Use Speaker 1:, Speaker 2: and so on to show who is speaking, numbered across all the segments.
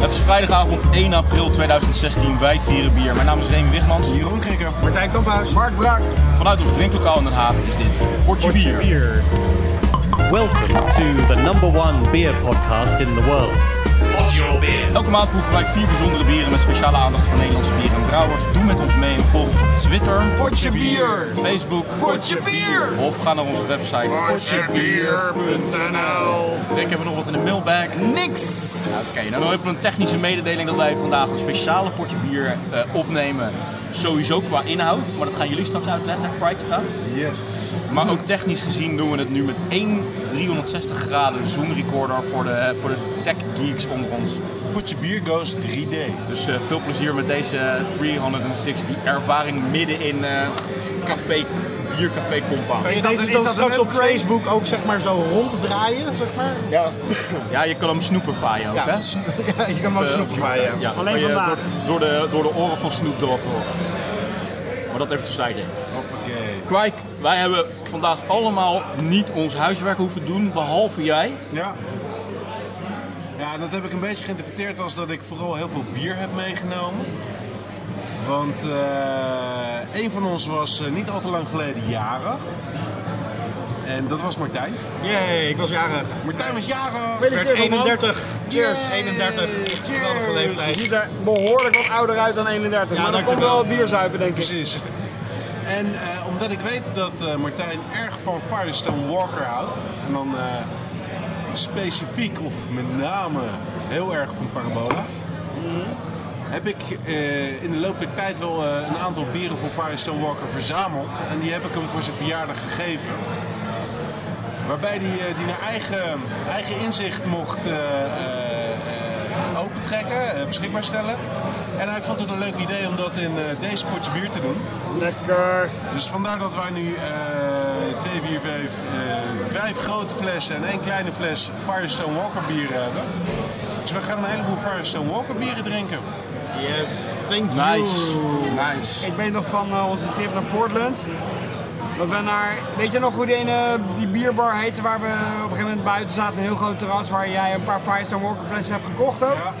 Speaker 1: Het is vrijdagavond 1 april 2016. Wij vieren bier. Mijn naam is Remy Wigmans.
Speaker 2: Jeroen Krikker, Martijn Kamphuis, Mark Braak,
Speaker 1: Vanuit ons drinklokaal in Den Haag is dit Portje
Speaker 2: Portje
Speaker 1: Bier.
Speaker 2: Bier.
Speaker 3: Welcome to the number one beer podcast in the world. Pod your beer.
Speaker 1: Elke maand proeven wij vier bijzondere bieren met speciale aandacht voor Nederlandse bieren en brouwers. Doe met ons mee en volg ons op Twitter,
Speaker 2: Portje Bier.
Speaker 1: Facebook
Speaker 2: Portje Bier.
Speaker 1: of ga naar onze website.
Speaker 2: Portjebier.nl
Speaker 1: Ik heb nog wat in de mailbag.
Speaker 2: Niks!
Speaker 1: Oké, nou dan even een technische mededeling dat wij vandaag een speciale potje bier eh, opnemen. Sowieso qua inhoud, maar dat gaan jullie straks uitleggen, Prikstra.
Speaker 2: Yes.
Speaker 1: Maar ook technisch gezien doen we het nu met één 360 graden zoom recorder voor de, eh, voor de tech geeks onder ons.
Speaker 2: Potje Bier goes 3D.
Speaker 1: Dus eh, veel plezier met deze 360 ervaring midden in eh café, biercafé compound.
Speaker 4: Is
Speaker 2: Is
Speaker 4: dat, is
Speaker 2: dat- is
Speaker 4: dat
Speaker 2: dat
Speaker 4: straks
Speaker 2: een
Speaker 4: op
Speaker 2: upgrade?
Speaker 4: Facebook ook zeg maar zo ronddraaien, zeg maar?
Speaker 1: Ja. ja, je kan hem snoepen vaaien ook, hè?
Speaker 4: Ja, sn- ja, je kan hem ook
Speaker 1: Eh,
Speaker 4: snoepen
Speaker 1: computer.
Speaker 4: waaien.
Speaker 1: Ja,
Speaker 5: Alleen
Speaker 1: maar je-
Speaker 5: vandaag.
Speaker 1: Door, door de, door de oren van Snoop Dogg horen. Maar dat even terzijde.
Speaker 2: Hoppakee.
Speaker 1: Kwijk, wij hebben vandaag allemaal niet ons huiswerk hoeven doen, behalve jij.
Speaker 2: Ja. Ja, dat heb ik een beetje geïnterpreteerd als dat ik vooral heel veel bier heb meegenomen. Want eh een van ons was eh, niet al te lang geleden jarig. En dat was Martijn.
Speaker 4: Jee, ik was jarig.
Speaker 2: Martijn was jarig!
Speaker 4: Ik werd
Speaker 5: Gefeliciteerd, man.
Speaker 4: 31. Cheers,
Speaker 2: Yay,
Speaker 4: 31. Geweldige
Speaker 2: cheers.
Speaker 5: Je
Speaker 4: leeftijd.
Speaker 5: ziet er behoorlijk wat ouder uit dan 31.
Speaker 4: Ja,
Speaker 5: maar dat komt
Speaker 4: dankjewel.
Speaker 5: wel het bierzuipen, denk ik.
Speaker 2: Precies. En eh, omdat ik weet dat eh, Martijn erg van Firestone Walker houdt, en dan eh, specifiek of met name heel erg van Parabola, heb ik eh, in de loop der tijd wel eh, een aantal bieren van Firestone Walker verzameld. En die heb ik hem voor zijn verjaardag gegeven. Waarbij hij die, eh, die naar eigen, eigen inzicht mocht eh, eh, eh, opentrekken, eh, beschikbaar stellen. En hij vond het een leuk idee om dat in eh, deze potje bier te doen.
Speaker 5: Lekker.
Speaker 2: Dus vandaar dat wij nu eh 2, 4, 5, eh, vijf grote flessen en één kleine fles Firestone Walker bieren hebben. Dus we gaan een heleboel Firestone Walker bieren drinken.
Speaker 4: Yes, thank you.
Speaker 1: Nice. Nice.
Speaker 5: Ik weet nog van eh, onze trip naar Portland. Dat we naar, weet je nog hoe die, ene, die bierbar heette waar we op een gegeven moment buiten zaten, een heel groot terras waar jij een paar Firestone Walker flessen hebt gekocht ook.
Speaker 2: Ja.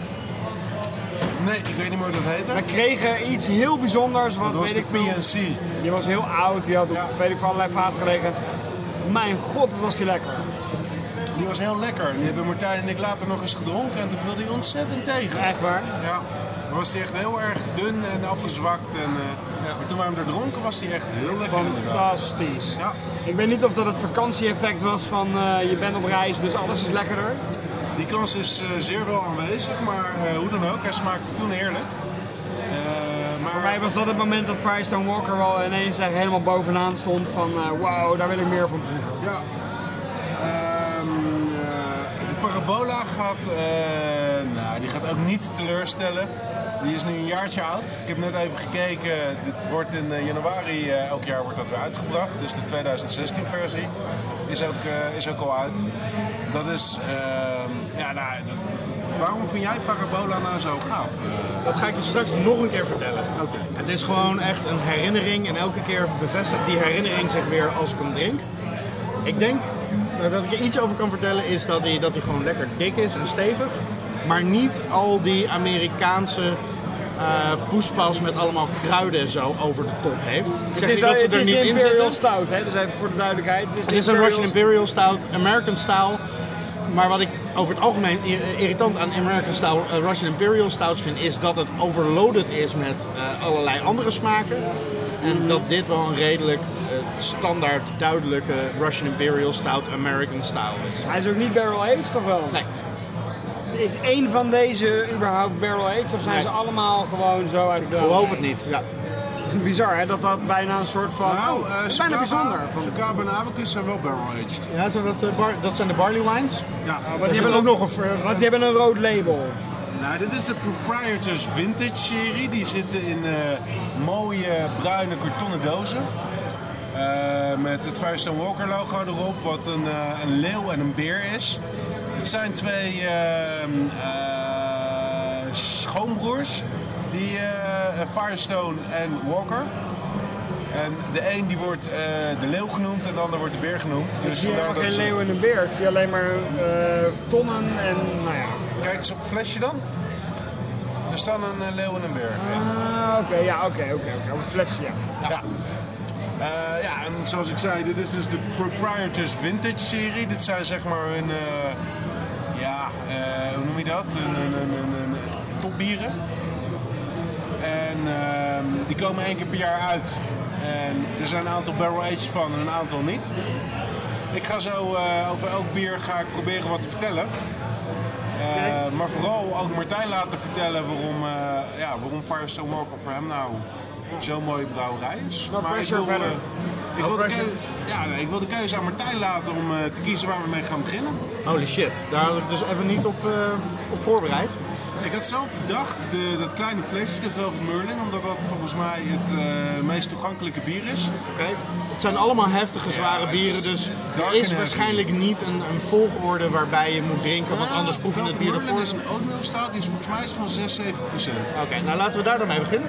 Speaker 2: Nee, ik weet niet meer hoe dat heette.
Speaker 5: We kregen iets heel bijzonders, wat
Speaker 2: Dat was
Speaker 5: weet
Speaker 2: de
Speaker 5: ik veel.
Speaker 2: PNC.
Speaker 5: Die was heel oud, die had op
Speaker 2: Ja.
Speaker 5: weet ik van allerlei vaten gelegen. Mijn god, wat was die lekker.
Speaker 2: Die was heel lekker. En Die hebben Martijn en ik later nog eens gedronken en toen viel die ontzettend tegen.
Speaker 5: Echt waar.
Speaker 2: Ja, dan was die echt heel erg dun en afgezwakt. En, eh, Maar toen waren we er dronken was die echt heel lekker inderdaad.
Speaker 5: Fantastisch.
Speaker 2: Ja.
Speaker 5: Ik weet niet of dat het vakantieeffect was van eh, je bent op reis, dus alles is lekkerder.
Speaker 2: Die kans is eh, zeer wel aanwezig, maar eh, hoe dan ook, hij smaakte toen heerlijk. Eh, maar
Speaker 5: Voor mij was dat het moment dat Firestone Walker wel ineens echt helemaal bovenaan stond van eh, wauw, daar wil ik meer van proeven.
Speaker 2: Ja. Ehm, eh, de Parabola gaat, eh, nou, die gaat ook niet teleurstellen. Die is nu een jaartje oud. Ik heb net even gekeken. Dit wordt in eh, januari, eh, elk jaar wordt dat weer uitgebracht. Dus de 2016 versie is ook, eh, is ook al uit. Dat is, ehm, ja nou, dat- dat- waarom vind jij Parabola nou zo gaaf?
Speaker 4: Dat ga ik je straks nog een keer vertellen. Het is gewoon echt een herinnering en elke keer bevestigt die herinnering zich weer als ik hem drink. Ik denk nou, dat ik er iets over kan vertellen is dat hij, dat hij gewoon lekker dik is en stevig. Maar niet al die Amerikaanse eh poespas met allemaal kruiden en zo over de top heeft. Ik zeg niet dat ze er niet
Speaker 5: de
Speaker 4: in
Speaker 5: Imperial
Speaker 4: zitten.
Speaker 5: Stout, hè? dus even voor de duidelijkheid. Het is, de
Speaker 4: Het is een
Speaker 5: Imperial
Speaker 4: Russian Imperial Stout, American Style. Maar wat ik over het algemeen ir- irritant aan American Style, eh, Russian Imperial Stouts vind, is dat het overloaded is met eh, allerlei andere smaken. En dat dit wel een redelijk eh, standaard duidelijke Russian Imperial Stout, American Style is.
Speaker 5: Hij is ook niet barrel aged toch wel?
Speaker 4: Nee.
Speaker 5: Is één van deze überhaupt barrel aged of zijn
Speaker 4: Nee.
Speaker 5: ze allemaal gewoon zo uit de
Speaker 4: Ik geloof het niet. Ja.
Speaker 5: Bizar hè, dat dat bijna een soort van...
Speaker 2: Nou,
Speaker 5: oh,
Speaker 2: eh,
Speaker 5: dat is bijna
Speaker 2: Socaba-
Speaker 5: bijzonder. Van,
Speaker 2: Socaba en Abacus zijn wel barrel-aged.
Speaker 4: Ja, zijn dat, de bar- dat zijn de barley wines.
Speaker 2: Ja,
Speaker 5: maar die hebben ook nog een, ver- want die hebben een rood label.
Speaker 2: Nou, dit is de Proprietors Vintage serie. Die zitten in eh, mooie bruine kartonnen dozen. Eh, met het Firestone Walker logo erop, wat een, eh, een leeuw en een beer is. Het zijn twee ehm, eh, schoonbroers, die, eh, Firestone en Walker. En de een die wordt eh, de leeuw genoemd en de ander wordt de beer genoemd.
Speaker 5: Dus
Speaker 2: vandaar
Speaker 5: zie helemaal
Speaker 2: dat
Speaker 5: geen
Speaker 2: ze-
Speaker 5: leeuw en een beer. Ik zie alleen maar eh, tonnen en nou ja.
Speaker 2: Kijk eens op het flesje dan. Er staan een eh, leeuw en een beer. Ja.
Speaker 5: Ah, oké, ja, oké, oké, oké. Op het flesje, ja.
Speaker 2: Ja. Eh, ja, en zoals ik zei, dit is dus de Proprietors Vintage serie. Dit zijn zeg maar hun, eh, ja, eh, hoe noem je dat? Hun, hun, hun, hun- hun topbieren. En ehm, die komen één keer per jaar uit. En er zijn een aantal barrel ages van en een aantal niet. Ik ga zo eh, over elk bier ga ik proberen wat te vertellen. Eh, Maar vooral ook Martijn laten vertellen waarom, eh, ja, waarom Firestone Walker voor hem nou zo'n mooie brouwerij is.
Speaker 5: No
Speaker 2: maar
Speaker 5: pressure
Speaker 2: ik wil, eh,
Speaker 5: verder.
Speaker 2: ik, wil de
Speaker 5: pressure.
Speaker 2: keu- ja, nee, ik wil de keuze aan Martijn laten om eh, te kiezen waar we mee gaan beginnen.
Speaker 4: Holy shit, daar had ik dus even niet op, eh, op voorbereid.
Speaker 2: Ik had zelf bedacht de, dat kleine flesje, de Velvet Merlin, omdat dat volgens mij het eh, meest toegankelijke bier is.
Speaker 4: Oké, Het zijn allemaal heftige, zware
Speaker 2: het
Speaker 4: bieren,
Speaker 2: is
Speaker 4: dus
Speaker 2: dark
Speaker 4: er is
Speaker 2: and
Speaker 4: waarschijnlijk niet een, een volgorde waarbij je moet drinken, want
Speaker 5: Ah,
Speaker 4: anders proef je
Speaker 2: proeven
Speaker 4: het bier ervoor.
Speaker 2: Merlin is een oatmeal stout, die is volgens mij is van 6, 7 procent.
Speaker 4: Oké, nou laten we daar dan mee beginnen.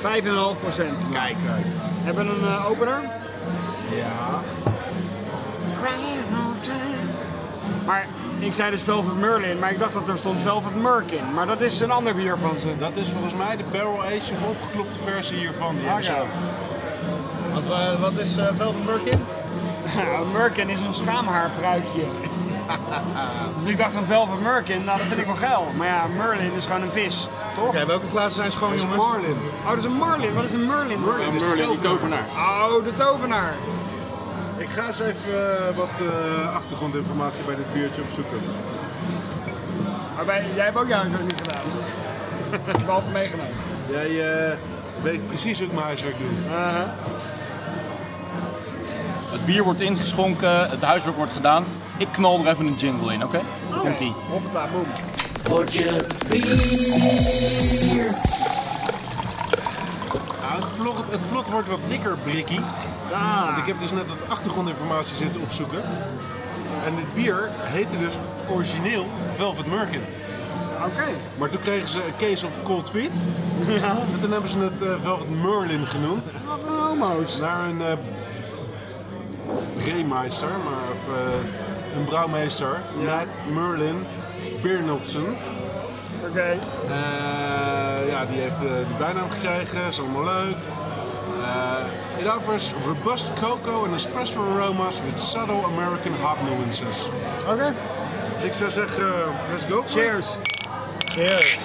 Speaker 5: 5,5 procent.
Speaker 4: Kijk,
Speaker 5: Hebben we een eh, opener?
Speaker 2: Ja.
Speaker 5: Maar ik zei dus Velvet Merlin, maar ik dacht dat er stond Velvet Merk in. Maar dat is een ander bier van ze.
Speaker 2: Dat is volgens mij de barrel aged of opgeklopte versie hiervan.
Speaker 4: Ah,
Speaker 2: Die hebben ze
Speaker 5: ja.
Speaker 2: ook.
Speaker 4: want eh, wat is eh Velvenburg in?
Speaker 5: Merkin is een schaamhaarpruikje. dus ik dacht een Velvet Merkin, nou dat vind ik wel geil. Maar ja, Merlin is gewoon een vis.
Speaker 4: Oké, welke glazen zijn schoon,
Speaker 2: Dat is
Speaker 4: jongens?
Speaker 2: Marlin.
Speaker 5: Oh, dat is een Merlin. Wat is een Merlin?
Speaker 2: Merlin is de
Speaker 1: Merlin, die
Speaker 2: tovenaar.
Speaker 1: tovenaar.
Speaker 5: Oh, de tovenaar.
Speaker 2: Ik ga eens even eh, wat eh, achtergrondinformatie bij dit biertje opzoeken.
Speaker 5: Maar bij- jij hebt ook jouw zo niet gedaan. Behalve meegenomen.
Speaker 2: Jij eh, weet precies hoe ik mijn huiswerk doe.
Speaker 1: Het bier wordt ingeschonken, het huiswerk wordt gedaan. Ik knal er even een jingle in, oké? Komt ie.
Speaker 5: Hoppata, boem.
Speaker 2: Nou, het, plot, het plot wordt wat dikker, Brikkie.
Speaker 5: Ah.
Speaker 2: Ik heb dus net wat achtergrondinformatie zitten opzoeken. En dit bier heette dus origineel Velvet Merkin.
Speaker 5: Oké.
Speaker 2: Maar toen kregen ze een case of cold feet. En toen hebben ze het eh, Velvet Merlin genoemd.
Speaker 5: Wat een homo's.
Speaker 2: Naar een eh breemeister, maar, of eh, een brouwmeester. Matt Merlin Birnelsen.
Speaker 5: Oké.
Speaker 2: Eh, ja, die heeft eh, de bijnaam gekregen, is allemaal leuk. Eh, it offers robust cocoa and espresso aromas with subtle American hop nuances.
Speaker 5: Oké.
Speaker 2: Dus ik zou zeggen, eh, let's go. for it.
Speaker 5: Cheers.
Speaker 4: Cheers.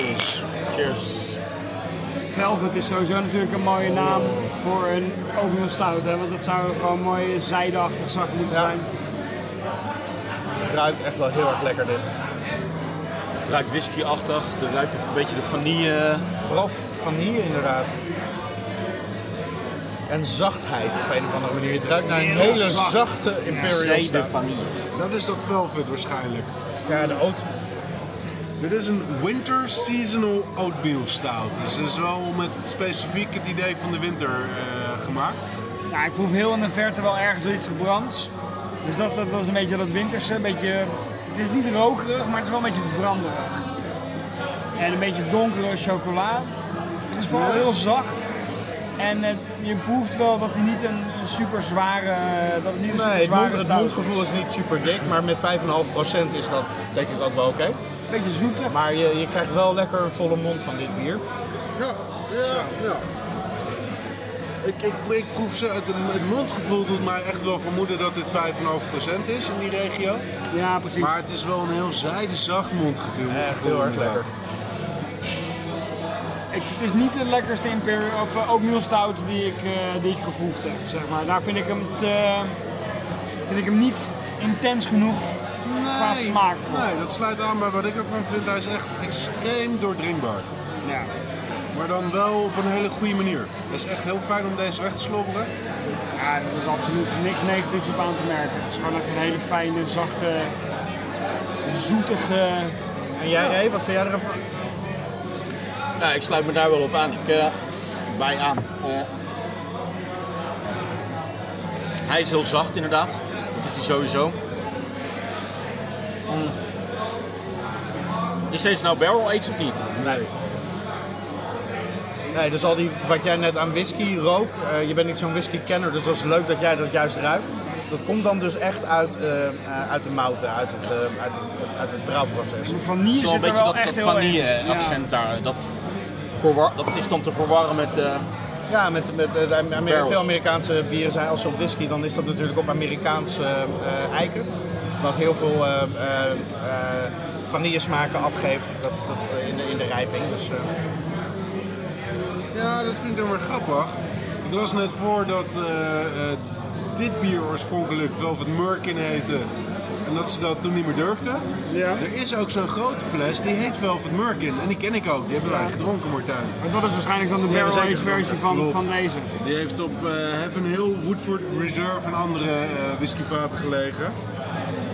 Speaker 2: Cheers.
Speaker 1: Cheers.
Speaker 5: Velvet is sowieso natuurlijk een mooie naam voor een oatmeal stout. Hè? Want dat zou gewoon een mooie zijdeachtig zak moeten zijn.
Speaker 4: Ruikt echt wel heel erg lekker dit.
Speaker 1: Het ruikt whisky-achtig, het ruikt een beetje de vanille.
Speaker 4: Vooral vanille inderdaad. En zachtheid op een of andere manier. Het ruikt naar een
Speaker 5: Heel
Speaker 4: hele
Speaker 5: zacht.
Speaker 4: zachte Imperial
Speaker 1: Zijde
Speaker 4: Stout.
Speaker 1: vanille.
Speaker 2: Dat is dat Velvet waarschijnlijk.
Speaker 4: Ja, de oot.
Speaker 2: Dit is een winter seasonal oatmeal stout. Dus het is wel met specifiek het idee van de winter eh, gemaakt.
Speaker 5: Nou, ik proef heel in de verte wel ergens iets gebrands. Dus dat, dat was een beetje dat winterse. Een beetje, het is niet rokerig, maar het is wel een beetje branderig. En een beetje donkere chocola. Het is vooral heel zacht. En eh, je proeft wel dat hij niet een, een super zware, eh, dat het niet een
Speaker 4: Nee,
Speaker 5: super
Speaker 4: het, mond-
Speaker 5: zware
Speaker 4: het
Speaker 5: stout is.
Speaker 4: mondgevoel is niet super dik, maar met 5,5% is dat denk ik ook wel oké.
Speaker 5: Een beetje zoetig.
Speaker 4: Maar je, je krijgt wel lekker een volle mond van dit bier.
Speaker 2: Ja, ja, ja. Ik, ik, ik proef ze, het, het mondgevoel doet mij echt wel vermoeden dat dit 5,5% is in die regio.
Speaker 5: Ja, precies.
Speaker 2: Maar het is wel een heel zijdezacht mondgevoel.
Speaker 4: Echt heel erg lekker.
Speaker 5: Ik- het is niet de lekkerste Imperial of ook stout die ik, eh, die ik geproefd heb, zeg maar. Daar vind ik hem te, vind ik hem niet intens genoeg qua smaak voor.
Speaker 2: Nee, dat sluit aan bij wat ik ervan vind. Hij is echt extreem doordringbaar.
Speaker 5: Ja.
Speaker 2: Maar dan wel op een hele goede manier. Het is echt heel fijn om deze weg te slobberen.
Speaker 5: ja, er is absoluut niks negatiefs op aan te merken. Het is gewoon echt een hele fijne, zachte, zoetige...
Speaker 4: En jij, Ray, wat vind jij ervan?
Speaker 1: Nou, ik sluit me daar wel op aan. Ik, eh, bij aan. Eh, hij is heel zacht inderdaad. Dat is hij sowieso. Mm. Is deze nou barrel aged of niet?
Speaker 4: Nee. Nee, dus al die wat jij net aan whisky rook, eh, je bent niet zo'n whisky-kenner, dus dat is leuk dat jij dat juist ruikt. dat komt dan dus echt uit, eh, eh, uit de mouten, uit het, eh, uit het, uit het brouwproces.
Speaker 5: De vanille
Speaker 1: is wel een
Speaker 5: zit er
Speaker 1: beetje
Speaker 5: wel
Speaker 1: dat,
Speaker 5: echt
Speaker 1: dat
Speaker 5: heel erg in.
Speaker 1: vanille
Speaker 5: Ja.
Speaker 1: accent daar. eh, Dat, verwar, dat is dan te verwarren met... eh,
Speaker 4: Ja, met, met, eh, de Amer-
Speaker 1: Barrels.
Speaker 4: veel Amerikaanse bieren zijn als op whisky, dan is dat natuurlijk op Amerikaanse eh, eh, eiken. Wat heel veel eh eh, eh, vanillesmaken afgeeft dat, dat, eh, in, de, in de rijping. Dus, eh,
Speaker 2: Ja, dat vind ik dan weer grappig. Ik las net voor dat eh, eh, dit bier oorspronkelijk Velvet Merkin heette. En dat ze dat toen niet meer durfden.
Speaker 5: Ja.
Speaker 2: Er is ook zo'n grote fles, die heet Velvet Merkin. En die ken ik ook, die hebben wij gedronken, Martijn.
Speaker 5: Maar dat is waarschijnlijk dan de
Speaker 4: Ja,
Speaker 5: barrel
Speaker 4: zeker.
Speaker 5: aged versie van,
Speaker 2: Klopt.
Speaker 5: van deze.
Speaker 2: Die heeft op eh, Heaven Hill, Woodford Reserve en andere eh, whiskyvaten gelegen.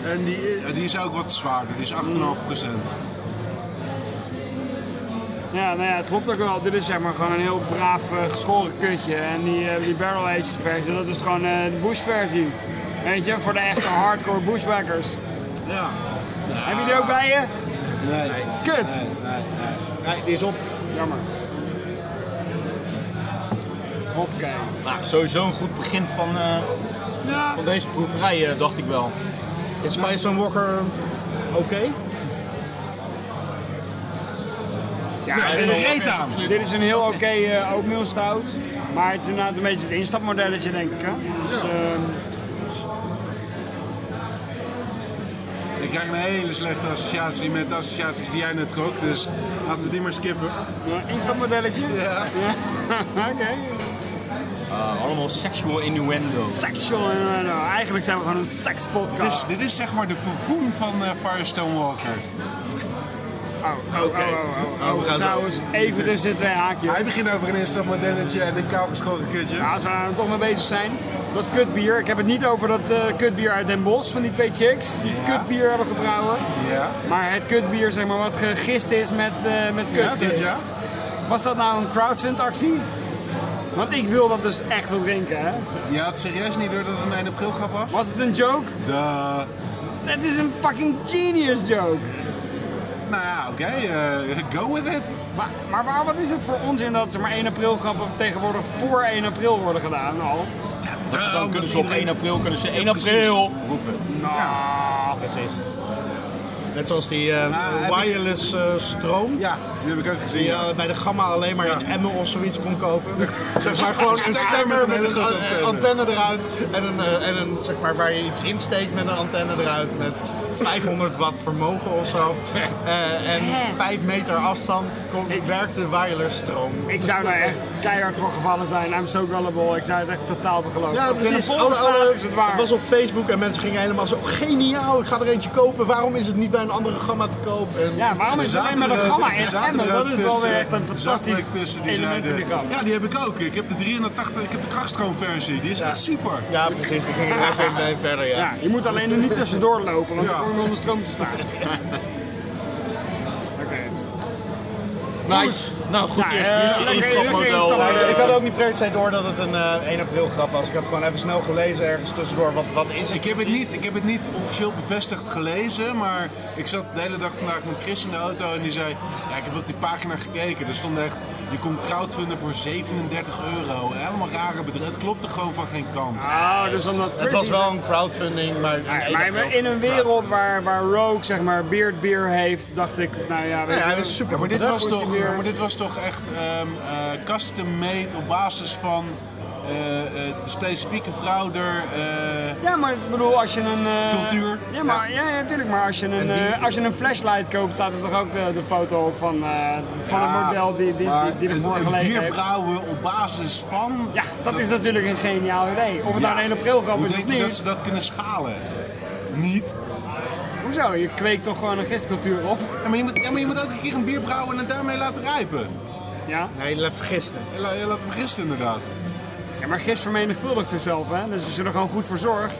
Speaker 2: En die, eh, die is ook wat zwaarder, die is 8,5%.
Speaker 5: Ja, nou ja, het klopt ook wel. Dit is zeg maar gewoon een heel braaf eh, geschoren kutje. En die, eh, die barrel aged versie, dat is gewoon eh, de bush versie. Weet je, voor de echte hardcore bushwhackers.
Speaker 2: Ja.
Speaker 5: Heb je die ook bij je?
Speaker 2: Nee.
Speaker 5: Kut!
Speaker 4: nee, die is op.
Speaker 5: Jammer. Hoppakee.
Speaker 1: nou, sowieso een goed begin van, eh, van deze proeverij, eh, dacht ik wel.
Speaker 4: Is Firestone Walker oké?
Speaker 5: Ja,
Speaker 2: En
Speaker 5: dit
Speaker 2: een
Speaker 5: is-
Speaker 2: reet aan!
Speaker 5: dit is een heel oké eh oatmeal stout. Maar het is inderdaad een beetje het instapmodelletje, denk ik. Hè? Dus, ehm,
Speaker 2: Ik krijg een hele slechte associatie met de associaties die jij net trok, dus laten we die maar skippen.
Speaker 5: Een instapmodelletje?
Speaker 2: Ja.
Speaker 5: Oké.
Speaker 1: Eh, allemaal sexual innuendo.
Speaker 5: Sexual. en, eh, nou, eigenlijk zijn we gewoon een
Speaker 2: Dit
Speaker 5: sekspodcast.
Speaker 2: is, dit is zeg maar de vervoen van eh, Firestone Walker.
Speaker 5: Oh,
Speaker 4: Oké.
Speaker 5: oh, oh, oh,
Speaker 2: Nou,
Speaker 4: Oh, we gaan zo.
Speaker 5: Trouwens, even tussen de twee haakjes.
Speaker 2: Hij begint over een instapmodelletje en een kaalgeschoren kutje.
Speaker 5: Ja, als we daar toch mee bezig zijn. Dat kutbier. Ik heb het niet over dat eh, kutbier uit Den Bosch van die twee chicks. Die
Speaker 2: Ja.
Speaker 5: kutbier hebben gebrouwen.
Speaker 2: Ja.
Speaker 5: Maar het kutbier, zeg maar, wat gegist is met, eh met kutgist.
Speaker 2: dat ja.
Speaker 5: Was dat nou een crowdfundactie? Want ik wil dat dus echt wel drinken, hè?
Speaker 2: Je had serieus niet door dat het een 1 april grap was?
Speaker 5: Was het een joke?
Speaker 2: De...
Speaker 5: Het is een fucking genius joke.
Speaker 2: Nou ja, oké, eh, go with it.
Speaker 5: Maar, maar waar- wat is het voor onzin dat er maar 1 april grappen tegenwoordig voor 1 april worden gedaan al?
Speaker 1: Dus dan kunnen ze op 1 april kunnen ze 1
Speaker 2: precies.
Speaker 1: april roepen.
Speaker 5: Nou,
Speaker 4: Precies. Net zoals die eh,
Speaker 2: Nou, heb ik-
Speaker 4: wireless eh, stroom.
Speaker 2: Ja, die heb ik ook gezien.
Speaker 4: Die je
Speaker 2: ja.
Speaker 4: bij de Gamma alleen maar in Emmen of zoiets kon kopen. zeg maar gewoon een
Speaker 2: Stekker
Speaker 4: stekker met een
Speaker 2: grote
Speaker 4: a- antenne eruit. En, een, eh, en een, zeg maar, waar je iets insteekt met een antenne eruit. Met 500 watt vermogen of zo. Eh, en 5 meter afstand kon, werkte wireless stroom.
Speaker 5: ik zou daar echt keihard voor gevallen zijn. I'm so gullible. Ik zou het echt totaal begeloven.
Speaker 4: Ja,
Speaker 5: Als het in
Speaker 4: precies.
Speaker 5: een polder
Speaker 4: Alle- alle-
Speaker 5: staat, is het waar.
Speaker 4: was op Facebook en mensen gingen helemaal zo geniaal. Ik ga er eentje kopen. Waarom is het niet bij een andere gamma te koop? En
Speaker 5: Ja, waarom is het alleen maar
Speaker 2: Zaterdag-
Speaker 5: dat gamma in
Speaker 2: zaterdag
Speaker 5: Emmen? Dat is wel
Speaker 2: tussen-
Speaker 5: weer echt een fantastisch
Speaker 2: zaterdag tussen die
Speaker 5: element in die
Speaker 2: zeiden,
Speaker 5: grap.
Speaker 2: Ja, die heb ik ook. Ik heb de 380, ik heb de krachtstroomversie. Die is echt super.
Speaker 4: Ja, precies. Die gingen er even mee verder, ja.
Speaker 5: Ja, je moet alleen er niet tussendoor lopen, want
Speaker 2: Ja.
Speaker 5: dan kom je onder stroom te staan. Oké.
Speaker 1: Nice. Nou, goed
Speaker 5: Ja,
Speaker 1: eerst
Speaker 5: eh,
Speaker 1: biertje,
Speaker 5: lekker- lekker
Speaker 1: instapmodel.
Speaker 5: instapmodel.
Speaker 1: eh,
Speaker 4: Ik had ook niet per se door dat het een eh, 1 april grap was. Ik heb gewoon even snel gelezen ergens tussendoor. Wat, wat is het?
Speaker 2: Ik heb, het niet, ik heb het niet officieel bevestigd gelezen, maar ik zat de hele dag vandaag met Chris in de auto en die zei... Ja, ik heb op die pagina gekeken. Er stond echt, je kon crowdfunden voor 37 euro. Helemaal rare bedragen. Het klopt er gewoon van geen kant.
Speaker 5: Ah, dus omdat
Speaker 4: Het was
Speaker 5: Chrissy
Speaker 4: wel een crowdfunding, maar... een
Speaker 5: Ja,
Speaker 4: 1
Speaker 5: maar
Speaker 4: april
Speaker 5: in een
Speaker 4: grap.
Speaker 5: wereld waar, waar Rogue zeg maar beard beer heeft, dacht ik, nou ja, weet
Speaker 4: Ja,
Speaker 5: je,
Speaker 4: hij is super
Speaker 2: Ja, maar, dit
Speaker 4: bedrag
Speaker 2: was
Speaker 4: is
Speaker 2: toch,
Speaker 4: hij weer.
Speaker 2: maar dit was toch echt ehm, eh, custom made op basis van eh, eh, de specifieke vrouw er. eh,
Speaker 5: Ja, maar ik bedoel, als je een... eh,
Speaker 2: Cultuur.
Speaker 5: Ja, maar, ja. Ja, natuurlijk, maar als je, een,
Speaker 4: die-
Speaker 5: eh, als je een flashlight koopt, staat er toch ook de, de foto op van, eh, van
Speaker 2: ja,
Speaker 5: het model die, die,
Speaker 2: maar
Speaker 5: die, die ervoor
Speaker 2: een- een
Speaker 5: gelegen
Speaker 2: bier
Speaker 5: heeft.
Speaker 2: brouwen op basis van. eh,
Speaker 5: Ja, dat is natuurlijk een geniaal idee. Of het nou
Speaker 2: Ja.
Speaker 5: een 1 april grap
Speaker 2: Hoe
Speaker 5: is of
Speaker 2: denk je dat ze
Speaker 5: niet.
Speaker 2: dat kunnen schalen? Niet.
Speaker 5: Hoezo? Je kweekt toch gewoon een gistcultuur op?
Speaker 2: Ja, maar je moet, ja, maar je moet ook een keer een bier brouwen en het daarmee laten rijpen.
Speaker 5: Ja.
Speaker 4: Nee, laat vergisten.
Speaker 2: Je la- je laat vergisten inderdaad.
Speaker 5: ja, maar gist vermenigvuldigt zichzelf, hè? Dus als je er gewoon goed voor zorgt.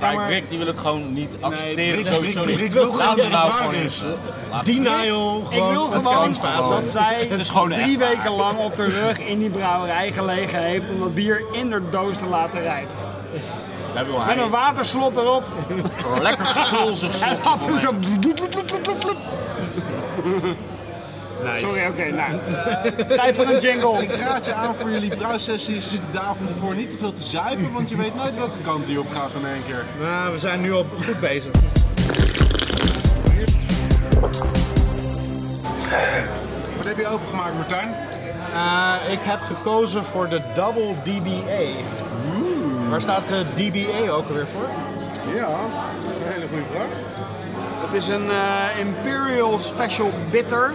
Speaker 1: Maar
Speaker 2: maar-
Speaker 1: Rick die wil het gewoon niet accepteren.
Speaker 2: Rick-
Speaker 1: zo
Speaker 2: Rick-
Speaker 1: zo
Speaker 2: Rick-
Speaker 1: niet.
Speaker 2: Rick wil
Speaker 1: Laat
Speaker 2: gewoon
Speaker 1: het
Speaker 2: dat
Speaker 1: nou
Speaker 2: het waar
Speaker 1: gewoon
Speaker 2: is.
Speaker 1: eens, eh, laat-
Speaker 4: Denial, gewoon.
Speaker 5: ik wil
Speaker 4: het
Speaker 5: gewoon
Speaker 4: kantfase.
Speaker 5: dat zij
Speaker 1: Het is gewoon
Speaker 5: drie
Speaker 1: echt waar.
Speaker 5: weken lang op de rug in die brouwerij gelegen heeft om dat bier in de doos te laten rijpen.
Speaker 1: Daar wil
Speaker 5: Met een
Speaker 1: hij
Speaker 5: waterslot erop
Speaker 1: lekker gulzig
Speaker 5: en
Speaker 1: slokje
Speaker 5: af
Speaker 1: voor
Speaker 5: en toe zo...
Speaker 1: mij.
Speaker 5: bloep, bloep, bloep, bloep, bloep, bloep. Sorry, oké, nou. Tijd voor een jingle.
Speaker 2: Ik raad je aan voor jullie bruissessies de avond ervoor niet te veel te zuipen, want je weet nooit welke kant die op gaat in één keer.
Speaker 4: Nou, we zijn nu al goed bezig.
Speaker 2: Wat heb je opengemaakt, Martijn?
Speaker 4: Eh, ik heb gekozen voor de Double DBA.
Speaker 5: Hmm.
Speaker 4: Waar staat de DBA E ook alweer voor?
Speaker 2: Ja, een hele goede vraag.
Speaker 4: Het is een eh, Imperial Special Bitter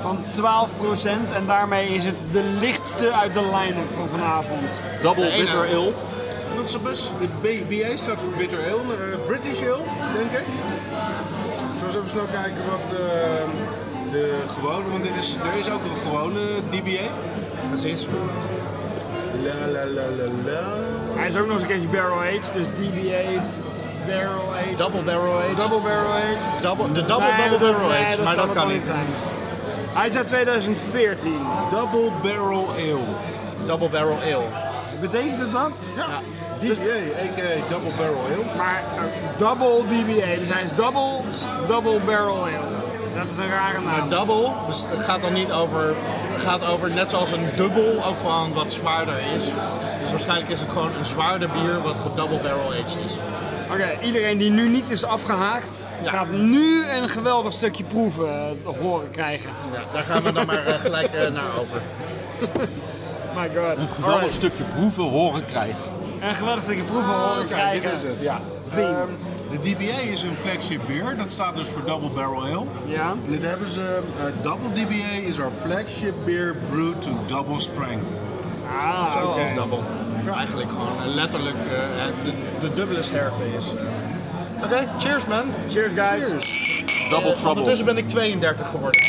Speaker 4: van 12% en daarmee is het de lichtste uit de line-up van vanavond.
Speaker 1: Double
Speaker 4: ene.
Speaker 1: bitter ale.
Speaker 2: Dat is best. De BBA staat voor Bitter Ale, eh, British Ale, denk ik. Zullen we eens even snel kijken wat eh, de gewone, want dit is, er is ook een gewone DBA.
Speaker 4: Precies.
Speaker 2: La la la la la.
Speaker 5: Hij is ook nog eens een keertje barrel aged, dus DBA barrel aged.
Speaker 4: Double barrel aged.
Speaker 5: Double barrel aged.
Speaker 4: Double, de double
Speaker 5: Nee,
Speaker 4: double
Speaker 5: dat-
Speaker 4: barrel
Speaker 5: nee,
Speaker 4: aged, maar
Speaker 5: zal
Speaker 4: dat
Speaker 5: het
Speaker 4: kan
Speaker 5: wel
Speaker 4: niet.
Speaker 5: zijn. Hij is uit 2014.
Speaker 2: Double Barrel Ale.
Speaker 4: Double barrel ale.
Speaker 5: Betekent het dat?
Speaker 2: Ja,
Speaker 4: Dus
Speaker 2: dus DBA, a.k.a. Double Barrel Ale.
Speaker 5: Dus, Maar eh, double DBA, dus hij is double, double barrel ale. Dat is een rare naam.
Speaker 4: Double dus het gaat dan niet over, het gaat over net zoals een dubbel ook gewoon wat zwaarder is. Dus waarschijnlijk is het gewoon een zwaarder bier wat gedouble barrel aged is.
Speaker 5: Oké, iedereen die nu niet is afgehaakt,
Speaker 4: Ja.
Speaker 5: gaat nu een geweldig stukje proeven eh, horen krijgen.
Speaker 4: Ja, daar gaan we dan maar eh, gelijk eh, naar over.
Speaker 5: My god.
Speaker 1: Een geweldig
Speaker 5: Alright.
Speaker 1: stukje proeven horen krijgen.
Speaker 5: Een geweldig stukje proeven
Speaker 4: Ah,
Speaker 5: horen
Speaker 2: Kijk,
Speaker 5: krijgen.
Speaker 2: dit is het. Ja.
Speaker 5: Theme.
Speaker 2: Ehm, de DBA is een flagship bier, dat staat dus voor Double Barrel Ale.
Speaker 5: Ja.
Speaker 2: En dit hebben ze, eh, Double DBA is our flagship beer brewed to double strength.
Speaker 5: Ah, oké.
Speaker 4: Zoals double. Eigenlijk gewoon eh, letterlijk eh, de, de dubbele sterkte is. eh. Oké, cheers man.
Speaker 5: Cheers, guys.
Speaker 1: Double
Speaker 4: Eh,
Speaker 1: trouble.
Speaker 4: Ondertussen ben ik 32 geworden.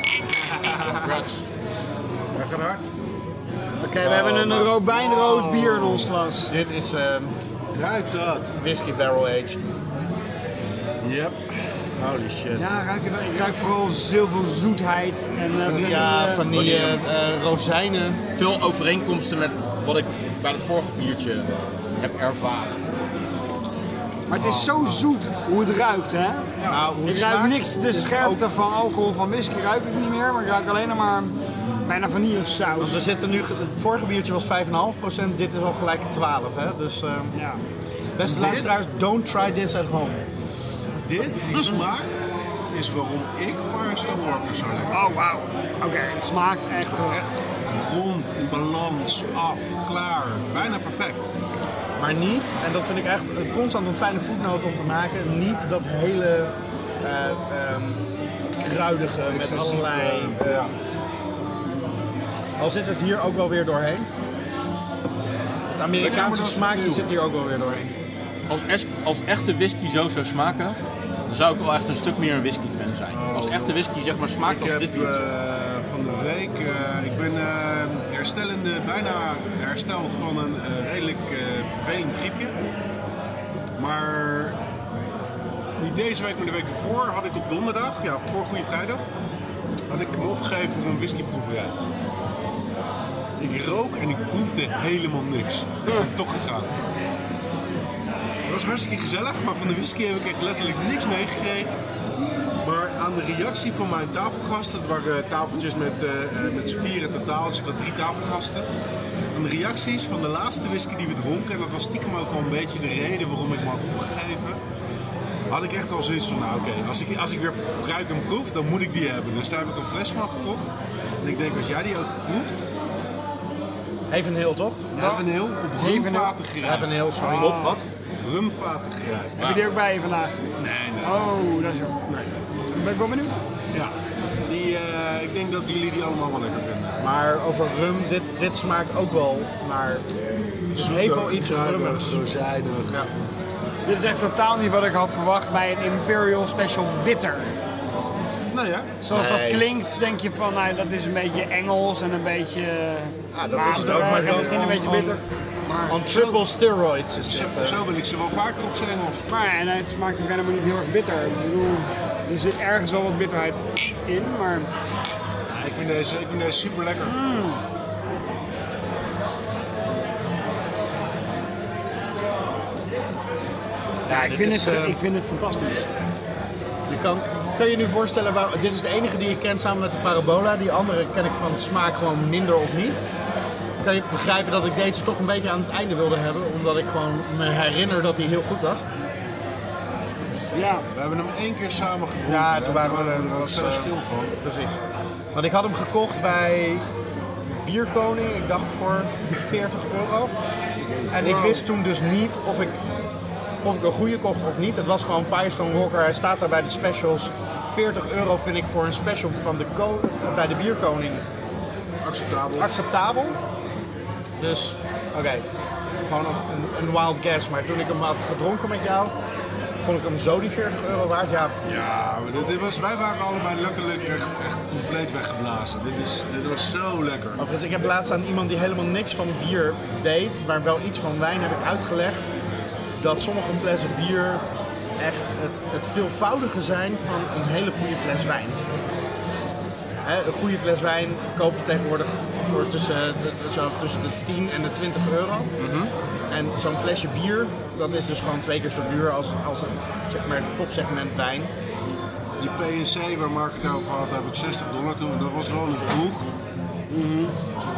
Speaker 2: Hij gaat hard.
Speaker 5: Oké, we hebben
Speaker 4: Oh,
Speaker 5: een robijnrood bier in ons glas.
Speaker 4: Dit is ehm
Speaker 2: Ruikt dat.
Speaker 4: whisky barrel aged.
Speaker 2: Yep. Holy shit.
Speaker 5: Ja, ruik, ik ruik- ik ruik vooral heel veel zoetheid. En, eh,
Speaker 4: Ja, vanille, eh, rozijnen.
Speaker 1: Veel overeenkomsten met wat ik bij het vorige biertje heb ervaren.
Speaker 5: Maar het is zo zoet hoe het ruikt, hè?
Speaker 4: Oh. Nou, hoe het
Speaker 5: Ik ruik
Speaker 4: smaakt,
Speaker 5: niks, de
Speaker 4: is
Speaker 5: scherpte van alcohol van whisky ruik ik niet meer, maar ik ruik alleen nog maar bijna vanille saus.
Speaker 4: Want we zitten nu, het vorige biertje was 5,5%, dit is al gelijk 12, hè? Dus ehm,
Speaker 5: Ja.
Speaker 4: beste luisteraars, don't try this at home.
Speaker 2: Dit, die smaak, is waarom ik Firestone Workers zo lekker
Speaker 5: Oh, wauw. Oké, het smaakt echt geweldig.
Speaker 2: Echt rond, in balans, af, klaar. Bijna perfect.
Speaker 4: Maar niet, en dat vind ik echt eh, constant een fijne voetnoot om te maken, niet dat hele eh, ehm, kruidige met
Speaker 2: Excessieve,
Speaker 4: allerlei...
Speaker 2: eh,
Speaker 4: eh, Al zit het hier ook wel weer doorheen. Het Amerikaanse
Speaker 2: dat is
Speaker 4: smaakje
Speaker 2: subtiel.
Speaker 4: zit hier ook wel weer doorheen.
Speaker 1: Als, es- als echte whisky zo zou smaken, dan zou ik wel echt een stuk meer een whisky fan zijn. Als echte whisky zeg maar smaakt
Speaker 2: Ik
Speaker 1: als
Speaker 2: heb
Speaker 1: dit biertje.
Speaker 2: eh, van de week, eh, ik ben eh, herstellende, bijna hersteld van een eh, redelijk eh, vervelend griepje. Maar niet deze week, maar de week ervoor had ik op donderdag, ja voor Goede Vrijdag, had ik me opgegeven voor een whiskyproeverij. Ik rook en ik proefde helemaal niks. Ik ben toch gegaan. Het was hartstikke gezellig, maar van de whisky heb ik echt letterlijk niks meegekregen. Maar aan de reactie van mijn tafelgasten, het waren tafeltjes met, eh eh, met z'n vier in totaal, dus ik had drie tafelgasten. Aan de reacties van de laatste whisky die we dronken, en dat was stiekem ook al een beetje de reden waarom ik me had opgegeven, had ik echt al zoiets van, nou oké, als, ik, als ik weer ruik en proef, dan moet ik die hebben. Dus daar heb ik een fles van gekocht. En ik denk, als jij die ook proeft,
Speaker 4: Even heel toch? Ah.
Speaker 2: hebben we een heel op rumvaten
Speaker 4: Even
Speaker 2: geruimd.
Speaker 4: heel, sorry.
Speaker 1: Op wat?
Speaker 2: Rumvaten geruimd.
Speaker 5: Heb je die ook bij je vandaag?
Speaker 2: Nee, nee,
Speaker 5: Oh, dat is ook.
Speaker 2: nee.
Speaker 5: Ben ik wel benieuwd.
Speaker 2: Ja. Die, eh, ik denk dat jullie die allemaal wel lekker vinden.
Speaker 4: Maar over rum, dit, dit smaakt ook wel naar. Dus het heeft wel iets rummigs.
Speaker 2: Rozijnig.
Speaker 4: Ja.
Speaker 5: Dit is echt totaal niet wat ik had verwacht bij een Imperial Special Bitter.
Speaker 2: Nou ja,
Speaker 5: Zoals
Speaker 4: Nee.
Speaker 5: dat klinkt, denk je van, nou, dat is een beetje Engels en een beetje
Speaker 4: Ja, dat is het
Speaker 5: waterig
Speaker 4: ook, maar
Speaker 5: en misschien een beetje bitter.
Speaker 4: On triple steroids is dit.
Speaker 2: zo,
Speaker 4: eh.
Speaker 2: zo wil ik ze wel vaker op zijn Engels.
Speaker 5: Maar en het smaakt ook helemaal niet heel erg bitter. Ik bedoel, er zit ergens wel wat bitterheid in, maar
Speaker 2: Ja, ik, vind deze, ik vind deze super lekker.
Speaker 5: ja, ik,
Speaker 4: dit
Speaker 5: vind
Speaker 4: is,
Speaker 5: het,
Speaker 4: eh,
Speaker 5: ik vind het fantastisch.
Speaker 4: Je kan, kan je nu voorstellen, waar, dit is de enige die je kent samen met de Parabola. Die andere ken ik van smaak gewoon minder of niet. Kan je begrijpen dat ik deze toch een beetje aan het einde wilde hebben. Omdat ik gewoon me herinner dat hij heel goed was.
Speaker 5: Ja.
Speaker 2: We hebben hem één keer samen gedronken.
Speaker 4: Ja,
Speaker 2: hè.
Speaker 4: toen waren we-
Speaker 2: er ook
Speaker 4: was,
Speaker 2: zo
Speaker 4: eh,
Speaker 2: stil van.
Speaker 4: Precies. Want ik had hem gekocht bij Bierkoning, ik dacht voor 40 euro. En ik wist toen dus niet of ik, of ik een goede kocht of niet. Het was gewoon Firestone Rocker, hij staat daar bij de specials. 40 euro vind ik voor een special van de ko- bij de Bierkoning
Speaker 2: Acceptabel.
Speaker 4: acceptabel. Dus, oké, gewoon nog een, een wild guess. Maar toen ik hem had gedronken met jou, vond ik hem zo die 40 euro waard. Ja,
Speaker 2: Ja, maar dit, dit was, wij waren allebei letterlijk echt, echt compleet weggeblazen. Dit, is, dit was zo lekker.
Speaker 4: Overigens, Dus ik heb laatst aan iemand die helemaal niks van bier weet, maar wel iets van wijn, heb ik uitgelegd dat sommige flessen bier echt het, het veelvoudige zijn van een hele goede fles wijn. Hè, een goede fles wijn koop je tegenwoordig voor tussen, de, zo tussen de 10 en de 20 euro. En zo'n flesje bier, dat is dus gewoon twee keer zo duur als, als een zeg maar, topsegment wijn.
Speaker 2: Die PNC waar Mark het over had, daar heb ik 60 dollar toe. Dat was wel een kroeg.
Speaker 4: Mhm.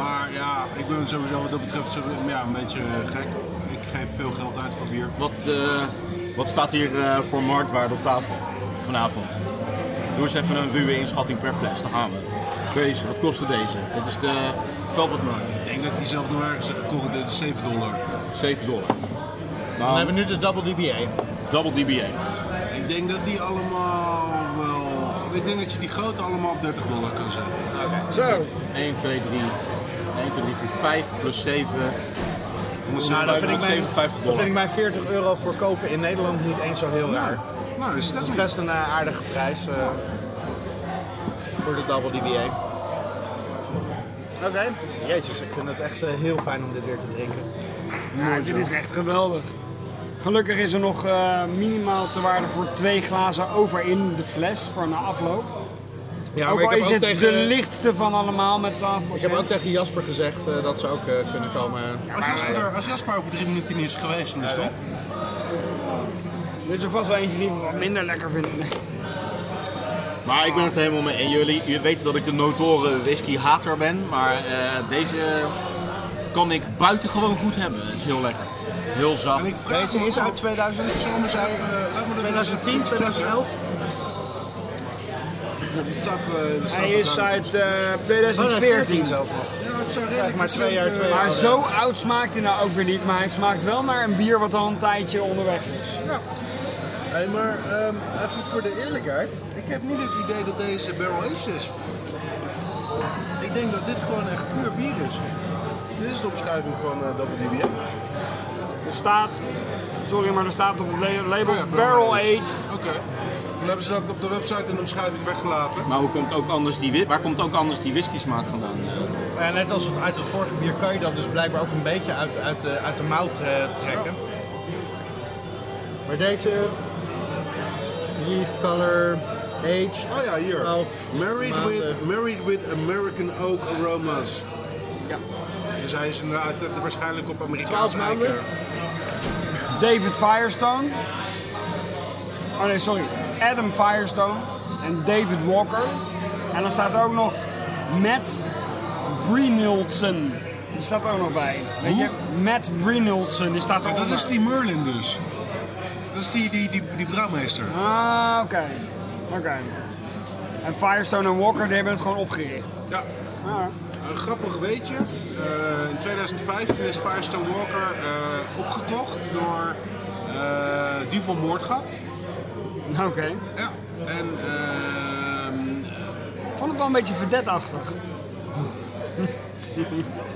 Speaker 2: Maar ja, ik ben sowieso wat dat betreft zo- ja, een beetje gek. Ik geef veel geld uit voor bier.
Speaker 1: Wat, eh, wat staat hier eh, voor marktwaarde op tafel vanavond? Doe eens even een ruwe inschatting per fles, dan gaan we. Deze, wat kostte deze? Dit is de Velvet Mark,
Speaker 2: Ik denk dat hij zelf nog ergens heeft gekocht. Dit is 7 dollar.
Speaker 1: 7 dollar.
Speaker 4: Dan
Speaker 1: Nou,
Speaker 4: hebben we nu de Double DBA.
Speaker 1: double DBA.
Speaker 2: Ik denk dat die allemaal wel... Ik denk dat je die grote allemaal op 30 dollar kan zetten.
Speaker 4: Zo.
Speaker 1: 1, 2, 3, 1, 2, 3, 4, 5 plus 7.
Speaker 2: Moet
Speaker 4: Nou, dat vind, ik mijn,
Speaker 1: 57
Speaker 4: dat vind
Speaker 1: dollar.
Speaker 4: ik mijn 40 euro voor kopen in Nederland niet eens zo heel raar.
Speaker 2: Nou, is dat
Speaker 4: Dat is
Speaker 2: niet.
Speaker 4: best een eh, aardige prijs eh, voor de Double DBA. Oké. Jeetjes, ik vind het echt eh, heel fijn om dit weer te drinken.
Speaker 5: Ja, dit is echt geweldig. Gelukkig is er nog eh, minimaal te waarde voor twee glazen over in de fles voor na
Speaker 4: Nou,
Speaker 5: afloop.
Speaker 4: Ja,
Speaker 5: ook al is het de lichtste van allemaal met 12
Speaker 4: ik heb ook tegen Jasper gezegd eh, dat ze ook eh, kunnen komen.
Speaker 2: Als Jasper, er- als Jasper over drie minuten niet is geweest, dan is het op.
Speaker 5: Dit is er vast wel eentje die we wat minder lekker vinden.
Speaker 1: Maar ik ben het er helemaal mee. En jullie, jullie weten dat ik de notoren whisky hater ben. Maar eh, deze kan ik buitengewoon goed hebben. Het is heel lekker. Heel zacht.
Speaker 2: En ik vraag
Speaker 4: Deze
Speaker 2: me
Speaker 4: is
Speaker 2: af-
Speaker 4: uit 2000,
Speaker 2: Zullen we eens even, eh, laat me dat
Speaker 4: 2010,
Speaker 2: eens even-
Speaker 4: 2011.
Speaker 2: Die stap, eh, die stap
Speaker 5: Hij is
Speaker 2: eraan.
Speaker 5: uit eh,
Speaker 4: Oh, nee,
Speaker 5: 2014
Speaker 4: zelf nog.
Speaker 2: Ja, het zijn
Speaker 4: Kijk,
Speaker 2: eh, redelijk
Speaker 4: maar twee jaar, twee jaar.
Speaker 5: Maar zo oud smaakt hij nou ook weer niet, maar hij smaakt wel naar een bier wat al een tijdje onderweg is.
Speaker 2: Hey, maar ehm, even voor de eerlijkheid. Ik heb niet het idee dat deze barrel aged is. Ik denk dat dit gewoon echt puur bier is. Dit is de opschrijving van eh WDBA.
Speaker 5: Er staat, sorry, maar er staat op het la- label
Speaker 2: Oh ja,
Speaker 5: barrel aged.
Speaker 2: Oké. Dan hebben ze dat op de website en de omschrijving weggelaten.
Speaker 1: Maar hoe komt ook anders die, wi- waar komt ook anders die whisky smaak vandaan?
Speaker 4: Ja, net als het uit het vorige bier kan je dat dus blijkbaar ook een beetje uit, uit, de, uit de mout eh, trekken. Maar deze yeast color aged.
Speaker 2: Oh ja, hier.
Speaker 4: 12
Speaker 2: Married
Speaker 4: maanden.
Speaker 2: with, married with American Oak Aromas.
Speaker 4: Ja.
Speaker 2: Dus hij is inderdaad eh, waarschijnlijk op
Speaker 4: 12
Speaker 2: Amerikaanse
Speaker 4: maanden?
Speaker 2: eiken.
Speaker 5: David Firestone. Oh nee, sorry. Adam Firestone en David Walker. En dan staat er ook nog Matt Brinildsen. Die staat er ook nog bij. Weet je? Matt Brinildsen, die staat er
Speaker 2: Maar
Speaker 5: ook
Speaker 2: dat is die Merlin dus. Dat is die, die, die, die brouwmeester.
Speaker 5: Ah, oké. Oké. En Firestone en Walker, die hebben het gewoon opgericht.
Speaker 2: Ja.
Speaker 4: Ah.
Speaker 5: Ja.
Speaker 2: Een grappig weetje. Eh, in 2015 is Firestone Walker eh, opgekocht door eh Duvel Moordgat.
Speaker 5: Oké.
Speaker 2: Ja. En ehm,
Speaker 5: Ik vond het wel een beetje verdetachtig.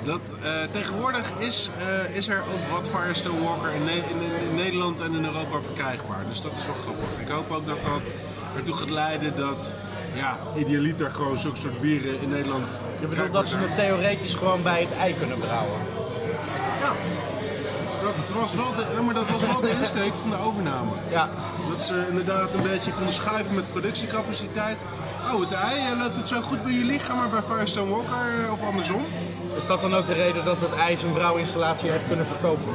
Speaker 2: dat, eh, tegenwoordig is, eh, is er ook wat Firestone Walker in, Ne- in, in- in Nederland en in Europa verkrijgbaar. Dus dat is wel grappig. Ik hoop ook dat dat ertoe gaat leiden dat ja, idealiter gewoon zulke soort bieren in Nederland
Speaker 4: Je bedoelt
Speaker 2: verkrijgbaar
Speaker 4: dat ze
Speaker 2: zijn.
Speaker 4: het theoretisch gewoon bij het ei kunnen brouwen.
Speaker 2: Ja. Dat was wel de, ja, maar dat was wel de insteek van de overname.
Speaker 4: Ja.
Speaker 2: Dat ze inderdaad een beetje konden schuiven met productiecapaciteit. Oh, het ei, eh, loopt het zo goed bij jullie? Ga maar bij Firestone Walker eh, of andersom.
Speaker 4: Is dat dan ook de reden dat het ei zijn brouwinstallatie heeft kunnen verkopen?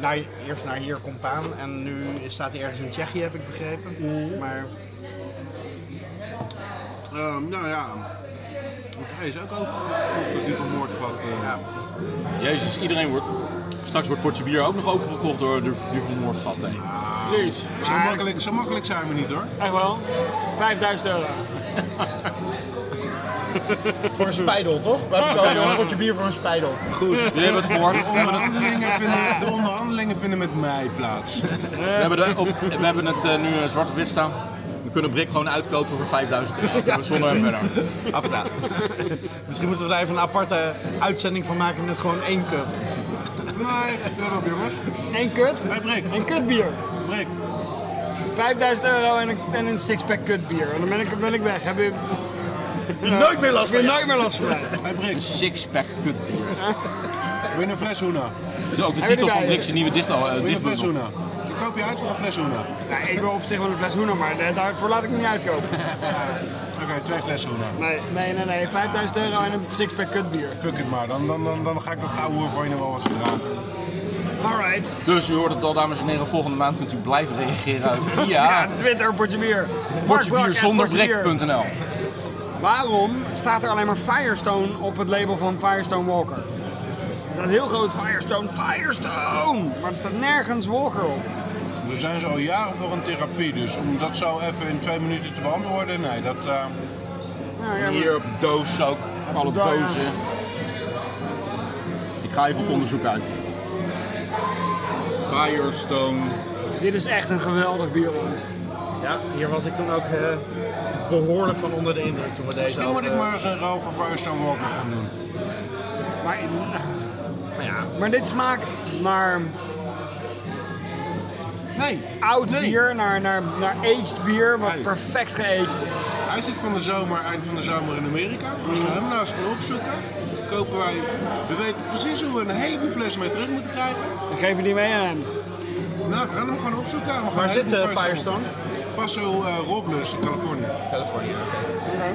Speaker 4: naar,
Speaker 5: Nou,
Speaker 4: eerst naar hier komt aan en nu staat hij ergens in Tsjechië, heb ik begrepen. Maar
Speaker 2: Ehm, nou ja, want hij is ook overgekocht door Duvel Moordgat. eh.
Speaker 1: Jezus, iedereen wordt... Straks wordt Portje Bier ook nog overgekocht door de Duvel Moordgat. hè. Precies.
Speaker 2: Zo, makkelijk, zo makkelijk zijn we niet hoor.
Speaker 5: Echt wel? 5000 euro.
Speaker 4: voor een spijdel, toch?
Speaker 5: Oh,
Speaker 4: Wij verkopen een potje bier voor een spijdel.
Speaker 1: Jullie hebben het gehoord.
Speaker 2: De onderhandelingen vinden, de onderhandelingen vinden met mij plaats.
Speaker 1: We hebben, de, op, we hebben het eh, nu eh, zwart op wit staan. We kunnen Brik gewoon uitkopen voor 5000 euro. zonder hem verder.
Speaker 4: Appeta. Misschien moeten we daar even een aparte uitzending van maken met gewoon één kut.
Speaker 2: Nee, let op jongens.
Speaker 5: Eén kut?
Speaker 2: Hey Brik,
Speaker 5: Een kutbier.
Speaker 2: Brik.
Speaker 5: 5000 euro en een, en een sixpack kutbier. En dan ben ik, ben ik weg. Heb je
Speaker 4: Nooit meer last
Speaker 5: heb je
Speaker 4: van
Speaker 5: nooit meer last van mij.
Speaker 2: Hey Brik,
Speaker 1: Een six-pack kutbier.
Speaker 2: win een fles Hoena.
Speaker 1: Dat is ook de
Speaker 5: Hebben
Speaker 1: titel
Speaker 5: jullie
Speaker 1: van
Speaker 5: bij-
Speaker 1: Brik's nieuwe dichtbal. eh,
Speaker 2: Win een
Speaker 1: dichtbundel.
Speaker 2: fles Hoena. Ik koop je uit voor een fles Hoena.
Speaker 5: Nou, ik wil op zich wel een fles hoener, maar eh, daarvoor laat ik me niet uitkopen.
Speaker 2: Oké, twee flessen Hoena.
Speaker 5: Nee, nee, nee, nee. 5000 euro en een sixpack kutbier.
Speaker 2: Fuck it maar, dan, dan, dan, dan ga ik dat gouden voor je nog wel wat verdragen.
Speaker 5: Alright.
Speaker 1: Dus u hoort het al, dames en heren. Volgende maand kunt u blijven reageren
Speaker 5: Ja,
Speaker 1: via
Speaker 5: Twitter, Portje Bier. Mark Brak, at Portje Bier.
Speaker 1: portjebierzonderbrik.nl.
Speaker 5: Waarom staat er alleen maar Firestone op het label van Firestone Walker? Er staat heel groot Firestone, Firestone! Maar er staat nergens Walker op.
Speaker 2: We zijn zo al jaren voor een therapie, dus om dat zo even in twee minuten te beantwoorden, nee, dat... eh,
Speaker 5: Nou, ja, maar-
Speaker 1: Hier op doos ook. Alle
Speaker 5: daar, ja.
Speaker 1: dozen. Ik ga even op onderzoek uit. Firestone.
Speaker 5: Dit is echt een geweldig bier. hoor.
Speaker 4: Ja, hier was ik toen ook eh, behoorlijk van onder de indruk toen we deze
Speaker 2: Misschien moet ik
Speaker 4: hadden.
Speaker 2: maar eens een rol voor Firestone Walker gaan doen.
Speaker 5: Maar,
Speaker 4: Maar ja,
Speaker 5: maar dit smaakt naar
Speaker 2: Nee,
Speaker 5: oud
Speaker 2: nee.
Speaker 5: bier, naar, naar, naar aged bier, wat
Speaker 2: Nee.
Speaker 5: perfect geaged is.
Speaker 2: Hij zit van de zomer, eind van de zomer in Amerika. Als we hem nou eens gaan opzoeken, kopen wij... We weten precies hoe we een heleboel flessen mee terug moeten krijgen.
Speaker 5: Dan geef je die mee aan hem.
Speaker 2: Nou, we gaan hem gewoon opzoeken. We gaan
Speaker 4: Waar
Speaker 2: een
Speaker 4: zit,
Speaker 2: heleboel
Speaker 4: eh,
Speaker 2: flessen op- Paso eh, Robles in Californië.
Speaker 4: Californië, oké.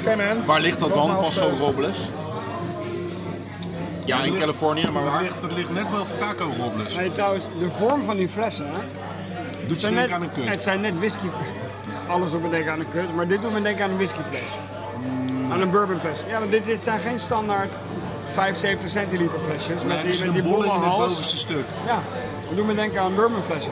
Speaker 4: Oké man.
Speaker 1: Waar ligt dat dan?
Speaker 4: Nogmaals,
Speaker 1: Paso
Speaker 4: eh,
Speaker 1: Robles. Ja, in Californië, maar
Speaker 2: dat
Speaker 1: waar?
Speaker 2: ligt, dat ligt net boven Taco Robles.
Speaker 5: Nee, trouwens, de vorm van die flessen. hè,
Speaker 2: Doet je
Speaker 5: zijn
Speaker 2: denken aan een
Speaker 5: net-
Speaker 2: kut.
Speaker 5: Het zijn net whisky. Alles doet me denken aan een kut, maar dit doet me denken aan een whiskyfles.
Speaker 1: Mm.
Speaker 5: Aan een bourbonfles. Ja, want dit, dit zijn geen standaard 75 centiliter flesjes
Speaker 2: Nee,
Speaker 5: met
Speaker 2: er
Speaker 5: die,
Speaker 2: zit
Speaker 5: met
Speaker 2: een
Speaker 5: die
Speaker 2: bol in het
Speaker 5: bollenhals.
Speaker 2: bovenste stuk.
Speaker 5: Ja, dat doet me denken aan een bourbonflesje.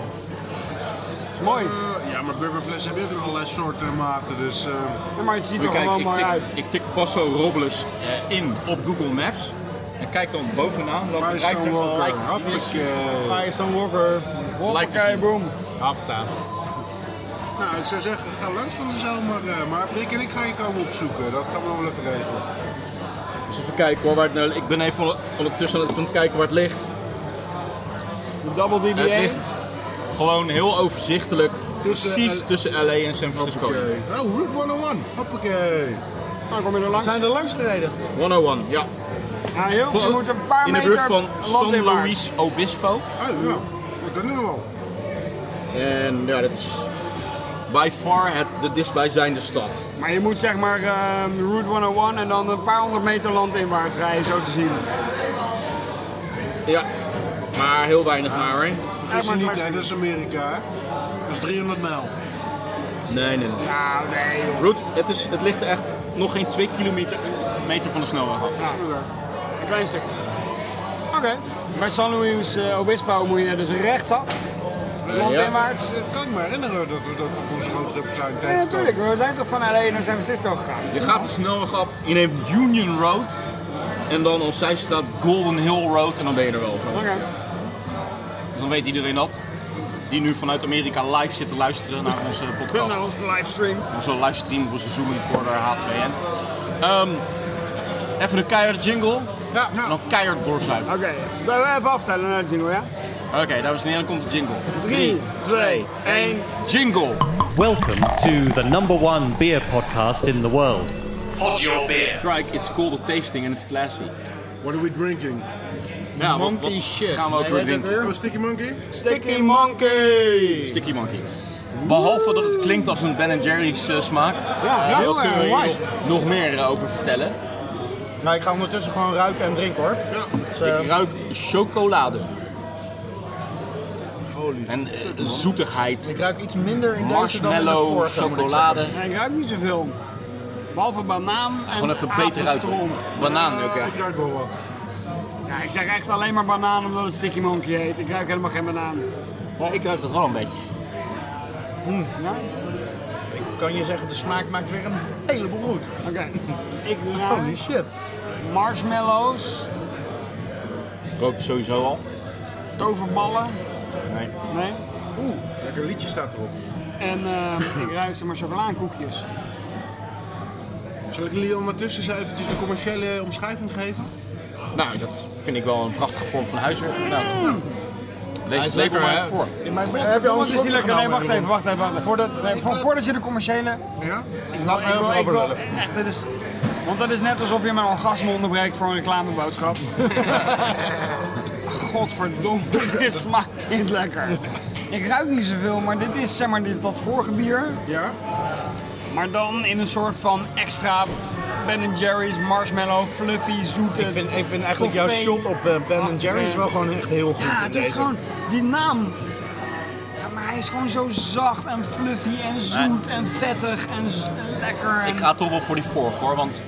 Speaker 5: Is mooi.
Speaker 2: Eh, ja, maar bourbonflessen hebben ook in allerlei soorten en maten, dus... eh,
Speaker 5: Ja, maar het ziet er
Speaker 1: Kijk,
Speaker 5: gewoon
Speaker 1: ik
Speaker 5: mooi
Speaker 1: tik,
Speaker 5: uit.
Speaker 1: ik tik Paso Robles eh, in op Google Maps. En kijk dan bovenaan, dan
Speaker 2: Firestone
Speaker 1: blijft er gelijk
Speaker 2: Walker,
Speaker 1: te zien.
Speaker 2: hoppakee.
Speaker 4: Firestone Walker.
Speaker 1: Gelijk te
Speaker 5: Hoppakee,
Speaker 1: zien.
Speaker 5: boom.
Speaker 4: Hapta.
Speaker 2: Nou, ik zou zeggen, ga langs van de zomer. eh, maar Brik en ik gaan je komen opzoeken. Dat gaan we nog wel even regelen.
Speaker 1: Dus even kijken hoor, waar het, nou- ik ben even onder- ondertussen aan het- aan het kijken waar het ligt.
Speaker 5: De double DBA.
Speaker 1: Het ligt gewoon heel overzichtelijk,
Speaker 2: Tussen
Speaker 1: precies
Speaker 2: L-
Speaker 1: tussen LA en San Francisco.
Speaker 2: Hoppakee. Oh, Route 101. Hoppakee.
Speaker 5: Nou, kom je er langs.
Speaker 4: Zijn er langs gereden?
Speaker 1: 101, ja.
Speaker 5: Ja, heel, je moet een paar
Speaker 1: in de
Speaker 5: meter
Speaker 1: buurt van San
Speaker 5: landinwaarts.
Speaker 1: Luis Obispo.
Speaker 2: Oh, ja. Dat kunnen we wel.
Speaker 1: En ja, dat is by far het, de dichtstbijzijnde stad.
Speaker 5: Maar je moet zeg maar ehm, Route 101 en dan een paar honderd meter landinwaarts rijden, zo te zien.
Speaker 1: Ja, maar heel weinig maar hoor.
Speaker 5: Ja,
Speaker 2: Vergis je
Speaker 5: maar
Speaker 2: niet,
Speaker 5: langs-
Speaker 2: hè. Dat is Amerika, hè. Dat is 300 mijl.
Speaker 1: Nee, nee, nee.
Speaker 5: Ja, nee joh.
Speaker 1: Route, het, is, het ligt echt nog geen 2 kilometer meter van de snelweg af.
Speaker 5: Een klein stuk. Oké. Bij San Luis eh, Obispo moet je dus rechtsaf.
Speaker 4: Eh,
Speaker 5: Landinwaarts.
Speaker 2: Ik Eh, kan ik me herinneren dat we dat op onze roadtrip zijn
Speaker 5: Ja,
Speaker 2: tegengekomen.
Speaker 5: natuurlijk. We zijn toch van LA naar San Francisco gegaan.
Speaker 1: Je gaat de snelweg af, je neemt Union Road. En dan als zij staat Golden Hill Road en dan ben je er wel.
Speaker 5: Oké.
Speaker 1: Dan weet iedereen dat. Die nu vanuit Amerika live zit te luisteren naar onze podcast.
Speaker 5: Naar onze livestream.
Speaker 1: Onze livestream op onze Zoom recorder H2N. Ehm, even een keiharde jingle.
Speaker 5: Ja. nou.
Speaker 1: En dan keihard doorzuipen.
Speaker 5: Oké. Dan gaan we even aftellen naar de jingle, ja?
Speaker 1: Oké, dames en heren, dan komt de jingle.
Speaker 5: 3, 2, 1.
Speaker 1: Jingle!
Speaker 3: Welcome to the number one beer podcast in the world. Pod your beer.
Speaker 1: Crike, it's called a tasting and it's classy.
Speaker 2: What are we drinking?
Speaker 1: Ja, wat-
Speaker 4: Monkey
Speaker 1: wat
Speaker 4: shit.
Speaker 1: gaan we ook
Speaker 4: Nee,
Speaker 1: weer
Speaker 4: weet het
Speaker 1: drinken?
Speaker 2: Oh, Sticky Monkey?
Speaker 4: Sticky Monkey!
Speaker 1: Sticky Monkey. Behalve dat het klinkt als een Ben Jerry's eh, smaak.
Speaker 5: Ja,
Speaker 1: eh,
Speaker 5: heel
Speaker 1: dat kunnen we
Speaker 5: erg
Speaker 1: hier
Speaker 5: light.
Speaker 1: nog, nog meer eh, over vertellen.
Speaker 4: Nou, ik ga ondertussen gewoon ruiken en drinken hoor.
Speaker 1: Ja.
Speaker 4: Het is, eh,
Speaker 1: Ik ruik chocolade
Speaker 2: Holy
Speaker 1: en eh, zoetigheid,
Speaker 4: ik ruik iets minder in deze dan in de
Speaker 1: marshmallow,
Speaker 4: vorige. moet ik zeggen.
Speaker 1: chocolade.
Speaker 5: Ja, ik ruik niet zoveel. Behalve banaan en
Speaker 1: Gewoon even beter uit.
Speaker 5: apenstront.
Speaker 1: Banaan ook, ja.
Speaker 2: Ik ruik wel wat.
Speaker 5: Ja, ik zeg echt alleen maar banaan omdat het Sticky Monkey heet. Ik ruik helemaal geen banaan.
Speaker 1: Ja, Ik ruik dat wel een beetje.
Speaker 5: Ja?
Speaker 4: Ik kan je zeggen, de smaak maakt weer een heleboel goed.
Speaker 5: Oké. Ik
Speaker 4: Holy
Speaker 5: ruik
Speaker 4: shit.
Speaker 5: marshmallows,
Speaker 1: Rook je sowieso al?
Speaker 5: toverballen.
Speaker 1: Nee.
Speaker 5: Nee.
Speaker 2: Oeh, lekker liedje staat erop.
Speaker 5: En ehm, ik ruik zeg maar chocolaankoekjes.
Speaker 2: Zal ik jullie ondertussen eens eventjes de commerciële omschrijving geven?
Speaker 1: Nou, dat vind ik wel een prachtige vorm van huiswerk inderdaad.
Speaker 4: Mm.
Speaker 1: Deze lepel maar even voor.
Speaker 4: In mijn, heb je al een
Speaker 5: Jongens, is
Speaker 4: slokje
Speaker 5: die lekker? Nee,
Speaker 4: genomen,
Speaker 5: wacht even, wacht even. Voordat, nee, voor- voordat je de commerciële...
Speaker 2: Ja?
Speaker 5: Ik wil
Speaker 4: even overlullen.
Speaker 5: echt, dit is, want dat is net alsof je mijn orgasme onderbreekt voor een reclameboodschap. Godverdomme, dit smaakt dit lekker. Ik ruik niet zoveel, maar dit is zeg maar dit, dat vorige bier.
Speaker 2: Ja?
Speaker 5: Maar dan in een soort van extra Ben Jerry's marshmallow, fluffy, zoete...
Speaker 4: Ik vind, ik vind eigenlijk jouw
Speaker 5: toffee.
Speaker 4: shot op eh, Ben Jerry's wel gewoon echt heel goed.
Speaker 5: Ja,
Speaker 4: in
Speaker 5: het is
Speaker 4: deze.
Speaker 5: gewoon die naam. Ja, maar hij is gewoon zo zacht en fluffy en zoet en vettig en z- en lekker. En...
Speaker 1: Ik ga toch wel voor die vorige hoor, want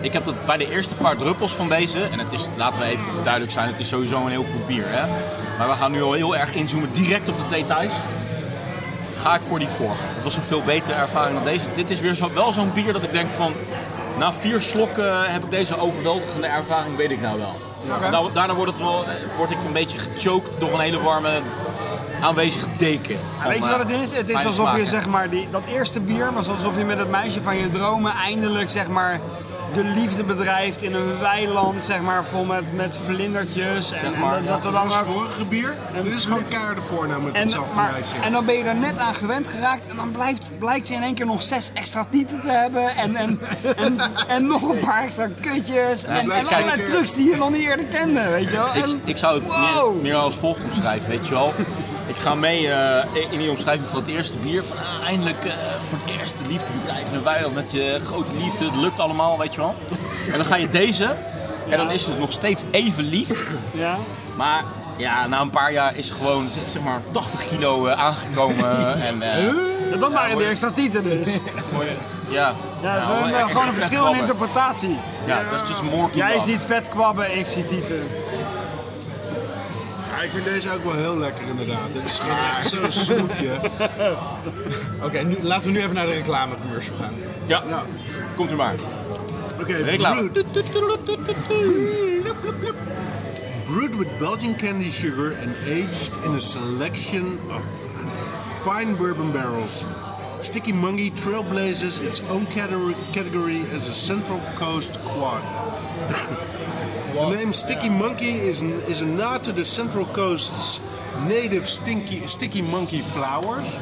Speaker 1: ik heb dat bij de eerste paar druppels van deze, en het is, laten we even duidelijk zijn, het is sowieso een heel goed bier hè. Maar we gaan nu al heel erg inzoomen, direct op de details. Ga ik voor die vorige. Het was een veel betere ervaring dan deze. Dit is weer zo, wel zo'n bier dat ik denk van, na vier slokken heb ik deze overweldigende ervaring, weet ik nou wel. En dan- daarna wordt het wel, eh, word ik een beetje gechoked door een hele warme aanwezige deken.
Speaker 5: Ja,
Speaker 1: van,
Speaker 5: weet je
Speaker 1: eh,
Speaker 5: wat het is? Het is
Speaker 1: fijne
Speaker 5: alsof je
Speaker 1: smaken.
Speaker 5: zeg maar, die, dat eerste bier was alsof je met het meisje van je dromen eindelijk zeg maar, de liefde bedrijft in een weiland zeg maar, vol met, met vlindertjes. En,
Speaker 1: Zeg maar,
Speaker 5: en dat er
Speaker 2: Dat
Speaker 5: dan
Speaker 2: was het
Speaker 5: ook-
Speaker 2: vorige bier.
Speaker 5: En-
Speaker 2: Dit is gewoon keiharde porno met
Speaker 5: En,
Speaker 2: hetzelfde
Speaker 5: maar-
Speaker 2: meisje.
Speaker 5: en dan ben je er net aan gewend geraakt en dan blijft, blijkt ze in één keer nog zes extra tieten te hebben en, en, en, en nog een paar extra kutjes en, en
Speaker 1: blijkt
Speaker 5: allerlei
Speaker 1: zeker.
Speaker 5: trucs die je nog niet eerder kende, weet je wel.
Speaker 1: Ik,
Speaker 5: En-
Speaker 1: ik zou het
Speaker 5: Ehm, wow.
Speaker 1: meer, meer als volgt omschrijven, weet je wel. Ik ga mee eh, in die omschrijving van het eerste bier. Van, ah, eindelijk eh, voor het eerst de liefde bedrijven. En wij al met je grote liefde, het lukt allemaal, weet je wel. En dan ga je deze. En dan is het nog steeds even lief.
Speaker 5: Ja.
Speaker 1: Maar ja, na een paar jaar is het gewoon zeg zeg maar 80 kilo eh, aangekomen. En, eh,
Speaker 5: Dat waren de
Speaker 1: mooi.
Speaker 5: extra tieten dus.
Speaker 1: mooi, ja,
Speaker 5: Ja, dat is
Speaker 1: wel
Speaker 5: wel-
Speaker 1: echt
Speaker 5: gewoon een
Speaker 1: vet
Speaker 5: verschil in
Speaker 1: krabben.
Speaker 5: interpretatie.
Speaker 1: Ja, dat is just more to
Speaker 5: Jij
Speaker 1: love.
Speaker 5: ziet vet kwabben, ik zie tieten.
Speaker 2: Ja, ik vind deze ook wel heel lekker inderdaad. Dit is gewoon echt zo'n snoepje.
Speaker 4: Oké, nu- laten we nu even naar de reclamecommercial gaan.
Speaker 1: Ja, komt u maar.
Speaker 2: Oké,
Speaker 1: Reclame.
Speaker 2: brewed- brewed with Belgian candy sugar and aged in a selection of fine bourbon barrels. Sticky Monkey trailblazes its own category, category as a Central Coast quad. the name Sticky Monkey is, an, is a nod to the Central Coast's native stinky, sticky monkey flowers,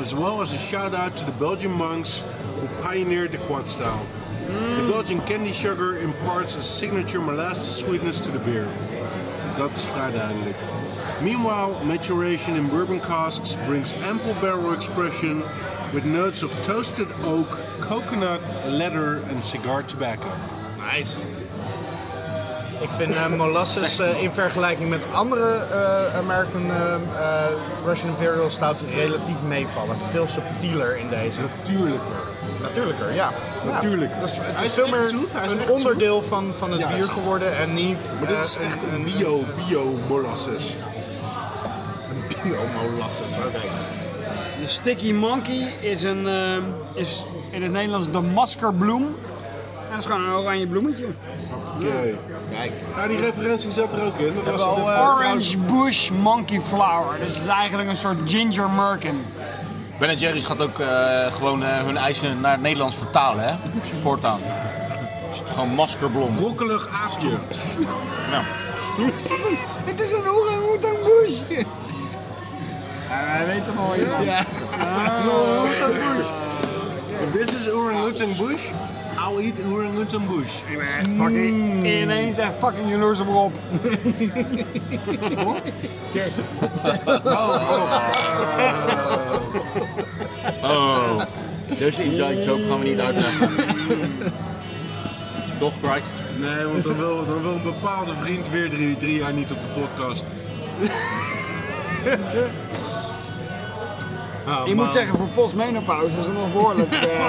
Speaker 2: as well as a shout out to the Belgian monks who pioneered the quad style. The Belgian candy sugar imparts a signature molasses sweetness to the beer. Dat is vrij duidelijk. Meanwhile, maturation in bourbon casks brings ample barrel expression with notes of toasted oak, coconut, leather and cigar tobacco.
Speaker 4: Nice. Ik vind eh, molasses eh, in vergelijking met andere eh, American eh, eh, Russian Imperial stouts relatief meevallen. Veel subtieler in deze.
Speaker 2: Natuurlijker.
Speaker 4: Natuurlijker, ja. Ja.
Speaker 2: Natuurlijker.
Speaker 4: Dat is- het is
Speaker 2: Hij is
Speaker 4: veel
Speaker 2: echt
Speaker 4: meer
Speaker 2: zoet, hij is
Speaker 4: een
Speaker 2: echt zoet.
Speaker 4: onderdeel van, van het
Speaker 2: Ja,
Speaker 4: bier
Speaker 2: is-
Speaker 4: geworden en niet...
Speaker 2: Maar dit
Speaker 4: eh,
Speaker 2: is echt een bio, bio molasses.
Speaker 4: bio molasses, oké.
Speaker 5: De sticky monkey is, een, ehm, is in het Nederlands de maskerbloem. En dat is gewoon een oranje bloemetje.
Speaker 2: Oké.
Speaker 4: Kijk.
Speaker 2: Ja, die referentie zat er ook in. Dat was
Speaker 4: we al,
Speaker 2: dit-
Speaker 4: eh,
Speaker 5: Orange bush monkey flower. Dus het is eigenlijk een soort ginger merkin.
Speaker 1: Ben Jerry's gaat ook eh, gewoon eh, hun eisen naar het Nederlands vertalen, hè? Voortaan. Gewoon maskerblom.
Speaker 2: brokkelig aapje. Nou.
Speaker 5: Het is een orang-outang bush. wij weten wel je
Speaker 4: Ja.
Speaker 2: Ah. If this is orangutan bush, I'll eat orangutan bush.
Speaker 5: Ik ben echt fucking ineens echt fucking jaloers op Rob.
Speaker 4: Oh, Cheers.
Speaker 1: Oh. Deze inside joke gaan we niet uitleggen. toch, Bright?
Speaker 2: Nee, want dan wil, dan wil een bepaalde vriend weer drie, drie jaar niet op de podcast. Oh,
Speaker 5: Je
Speaker 2: man.
Speaker 5: moet zeggen, voor postmenopauze is dat nog behoorlijk. eh,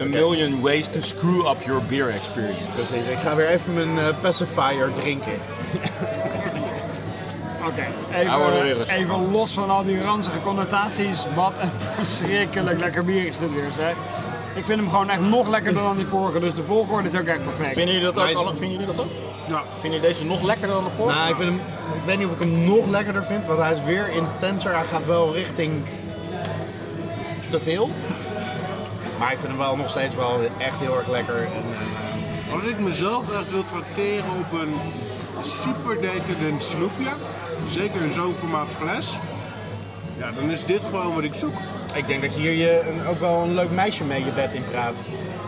Speaker 1: A million ways to screw up your beer experience.
Speaker 4: Precies, Dus ik ga weer even mijn eh, pacifier drinken.
Speaker 5: Oké,
Speaker 1: Hij wordt er weer
Speaker 5: even,
Speaker 1: rustig
Speaker 5: even los van al die ranzige connotaties. Wat een verschrikkelijk lekker bier is dit weer, zeg. Ik vind hem gewoon echt nog lekkerder dan die vorige, dus de volgorde is ook echt perfect.
Speaker 1: Vinden jullie dat ook?
Speaker 4: Hij is-
Speaker 1: alle- Vinden jullie dat ook?
Speaker 5: Ja.
Speaker 1: Vinden jullie deze nog lekkerder dan de vorige?
Speaker 4: Nou, ik, vind hem, ik weet niet of ik hem nog lekkerder vind, want hij is weer intenser. Hij gaat wel richting te veel. Maar ik vind hem wel nog steeds wel echt heel erg lekker. En, eh,
Speaker 2: Als ik mezelf echt wil tracteren op een super decadent snoepje, zeker in zo'n formaat fles, ja, dan is dit gewoon wat ik zoek.
Speaker 4: ik denk dat hier je een- ook wel een leuk meisje mee je bed in praat.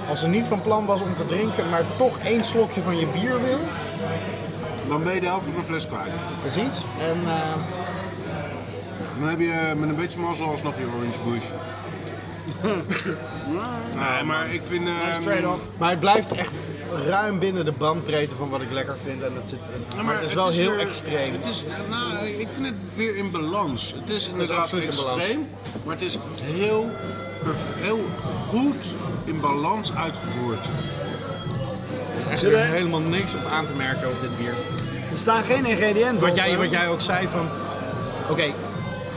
Speaker 4: Als ze niet van plan was om te drinken, maar toch één slokje van je bier wil.
Speaker 2: Dan ben je de helft van de fles kwijt.
Speaker 4: Precies. En eh,
Speaker 2: Dan heb je eh, met een beetje mazzel alsnog je orange bush. nee, maar ik vind... eh,
Speaker 5: Trade-off.
Speaker 4: Maar het blijft echt ruim binnen de bandbreedte van wat ik lekker vind. En het, zit,
Speaker 2: Ja,
Speaker 4: maar, het is wel heel
Speaker 2: weer-
Speaker 4: extreem.
Speaker 2: Het is, nou, ik vind het weer in balans. Het is inderdaad
Speaker 4: absoluut in balans.
Speaker 2: extreem, maar het is heel, perf- heel goed in balans uitgevoerd.
Speaker 4: echt
Speaker 5: Zullen we-
Speaker 4: helemaal niks op aan te merken op dit bier.
Speaker 5: Er staan geen ingrediënten
Speaker 4: Wat
Speaker 5: op,
Speaker 4: jij,
Speaker 5: hè?
Speaker 4: wat jij ook zei van, oké,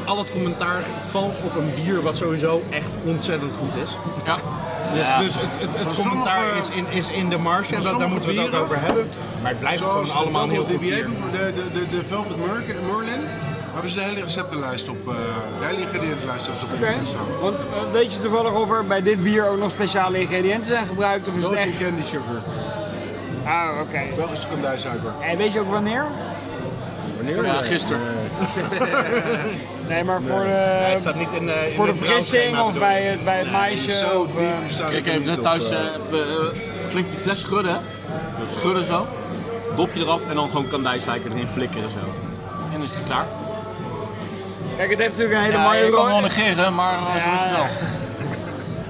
Speaker 4: al het commentaar valt op een bier wat sowieso echt ontzettend goed is.
Speaker 1: Ja.
Speaker 4: Dus,
Speaker 1: Ja.
Speaker 4: dus het, het, het
Speaker 2: Maar
Speaker 4: commentaar
Speaker 2: sommige-
Speaker 4: is, in, is in de marge en dat, daar
Speaker 2: sommige
Speaker 4: moeten we het ook
Speaker 2: bieren-
Speaker 4: over hebben. Maar het blijft
Speaker 2: Zoals
Speaker 4: gewoon allemaal een
Speaker 2: de
Speaker 4: heel
Speaker 2: Double
Speaker 4: goed bier.
Speaker 2: DBA, De, de, de, de Velvet Merk- Merlin hebben ze de hele receptenlijst op, eh, de hele ingrediëntenlijst zelfs op
Speaker 5: Oké.
Speaker 2: internet staan.
Speaker 5: Want eh, weet je toevallig of er bij dit bier ook nog speciale ingrediënten zijn gebruikt? Of is het
Speaker 2: Dolce
Speaker 5: echt...
Speaker 2: Candy Sugar,
Speaker 5: Ah, oké.
Speaker 2: Belgische kandijsuiker.
Speaker 5: En weet je ook wanneer?
Speaker 2: Wanneer?
Speaker 1: Ja, gisteren.
Speaker 5: Nee, maar voor, de-
Speaker 4: Het staat niet in, eh, in
Speaker 5: voor de
Speaker 4: het
Speaker 5: vergisting
Speaker 4: brouwschema,
Speaker 5: of bij het, bij het meisje?
Speaker 2: Zo
Speaker 5: Of, eh,
Speaker 2: diep staat
Speaker 1: Kijk
Speaker 2: het er
Speaker 1: even
Speaker 2: niet op,
Speaker 1: thuis
Speaker 2: eh.
Speaker 1: eh, even, eh, flink die fles schudden. Dus schudden zo. Dopje eraf en dan gewoon kandijsuiker erin flikkeren zo. En dan is het klaar.
Speaker 5: Kijk, het heeft natuurlijk een hele
Speaker 1: Ja,
Speaker 5: mooie
Speaker 1: je kan wel
Speaker 5: rode...
Speaker 1: negeren, maar eh, zo is het wel.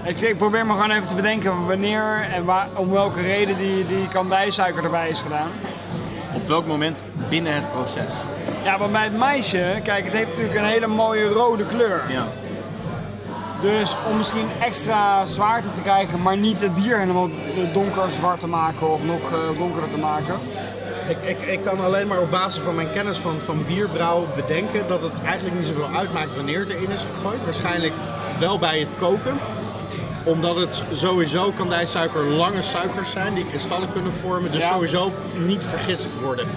Speaker 5: Ik, zeg, ik probeer me gewoon even te bedenken wanneer en waar, om welke reden die, die kandijsuiker erbij is gedaan.
Speaker 1: Op welk moment binnen het proces?
Speaker 5: Ja, want bij het meisje, kijk, het heeft natuurlijk een hele mooie rode kleur.
Speaker 1: Ja.
Speaker 5: Dus om misschien extra zwaarte te krijgen, maar niet het bier helemaal donker zwart te maken of nog eh, donkerder te maken.
Speaker 4: Ik, ik, ik kan alleen maar op basis van mijn kennis van, van bierbrouwen bedenken dat het eigenlijk niet zoveel uitmaakt wanneer het erin is gegooid. Waarschijnlijk wel bij het koken. Omdat het sowieso kandijsuiker lange suikers zijn die kristallen kunnen vormen. Dus
Speaker 5: Ja.
Speaker 4: sowieso niet vergist worden.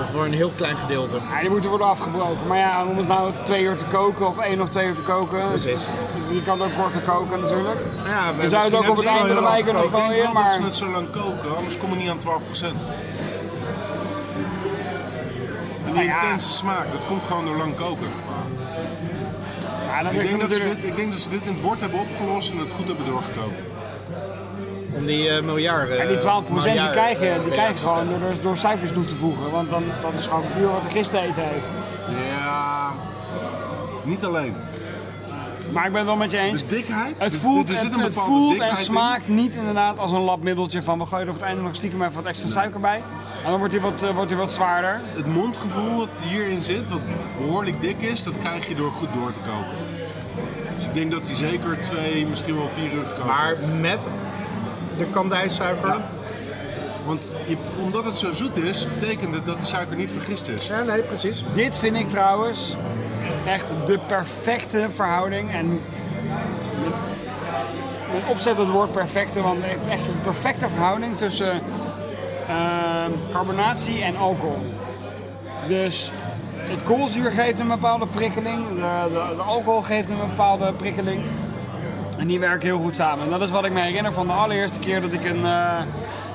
Speaker 4: Of voor een heel klein gedeelte.
Speaker 5: Ja, die moeten worden afgebroken. Maar ja, om het nou twee uur te koken of één of twee uur te koken.
Speaker 4: Precies.
Speaker 5: Je kan het ook korter koken natuurlijk.
Speaker 4: Ja,
Speaker 5: Je zou het ook op het einde erbij kunnen
Speaker 2: Ik denk
Speaker 5: gooien,
Speaker 2: wel dat
Speaker 5: maar...
Speaker 2: ze het zo lang koken, anders kom je niet aan 12%. En die
Speaker 5: Nou ja.
Speaker 2: intense smaak, dat komt gewoon door lang koken.
Speaker 5: Ja, dat
Speaker 2: Ik
Speaker 5: ligt er
Speaker 2: denk dat, ze
Speaker 5: natuurlijk...
Speaker 2: dit, ik denk dat ze dit in het bord hebben opgelost en het goed hebben doorgekookt.
Speaker 4: Om die eh miljard.
Speaker 5: En die 12 die krijg je,
Speaker 2: eh,
Speaker 5: die krijg je gewoon door, door, door suikers toe te voegen. Want dan, dat is gewoon puur wat de gist te eten heeft.
Speaker 2: Ja, niet alleen.
Speaker 5: Maar ik ben het wel met je eens.
Speaker 2: De dikheid,
Speaker 5: Het
Speaker 2: er-
Speaker 5: voelt,
Speaker 2: er zit
Speaker 5: het,
Speaker 2: een
Speaker 5: het
Speaker 2: bepaalde
Speaker 5: voelt en
Speaker 2: dikheid in.
Speaker 5: smaakt niet inderdaad als een labmiddeltje van we gooien er op het einde nog stiekem even wat extra suiker bij. En dan wordt hij wat, eh, wordt hij wat zwaarder.
Speaker 2: Het mondgevoel dat hierin zit, wat behoorlijk dik is, dat krijg je door goed door te koken. Dus ik denk dat die zeker twee, misschien wel vier uur kan.
Speaker 4: Maar met de kandijsuiker. Ja,
Speaker 2: Want je- omdat het zo zoet is, betekent het dat de suiker niet vergist is.
Speaker 4: nee, precies.
Speaker 5: Dit vind ik trouwens echt de perfecte verhouding. En met- met opzet het woord perfecte, want het is echt een perfecte verhouding tussen eh, carbonatie en alcohol. Dus het koolzuur geeft een bepaalde prikkeling, de, de, de alcohol geeft een bepaalde prikkeling. En die werken heel goed samen. En dat is wat ik me herinner van de allereerste keer dat ik een, eh,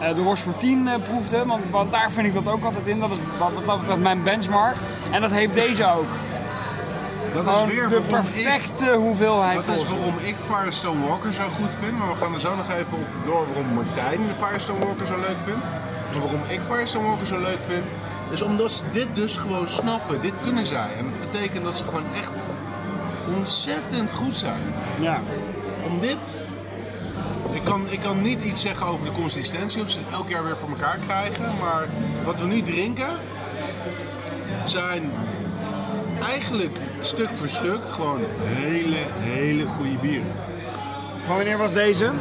Speaker 5: eh, de Rochefort 10 eh, proefde. Want, want daar vind ik dat ook altijd in. Dat is wat, wat dat betreft mijn benchmark. En dat heeft deze ook.
Speaker 2: Dat
Speaker 5: Gewoon
Speaker 2: is weer
Speaker 5: de
Speaker 2: waarom ik,
Speaker 5: perfecte hoeveelheid
Speaker 2: dat is
Speaker 5: koolzuur.
Speaker 2: waarom ik Firestone Walker zo goed vind. Maar we gaan er zo nog even op door waarom Martijn de Firestone Walker zo leuk vindt. Maar waarom ik Firestone Walker zo leuk vind, is omdat ze dit dus gewoon snappen. Dit kunnen zij. En dat betekent dat ze gewoon echt ontzettend goed zijn.
Speaker 5: Ja.
Speaker 2: Om dit Ik kan, ik kan niet iets zeggen over de consistentie, of ze het elk jaar weer voor elkaar krijgen. Maar wat we nu drinken zijn eigenlijk stuk voor stuk gewoon hele, hele goede bieren.
Speaker 4: Van wanneer was deze?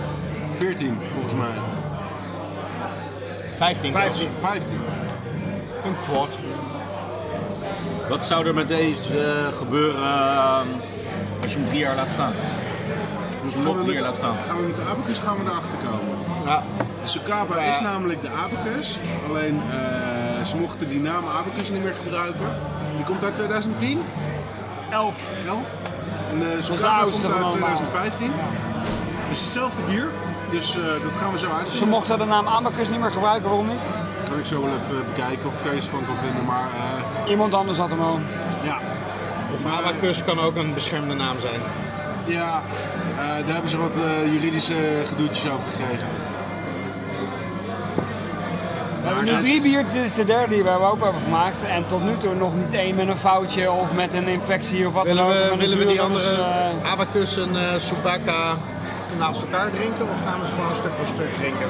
Speaker 2: 14 volgens mij.
Speaker 1: 15
Speaker 4: Vijftien.
Speaker 2: 15.
Speaker 1: Een quad. Wat zou er met deze eh, gebeuren eh, als je hem drie jaar laat staan? Als je hem nog drie jaar laat staan.
Speaker 2: Dus Gaan we met de abacus gaan we erachter komen.
Speaker 1: Ja.
Speaker 2: De Socaba is namelijk de abacus. Alleen eh, ze mochten die naam abacus niet meer gebruiken. Die komt uit 2010,
Speaker 5: 11.
Speaker 2: 11. En de
Speaker 5: de
Speaker 2: Socaba
Speaker 5: oudste
Speaker 2: komt
Speaker 5: van
Speaker 2: uit
Speaker 5: allemaal.
Speaker 2: 2015. Het is hetzelfde bier, dus eh, dat gaan we zo
Speaker 5: Ze
Speaker 2: uitzoeken.
Speaker 5: mochten de naam Amicus niet meer gebruiken, waarom niet?
Speaker 2: Kan ik zo wel even bekijken of ik daar iets van kan vinden. Maar eh,
Speaker 5: Iemand anders had hem al.
Speaker 2: ja,
Speaker 4: Of
Speaker 2: Maar-
Speaker 4: Abacus kan ook een beschermde naam zijn.
Speaker 2: ja eh, daar hebben ze wat eh, juridische gedoetjes over gekregen.
Speaker 5: We hebben nu drie bier, dit is de derde die we open hebben gemaakt. En tot nu toe nog niet één met een foutje of met een infectie of wat
Speaker 4: Willen
Speaker 5: dan ook.
Speaker 4: we,
Speaker 5: Maar
Speaker 4: willen we
Speaker 5: dus
Speaker 4: die
Speaker 5: dat is,
Speaker 4: andere
Speaker 5: eh,
Speaker 4: Abacus en eh Subaka naast elkaar drinken? Of gaan we ze gewoon stuk voor stuk drinken?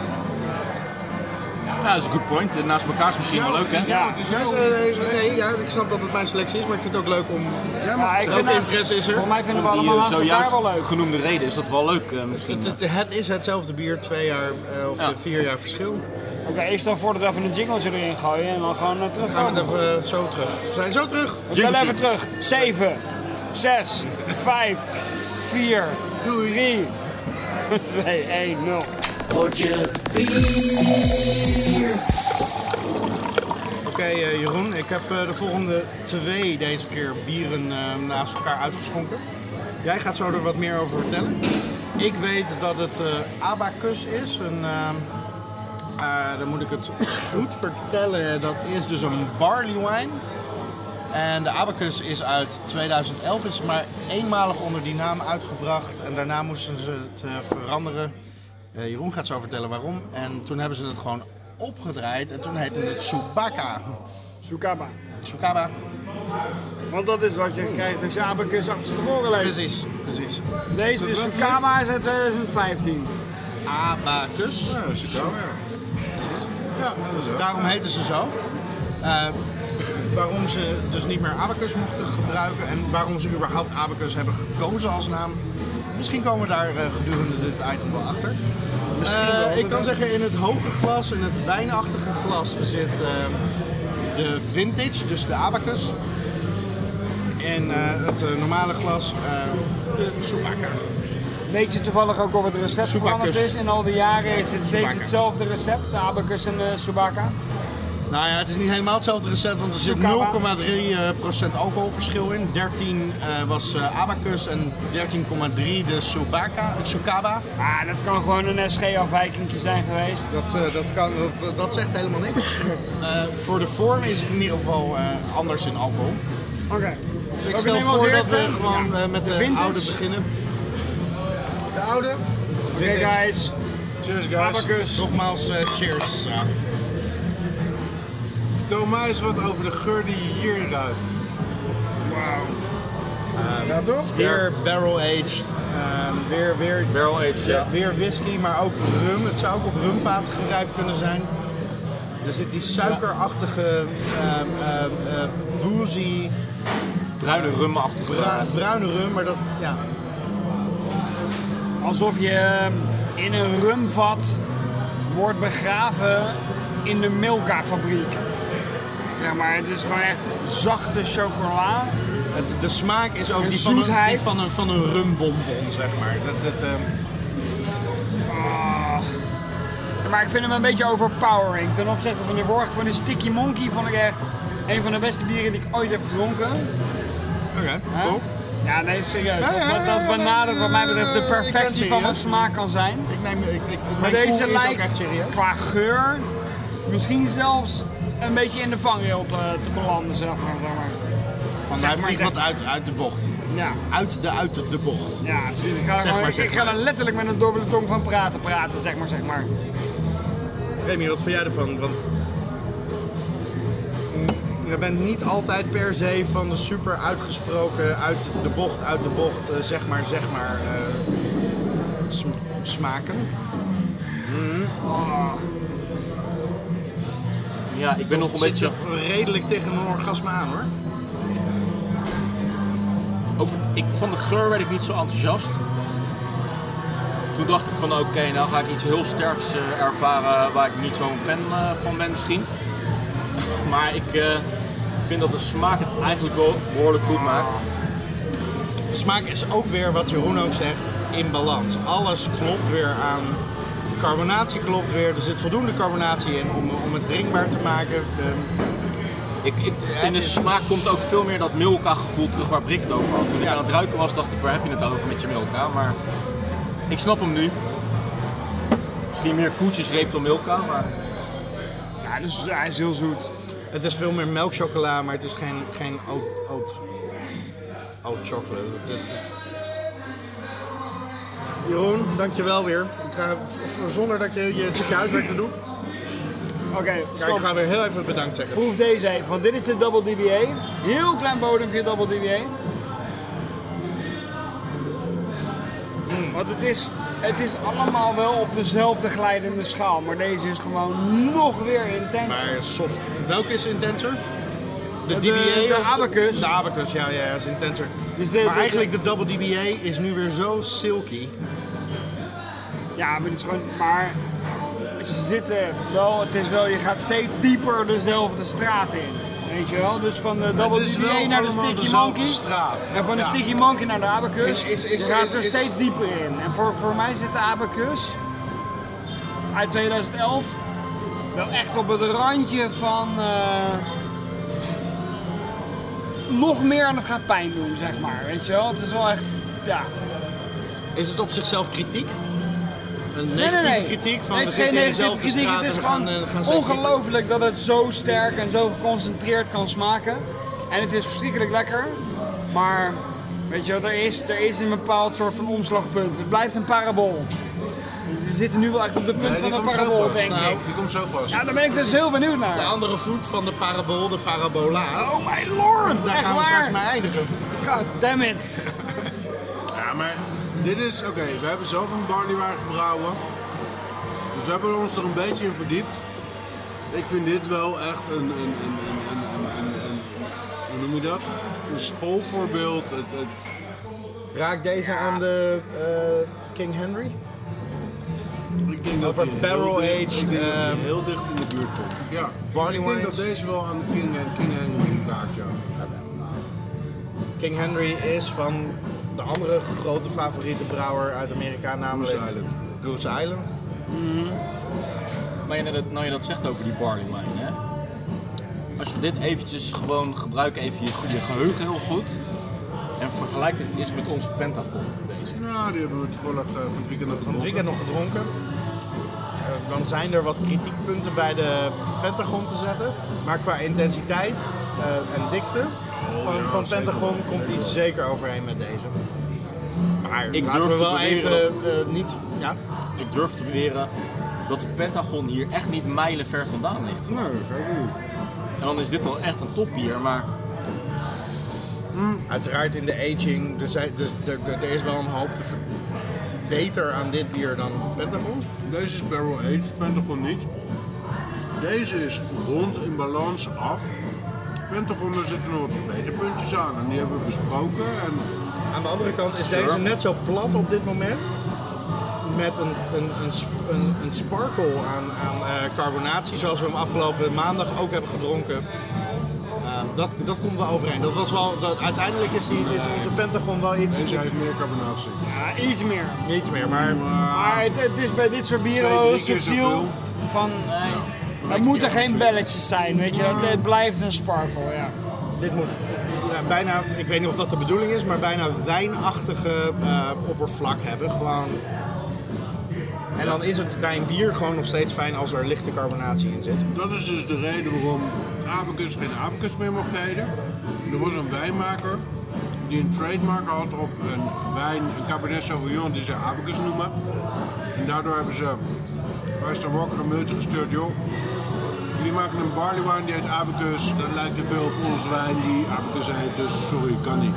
Speaker 1: Nou, dat is een good point. Naast elkaar is misschien wel leuk, hè?
Speaker 5: Ja.
Speaker 2: het is
Speaker 4: Ja,
Speaker 2: jouw-
Speaker 4: nee, nee, ja, ik snap dat het mijn selectie is, maar ik vind het ook leuk om...
Speaker 2: Jij mag
Speaker 5: maar
Speaker 2: het
Speaker 5: ik
Speaker 2: zeggen.
Speaker 5: vind
Speaker 4: de
Speaker 5: het-
Speaker 4: interesse is er.
Speaker 5: Volgens mij vinden we
Speaker 1: Om die,
Speaker 5: allemaal
Speaker 1: eh,
Speaker 5: naast elkaar
Speaker 1: zojuist
Speaker 5: wel leuk.
Speaker 1: genoemd reden is dat wel leuk eh, misschien.
Speaker 4: Het, het, het is hetzelfde bier, twee jaar eh, of
Speaker 1: Ja.
Speaker 4: eh, vier jaar verschil.
Speaker 5: Oké, ik stel voor dat we even een jingle erin gooien en dan gewoon eh,
Speaker 4: Gaan we
Speaker 5: terugkomen.
Speaker 4: het even eh, zo terug. We zijn zo terug.
Speaker 5: We tellen
Speaker 1: Jingle
Speaker 5: even terug. 7, 6, 5, 4, 3, 2, 1, 0.
Speaker 4: Oké eh, Jeroen, ik heb eh, de volgende twee deze keer bieren eh, naast elkaar uitgeschonken. Jij gaat zo er wat meer over vertellen. Ik weet dat het eh, Abacus is. Een, eh, eh, dan moet ik het goed vertellen. Dat is dus een barley wine. En de Abacus is uit 2011. Is maar eenmalig onder die naam uitgebracht. En daarna moesten ze het eh, veranderen. Eh, Jeroen gaat zo vertellen waarom. En toen hebben ze het gewoon opgedraaid. En toen heette het Subaka.
Speaker 5: Sukaba.
Speaker 4: Sukaba.
Speaker 5: Want dat is wat je krijgt als je abacus achter tevoren leest.
Speaker 4: Precies, precies.
Speaker 5: Deze is Sukaba is uit 2015.
Speaker 4: Abacus.
Speaker 2: Ja, dat is ook wel, ja. Ja,
Speaker 5: dus,
Speaker 2: dat is ook.
Speaker 4: Daarom heten ze zo. Eh, waarom ze dus niet meer abacus mochten gebruiken en waarom ze überhaupt abacus hebben gekozen als naam. Misschien komen we daar eh, gedurende dit item wel achter. Eh, ik kan zeggen in het hoge glas, in het wijnachtige glas zit eh, de vintage, dus de abacus. En eh, het eh, normale glas, eh de soepaka.
Speaker 5: Weet je toevallig ook of het recept
Speaker 4: Soebakkus.
Speaker 5: veranderd is? In al die jaren is het steeds
Speaker 4: Soebakka.
Speaker 5: hetzelfde recept, de abacus en de Subaka.
Speaker 4: Nou ja, het is niet helemaal hetzelfde recept, want er zit 0,3%
Speaker 5: Sukaba.
Speaker 4: eh, procent alcoholverschil in. 13 eh, was eh, Abacus en 13,3 de Subaka, eh, Sukaba.
Speaker 5: Ah, dat kan gewoon een SG-afwijkingje zijn geweest.
Speaker 4: Dat, eh, dat, kan, dat, dat zegt helemaal niks. Eh, voor de vorm is het in ieder geval eh, anders in alcohol.
Speaker 5: Oké.
Speaker 4: Dus ik
Speaker 5: Welke
Speaker 4: stel
Speaker 5: nemen we als
Speaker 4: voor dat
Speaker 5: eerste?
Speaker 4: we gewoon eh, met de,
Speaker 5: vintage.
Speaker 4: oude beginnen.
Speaker 2: De oude.
Speaker 5: Oké, guys.
Speaker 2: Cheers, guys.
Speaker 4: Abacus. Nogmaals, eh, cheers. Ja.
Speaker 2: Vertel mij eens wat over de geur die je hier ruikt. Eh,
Speaker 4: ja, toch? Weer barrel aged. Ehm, weer, weer,
Speaker 1: Barrel aged, ja.
Speaker 4: weer whisky, maar ook rum. Het zou ook op rumvaten geruimd kunnen zijn. Er zit die suikerachtige, ehm ehm, eh, boozy,
Speaker 1: Bruine rumachtige.
Speaker 4: bra- bruine rum, maar dat, ja.
Speaker 5: Alsof je eh, in een rumvat wordt begraven in de Milka-fabriek. Zeg maar, het is gewoon echt zachte chocola.
Speaker 4: Het- de smaak is ook
Speaker 5: Een
Speaker 4: die van een, die
Speaker 5: zoetheid.
Speaker 4: van een, van een rumbonbon, zeg maar. Dat, dat, ehm,
Speaker 5: Ah. Maar ik vind hem een beetje overpowering. Ten opzichte van de vorige, van de Sticky Monkey, vond ik echt een van de beste bieren die ik ooit heb gedronken. Hè? Ja, nee, serieus.
Speaker 4: Ja, ja,
Speaker 5: Dat,
Speaker 4: ja, ja,
Speaker 5: dat benadert wat mij betreft de
Speaker 4: eh, ik kan
Speaker 5: perfectie
Speaker 4: zien,
Speaker 5: van
Speaker 4: ja.
Speaker 5: wat smaak kan zijn.
Speaker 4: ik neem, ik, ik, mijn
Speaker 5: Maar
Speaker 4: koel is
Speaker 5: deze
Speaker 4: ook echt
Speaker 5: lijkt
Speaker 4: serieus.
Speaker 5: qua geur misschien zelfs een beetje in de vangrail te, te belanden, zeg maar. Zeg maar.
Speaker 4: Van,
Speaker 5: Zeg
Speaker 4: hij
Speaker 5: maar,
Speaker 4: vliegt
Speaker 5: zeg-
Speaker 4: wat uit, uit de bocht.
Speaker 5: Ja,
Speaker 4: Uit de, uit de, de bocht.
Speaker 5: ja precies. Ik ga, er gewoon-
Speaker 4: maar, zeg
Speaker 5: ik ga er letterlijk met een dubbele tong van praten, praten, zeg maar, zeg maar.
Speaker 4: Remy, wat vind jij ervan? Want je bent niet altijd per se van de super uitgesproken, uit de bocht, uit de bocht, eh, zeg maar, zeg maar. eh, sm- smaken.
Speaker 1: Ja, ik ben nog een
Speaker 4: Zit
Speaker 1: beetje...
Speaker 4: je redelijk tegen een orgasme aan hoor.
Speaker 1: Over, ik, van de geur werd ik niet zo enthousiast. Toen dacht ik van oké, nou ga ik iets heel sterks eh, ervaren waar ik niet zo'n fan eh, van ben misschien. Maar ik eh, vind dat de smaak het eigenlijk wel behoorlijk goed maakt.
Speaker 4: De smaak is ook weer wat Jeroen ook zegt, in balans. Alles klopt weer aan. De carbonatie klopt weer. Er zit voldoende carbonatie in om, om het drinkbaar te maken. De-
Speaker 1: Ik, ik, in de smaak komt ook veel meer dat Milka gevoel terug waar Brik het over had. Toen ik
Speaker 4: Ja.
Speaker 1: aan het ruiken was dacht ik waar heb je het over met je Milka. Maar ik snap hem nu. Misschien meer koetjesreep dan Milka, maar...
Speaker 5: Ja, dus hij is heel zoet.
Speaker 4: het is veel meer melkchocola, maar het is geen, geen oud, oud, oud chocolate. Het- het- Jeroen, dankjewel weer. Ik ga, v- zonder dat je je ziekenhuiswerk te doen.
Speaker 5: Oké,
Speaker 4: Ja, ik
Speaker 5: stop.
Speaker 4: ga weer heel even bedankt zeggen.
Speaker 5: Proef deze even, want dit is de Double DBA. Heel klein bodempje Double DBA. Want het is, het is allemaal wel op dezelfde glijdende schaal, maar deze is gewoon nog weer intenser.
Speaker 4: Maar soft. Welke is intenser? De DBA?
Speaker 5: De- de
Speaker 4: of
Speaker 5: Abacus.
Speaker 4: De Abacus, ja, ja, is intenser.
Speaker 5: Dus de-
Speaker 4: maar
Speaker 5: de-
Speaker 4: eigenlijk de Double DBA is nu weer zo silky.
Speaker 5: Ja, maar het is gewoon. Maar ze zitten wel, het is wel, je gaat steeds dieper dezelfde straat in. Weet je wel? Dus van de Double
Speaker 2: is
Speaker 5: DBA
Speaker 2: wel
Speaker 5: naar de
Speaker 2: allemaal
Speaker 5: Sticky
Speaker 2: dezelfde
Speaker 5: Monkey.
Speaker 2: straat.
Speaker 5: En van de
Speaker 2: Ja.
Speaker 5: Sticky Monkey naar de Abacus.
Speaker 4: Is- is- is-
Speaker 5: je gaat
Speaker 4: is-
Speaker 5: er
Speaker 4: is-
Speaker 5: steeds dieper in. En voor, voor mij zit de Abacus uit 2011 wel echt op het randje van. eh, nog meer en het gaat pijn doen, zeg maar. Weet je wel? Het is wel echt. Ja.
Speaker 4: Is het op zichzelf kritiek? Een
Speaker 5: Nee, nee,
Speaker 4: negatieve
Speaker 5: nee.
Speaker 4: kritiek van we
Speaker 5: Nee, het is
Speaker 4: zitten
Speaker 5: geen
Speaker 4: in
Speaker 5: negatieve
Speaker 4: dezelfde
Speaker 5: kritiek.
Speaker 4: straat
Speaker 5: Het is
Speaker 4: en we gaan,
Speaker 5: gewoon
Speaker 4: eh, we gaan steeds dieper.
Speaker 5: ongelooflijk dat het zo sterk en zo geconcentreerd kan smaken. En het is verschrikkelijk lekker. Maar weet je, wat, er is, er is een bepaald soort van omslagpunt. Het blijft een parabool. We zitten nu wel echt op de punt
Speaker 2: Nee,
Speaker 5: van
Speaker 2: die
Speaker 5: een
Speaker 2: komt zo
Speaker 5: parabool,
Speaker 2: pas.
Speaker 5: denk
Speaker 2: Nou,
Speaker 5: ik.
Speaker 2: Die komt zo pas.
Speaker 5: Ja, daar ben ik dus heel benieuwd
Speaker 4: De
Speaker 5: naar.
Speaker 4: andere voet van de parabool, de parabola.
Speaker 5: Oh my lord,
Speaker 4: Daar
Speaker 5: echt
Speaker 4: gaan we straks
Speaker 5: waar.
Speaker 4: mee eindigen.
Speaker 5: God damn it.
Speaker 2: Ja, maar dit is, oké, we hebben zelf een barleywijn gebrouwen. Dus we hebben ons er een beetje in verdiept. Ik vind dit wel echt een, een, een, een, een, een, een, een- hoe noem je dat? Een schoolvoorbeeld. Het, het,
Speaker 4: Raakt deze aan de eh, King Henry?
Speaker 2: ik denk dat
Speaker 4: Over
Speaker 2: die heel
Speaker 4: barrel-aged,
Speaker 2: dicht- ik denk dat die
Speaker 4: ehm,
Speaker 2: heel dicht in de buurt komt. Ja,
Speaker 4: barley
Speaker 2: ik denk
Speaker 4: wines.
Speaker 2: dat deze wel aan de King en King Henry raakt, ja.
Speaker 4: King Henry is van de andere grote favoriete brouwer uit Amerika, namelijk
Speaker 2: Goose Island.
Speaker 4: Goose Island.
Speaker 1: Maar je, dat, nou je dat zegt over die barley wine, hè? Als we dit eventjes gewoon gebruiken, even je, je geheugen heel goed. En vergelijk dit eens met onze Pentagon. Deze.
Speaker 2: Nou, die hebben we toevallig eh, van het weekend nog
Speaker 4: Van het
Speaker 2: gedronken.
Speaker 4: weekend nog gedronken. Eh, Dan zijn er wat kritiekpunten bij de Pentagon te zetten. Maar qua intensiteit eh, en dikte van,
Speaker 2: Oh, ja,
Speaker 4: van
Speaker 2: zeker.
Speaker 4: Pentagon komt hij zeker overeen met deze. Maar
Speaker 1: Ik
Speaker 4: laten
Speaker 1: durf
Speaker 4: we
Speaker 1: te
Speaker 4: wel even
Speaker 1: beweren
Speaker 4: eh, niet... Ja,
Speaker 1: Ik durf te beweren dat de Pentagon hier echt niet mijlenver vandaan ligt.
Speaker 2: Nee, zeker niet.
Speaker 1: En dan is dit al echt een topbier, maar
Speaker 4: uiteraard in de aging. Dus, hij- dus er, er- er is wel een hoop te ver- beter aan dit bier dan Pentagon.
Speaker 2: Deze is barrel aged, Pentagon niet. Deze is rond in balans af. Pentagon, daar zitten nog wat verbeterpuntjes aan en die hebben we besproken. En
Speaker 4: Aan de andere kant is
Speaker 2: Sure.
Speaker 4: deze net zo plat op dit moment. Met een, een, een, sp- een, een sparkle aan, aan eh, carbonatie, zoals we hem afgelopen maandag ook hebben gedronken. Eh, dat, dat komt wel overeen. Dat was wel, dat, uiteindelijk is, die, is onze Pentagon wel iets,
Speaker 2: deze heeft meer carbonatie.
Speaker 5: Ja, Ah, iets meer.
Speaker 4: niets meer. Maar
Speaker 5: Maar het, het is bij dit soort bieren
Speaker 2: Twee,
Speaker 5: wel
Speaker 2: drie keer
Speaker 5: subtiel. Van, eh, er moeten geen belletjes zijn, weet je. Het, het blijft een sparkle, ja.
Speaker 4: dit moet ja, bijna, ik weet niet of dat de bedoeling is, maar bijna wijnachtige eh, oppervlak hebben. Gewoon. En dan is het bij een bier gewoon nog steeds fijn als er lichte carbonatie in zit.
Speaker 2: Dat is dus de reden waarom Abacus geen Abacus meer mocht heten. Er was een wijnmaker die een trademark had op een wijn, een Cabernet Sauvignon, die ze Abacus noemen. En daardoor hebben ze Wester Walker een mailtje gestuurd, joh. Jullie maken een barley wine die heet Abacus. Dat lijkt te veel op onze wijn die Abacus heet, dus sorry, kan niet.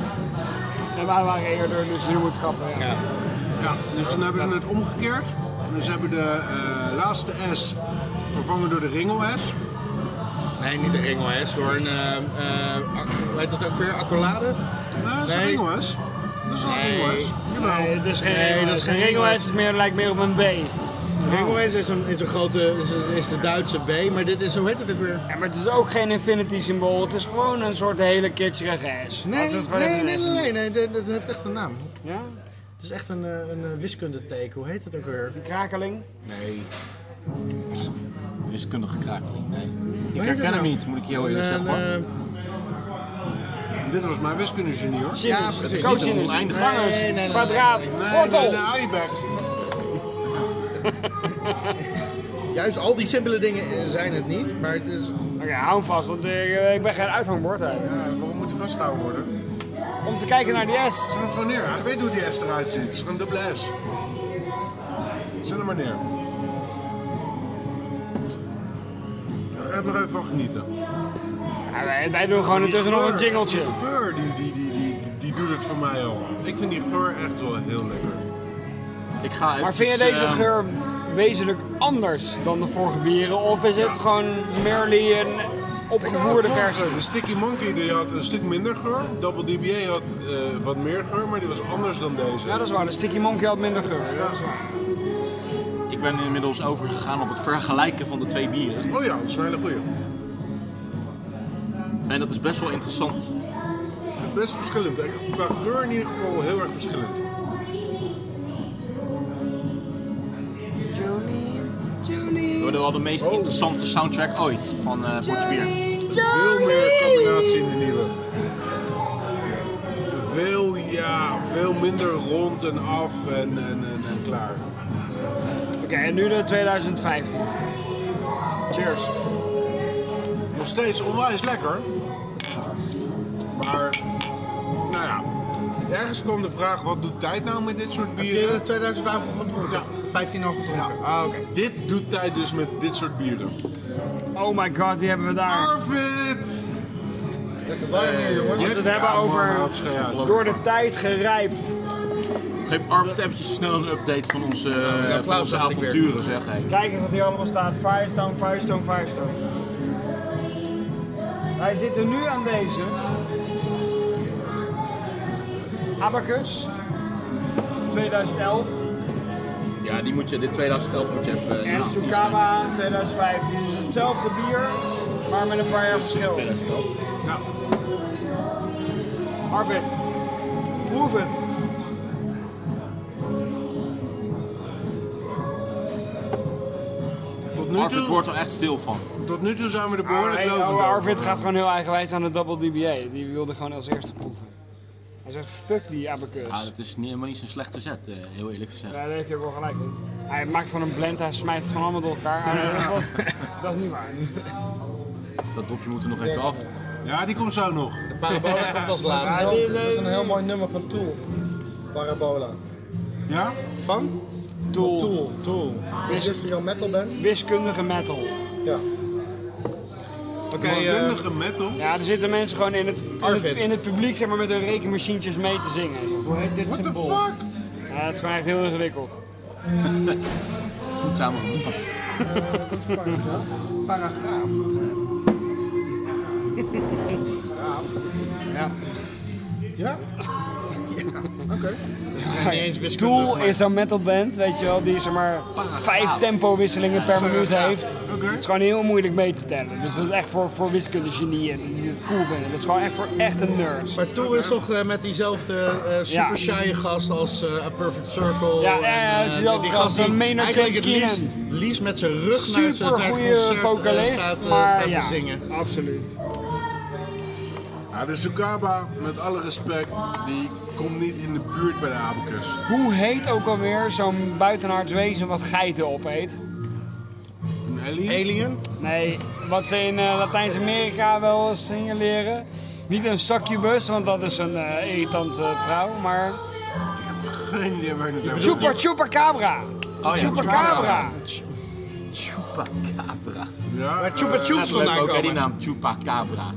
Speaker 5: En wij waren eerder, dus hier moet kappen. Ja.
Speaker 4: Ja.
Speaker 2: Ja, dus toen hebben ze het omgekeerd. Dus ze hebben de eh, laatste S vervangen door de ringel S.
Speaker 4: Nee, niet een ringel S, door een. eh, eh, ac- hoe heet dat ook weer? Accolade?
Speaker 2: Nee, Nou, dat is een
Speaker 4: Nee.
Speaker 2: ringel S. Dat is wel een
Speaker 4: Nee.
Speaker 2: ringel S. Jawel.
Speaker 5: Nee, het is geen
Speaker 4: Nee,
Speaker 5: ringel.
Speaker 4: dat is
Speaker 5: Het is
Speaker 4: geen
Speaker 5: geen ringel.
Speaker 4: ringel.
Speaker 5: Het is meer, lijkt meer op een B.
Speaker 4: Ringel S is een, is een grote. Is, is de Duitse B, maar dit is. Hoe heet het ook weer?
Speaker 5: Ja, maar het is ook geen infinity symbool. Het is gewoon een soort hele kitscherige S. Laten we het gewoon even een S noemen.
Speaker 4: nee, dat heeft echt een naam.
Speaker 5: Ja?
Speaker 4: Het is echt een, eh, een eh, wiskundeteken, hoe heet het ook weer?
Speaker 5: Een krakeling?
Speaker 4: Nee.
Speaker 1: Wiskundige krakeling, nee. Ik
Speaker 4: heet
Speaker 1: herken
Speaker 4: het
Speaker 1: hem
Speaker 4: nou?
Speaker 1: niet, moet ik je heel eerlijk
Speaker 4: Een,
Speaker 1: zeggen hoor.
Speaker 4: eh,
Speaker 2: Dit was mijn wiskundegenie hoor.
Speaker 5: Sinus.
Speaker 4: precies. Het is
Speaker 1: niet een
Speaker 5: Cosinus.
Speaker 1: oneindig-
Speaker 5: Tangens.
Speaker 4: Nee, nee, nee,
Speaker 5: kwadraat.
Speaker 2: Nee,
Speaker 5: wortel.
Speaker 2: nee, nee, hou je bek.
Speaker 4: eh, Juist al die simpele dingen eh, zijn het niet, maar het is...
Speaker 5: Oké, hou hem vast, want eh, ik ben geen uithangbord eigenlijk.
Speaker 2: Ja, waarom moet die vastgehouden worden?
Speaker 5: Om te kijken naar die S.
Speaker 2: Zet hem gewoon neer. Ik weet hoe die S eruit ziet. Het is gewoon dubbele S. Zet hem maar neer. Daar ga ik nog even van genieten.
Speaker 5: Ja, wij, wij doen gewoon intussen nog een
Speaker 2: geur,
Speaker 5: jingletje.
Speaker 2: Die geur, die, die, die, die, die doet het voor mij al. Ik vind die geur echt wel heel lekker.
Speaker 1: Ik ga
Speaker 5: Maar
Speaker 1: eventjes,
Speaker 5: vind je deze
Speaker 1: ehm,
Speaker 5: geur wezenlijk anders dan de vorige bieren? Of is het gewoon merely een opgevoerde
Speaker 2: Ja,
Speaker 5: versie?
Speaker 2: De Sticky Monkey die had een stuk minder geur. Double DBA had eh, wat meer geur, maar die was anders dan deze.
Speaker 5: Ja, dat is waar. De Sticky Monkey had minder geur. Ja, dat is waar.
Speaker 1: Ik ben inmiddels overgegaan op het vergelijken van de twee bieren.
Speaker 2: Oh ja, dat is een hele goeie.
Speaker 1: En dat is best wel interessant.
Speaker 2: Best verschillend. Echt, qua geur in ieder geval heel erg verschillend.
Speaker 1: We hadden wel de meest
Speaker 2: Oh.
Speaker 1: interessante soundtrack ooit van eh Potje Bier.
Speaker 2: Veel meer combinatie in de nieuwe. Veel, ja, veel minder rond en af en, en, en, en klaar.
Speaker 5: Oké, en nu de 2015. Cheers.
Speaker 2: Nog steeds onwijs lekker. Maar, nou ja. Ergens kwam de vraag, wat doet tijd nou met dit soort
Speaker 4: Heb je
Speaker 2: bieren?
Speaker 4: de 2005 al gedronken?
Speaker 2: Ja.
Speaker 4: 15 al gedronken? Ah, oké.
Speaker 2: Dit doet tijd dus met dit soort bieren.
Speaker 5: Oh my god, wie hebben we
Speaker 1: Oh.
Speaker 5: daar?
Speaker 2: Arvid!
Speaker 4: Lekker warm hier, jongens.
Speaker 5: Je het hebben over- Door de tijd gerijpt.
Speaker 1: Geef Arvid eventjes snel een update van onze, eh,
Speaker 4: applaus
Speaker 1: van onze
Speaker 4: dacht ik weer.
Speaker 1: avonturen, zeg hé.
Speaker 5: Kijk eens wat hier allemaal staat. Firestone, Firestone, Firestone. Wij zitten nu aan deze. Abacus. 2011.
Speaker 1: Ja, die moet je, dit 2011 moet je even... eh,
Speaker 5: En
Speaker 1: ja,
Speaker 5: Tsukawa 2015. Het is hetzelfde bier, maar met een paar jaar verschil.
Speaker 1: 2011.
Speaker 5: Arvid, proef het.
Speaker 2: Tot nu,
Speaker 1: Arvid
Speaker 2: toe,
Speaker 1: wordt er echt stil van.
Speaker 2: tot nu toe zijn we er behoorlijk
Speaker 5: Ah,
Speaker 2: lovend
Speaker 5: hey, oh,
Speaker 2: over.
Speaker 5: Arvid gaat gewoon heel eigenwijs aan de Double DBA. Die wilde gewoon als eerste proeven. Hij zegt, fuck die abacus.
Speaker 1: Ja, dat is niet, helemaal niet zo'n slechte zet, eh, heel eerlijk gezegd.
Speaker 5: Ja, daar heeft hij ook wel gelijk in. Hij maakt gewoon een blend, hij smijt het gewoon allemaal door elkaar. Ah, nee, dat, is- dat is niet waar.
Speaker 1: Dat dopje moet er nog even af.
Speaker 2: Ja, die komt zo nog.
Speaker 4: De Parabola komt als laatste.
Speaker 5: Ja, die-
Speaker 4: eh,
Speaker 6: Dat is een heel mooi nummer van Tool. Parabola.
Speaker 2: Ja?
Speaker 6: Van?
Speaker 5: Tool.
Speaker 6: Tool. Tool. Industrial metal band.
Speaker 5: Wiskundige metal.
Speaker 6: Ja.
Speaker 4: Oké, eh,
Speaker 2: Wiskundige metal.
Speaker 5: Ja, er zitten mensen gewoon in het, in het,
Speaker 4: Arvid.
Speaker 5: in het publiek zeg maar, met hun rekenmachientjes mee te zingen. Zo.
Speaker 6: Hoe heet dit
Speaker 2: What the
Speaker 6: symbool?
Speaker 2: fuck?
Speaker 5: Ja, dat is gewoon echt heel ingewikkeld.
Speaker 1: Goed samengevat.
Speaker 6: Dat is paragraaf. Paragraaf.
Speaker 4: ja? Ja, oké. Dat is geen eens wiskundig.
Speaker 5: Tool is zo'n metalband, weet je wel, die zeg maar vijf tempo-wisselingen per minuut heeft. Het is gewoon heel moeilijk mee te tellen. Dus dat is echt voor, voor wiskundegenieën die het cool vinden. Dat is gewoon echt voor echte nerds.
Speaker 4: Maar Tool is toch eh, met diezelfde eh, super shy gast als eh, A Perfect Circle.
Speaker 5: Ja,
Speaker 4: en,
Speaker 5: ja, ja,
Speaker 4: eh,
Speaker 5: diezelfde
Speaker 4: die
Speaker 5: gast,
Speaker 4: gast die
Speaker 5: eh, Maynard
Speaker 4: eigenlijk
Speaker 5: James
Speaker 4: het liefst-
Speaker 5: Keenan.
Speaker 4: liefst met zijn rug naar zijn
Speaker 5: Super
Speaker 4: naar het
Speaker 5: goede
Speaker 4: concert, eh,
Speaker 5: vocalist,
Speaker 4: staat, eh,
Speaker 5: maar
Speaker 4: staat
Speaker 5: ja,
Speaker 4: te zingen.
Speaker 5: absoluut.
Speaker 2: Ja, de Sukaba, met alle respect, die komt niet in de buurt bij de abacus.
Speaker 5: Hoe heet ook alweer zo'n buitenaards wezen wat geiten opeet?
Speaker 2: Een alien?
Speaker 4: Alien?
Speaker 5: Nee, wat ze in eh, Latijns-Amerika wel eens signaleren. Niet een succubus, want dat is een eh, irritante vrouw, maar...
Speaker 2: Geen idee waar je het over
Speaker 5: Chupa Chupa Cabra!
Speaker 1: Oh ja,
Speaker 5: Chupa Cabra!
Speaker 1: Chupacabra.
Speaker 2: Ja,
Speaker 4: Chupa
Speaker 2: eh,
Speaker 1: Dat is
Speaker 4: Chups
Speaker 1: leuk
Speaker 4: vandaan
Speaker 1: ook, hè, die
Speaker 4: komen.
Speaker 1: naam Chupacabra.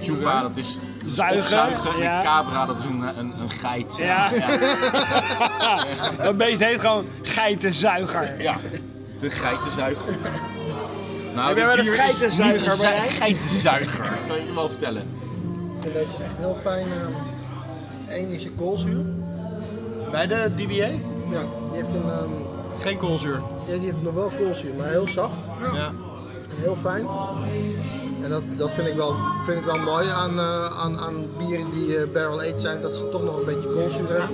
Speaker 1: Chupa, dat is
Speaker 5: Zuigen,
Speaker 1: Opzuigen. En
Speaker 5: ja.
Speaker 1: een cabra, dat is een, eh, een, een geit.
Speaker 5: Ja.
Speaker 1: ja.
Speaker 5: Dat beest heet gewoon geitenzuiger.
Speaker 1: Ja, de geitenzuiger. Nou,
Speaker 5: Heb jij wel
Speaker 1: dit
Speaker 5: eens
Speaker 1: bier is
Speaker 5: geitenzuiger
Speaker 1: niet een
Speaker 5: bij
Speaker 1: zu-
Speaker 5: je?
Speaker 1: geitenzuiger, dat kan ik je wel vertellen.
Speaker 6: Ik vind deze echt heel fijn. eh, Eén is je koolzuur.
Speaker 4: Bij de DBA?
Speaker 6: Ja, die heeft, een, ehm,
Speaker 4: Geen koolzuur.
Speaker 6: ja, die heeft nog wel koolzuur, maar heel zacht.
Speaker 1: Ja.
Speaker 6: Heel fijn. En dat, dat vind, ik wel, vind ik wel mooi aan, eh, aan, aan bieren die eh, barrel aged zijn, dat ze toch nog een beetje koolzuur hebben.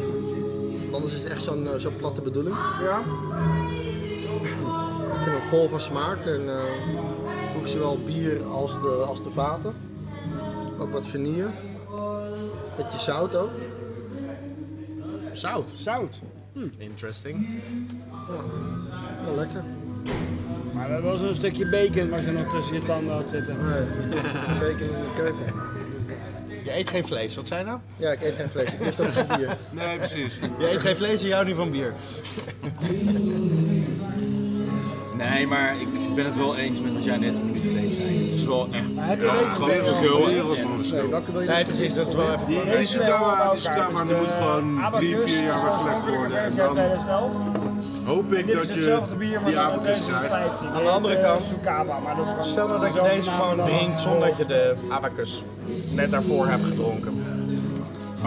Speaker 6: Want Anders is het echt zo'n eh, zo'n platte bedoeling.
Speaker 4: Ja.
Speaker 6: Ik vind hem vol van smaak en eh, ook zowel bier als de, als de vaten. Ook wat vanille. Beetje zout ook.
Speaker 4: Zout.
Speaker 5: Zout.
Speaker 4: Interesting.
Speaker 6: Wel lekker.
Speaker 5: Maar we hebben wel zo'n stukje bacon waar ze nog tussen je tanden had zitten.
Speaker 6: Nee, een beker in de keuken.
Speaker 4: Je eet geen vlees, wat zei je nou?
Speaker 6: Ja, ik eet geen vlees, ik lust ook geen bier.
Speaker 2: Nee, precies.
Speaker 4: Je eet geen vlees, je houdt niet van bier.
Speaker 1: Nee, maar ik ben het wel eens met wat jij net een minuut geleden zei. Het is wel echt
Speaker 5: heb je
Speaker 1: een
Speaker 5: deze
Speaker 1: groot
Speaker 5: wel?
Speaker 1: verschil.
Speaker 2: Wereld van
Speaker 6: Nee,
Speaker 2: verschil.
Speaker 6: welke wil je?
Speaker 4: Nee, precies, dat is wel even
Speaker 2: Die is Sukama, die Sukama, die moet gewoon drie, vier jaar weggelegd worden. En dan hoop ik
Speaker 5: Dit is
Speaker 2: dat
Speaker 5: hetzelfde bier,
Speaker 2: je
Speaker 5: maar
Speaker 2: die
Speaker 5: dan uit
Speaker 2: avond krijgt.
Speaker 5: 2015.
Speaker 4: Aan de andere kant-
Speaker 5: eh, Sukaba, maar dat is gewoon...
Speaker 4: Stel nou dat je
Speaker 5: zo'n
Speaker 4: deze
Speaker 5: naam
Speaker 4: gewoon
Speaker 5: dan-
Speaker 4: drinkt zonder dat je de abacus net daarvoor hebt gedronken.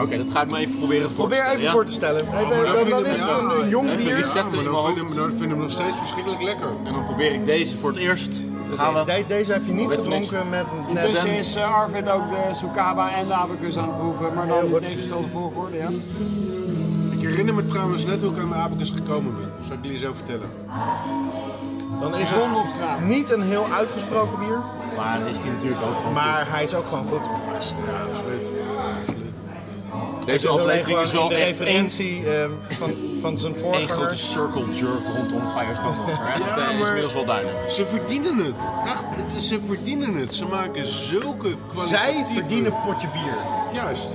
Speaker 1: Oké, dat ga ik me even proberen voor
Speaker 4: Probeer
Speaker 1: te
Speaker 4: even
Speaker 1: stellen,
Speaker 4: voor te stellen. Hey,
Speaker 2: Oh, maar dat
Speaker 4: dan- Dan
Speaker 2: vinden
Speaker 4: is het
Speaker 2: mensen-
Speaker 4: een jong
Speaker 1: Even
Speaker 4: bier.
Speaker 1: resetten
Speaker 2: Ja, maar
Speaker 1: in mijn
Speaker 2: dan
Speaker 1: hoofd.
Speaker 2: vinden we- dan vinden we nog steeds verschrikkelijk lekker.
Speaker 1: ja. En dan probeer ik deze voor het eerst.
Speaker 4: Dus
Speaker 1: Gaan we.
Speaker 4: de- Deze heb je niet
Speaker 1: Weet niks.
Speaker 4: gedronken met... net-
Speaker 5: Intussen is eh, Arvid ook de Sukaba en de abacus aan het proeven, maar dan in tegengestelde volgorde, ja.
Speaker 2: Ik herinner me trouwens net hoe ik aan de abacus gekomen ben. Zal ik jullie zo vertellen?
Speaker 4: Dan is het
Speaker 5: Zon op straat.
Speaker 4: niet een heel uitgesproken bier,
Speaker 1: Maar dan is die natuurlijk ook gewoon
Speaker 4: maar hij is ook gewoon goed.
Speaker 2: Ja, absoluut. absoluut.
Speaker 1: goed. Deze
Speaker 4: Dus
Speaker 1: aflevering
Speaker 4: alleen
Speaker 1: is
Speaker 4: gewoon
Speaker 1: wel
Speaker 4: in de
Speaker 1: echt één,
Speaker 4: referentie ehm, van, van zijn
Speaker 1: één grote
Speaker 4: voorganger.
Speaker 1: circle jerk rondom Firestone Lager, hè?
Speaker 2: Ja,
Speaker 1: Dat is
Speaker 2: maar-
Speaker 1: inmiddels wel duidelijk.
Speaker 2: Ze verdienen het. Echt, het is, ze verdienen het. Ze maken zulke kwalitatieve...
Speaker 4: Zij verdienen een potje bier.
Speaker 2: Juist.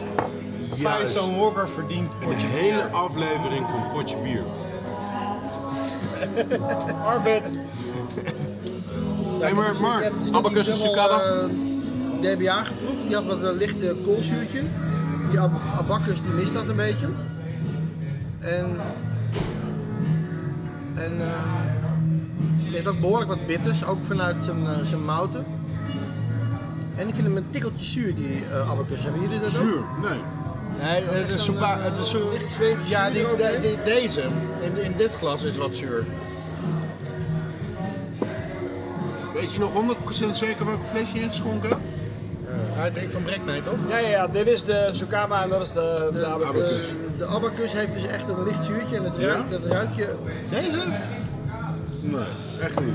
Speaker 2: Juist.
Speaker 4: Firestone Walker verdient
Speaker 2: Een
Speaker 4: potje
Speaker 2: hele
Speaker 4: bier.
Speaker 2: aflevering van Potje Bier.
Speaker 5: Arvid,
Speaker 2: Hey, maar Mark,
Speaker 1: abacus en sucada?
Speaker 6: Die DBA geproefd, die had wat een lichte koolzuurtje. Die ab abacus die mist dat een beetje. En, en eh die heeft ook behoorlijk wat bitters, ook vanuit zijn, eh, zijn mouten. En ik vind hem een tikkeltje zuur, die eh abacus. Hebben jullie dat ook?
Speaker 2: Zuur. Nee.
Speaker 4: Nee, het is
Speaker 6: Zo'n,
Speaker 4: soepa-
Speaker 6: eh,
Speaker 4: het is zo-
Speaker 6: licht zweetje
Speaker 4: Ja,
Speaker 6: zuur
Speaker 4: die,
Speaker 6: ook,
Speaker 4: de-
Speaker 6: hè?
Speaker 4: die- deze in, in dit glas is wat zuur.
Speaker 2: Weet je nog 100% zeker welke flesje je ingeschonken hebt?
Speaker 4: Hij drinkt van Brek mee, toch?
Speaker 5: ja, ja, ja, dit is de Sukaba en dat is de, de
Speaker 6: De,
Speaker 5: abacus.
Speaker 6: Eh, de, de abacus heeft dus echt een licht zuurtje en het
Speaker 2: Ja?
Speaker 6: ruikt, dat ruik je.
Speaker 4: Deze?
Speaker 2: Nee, echt niet.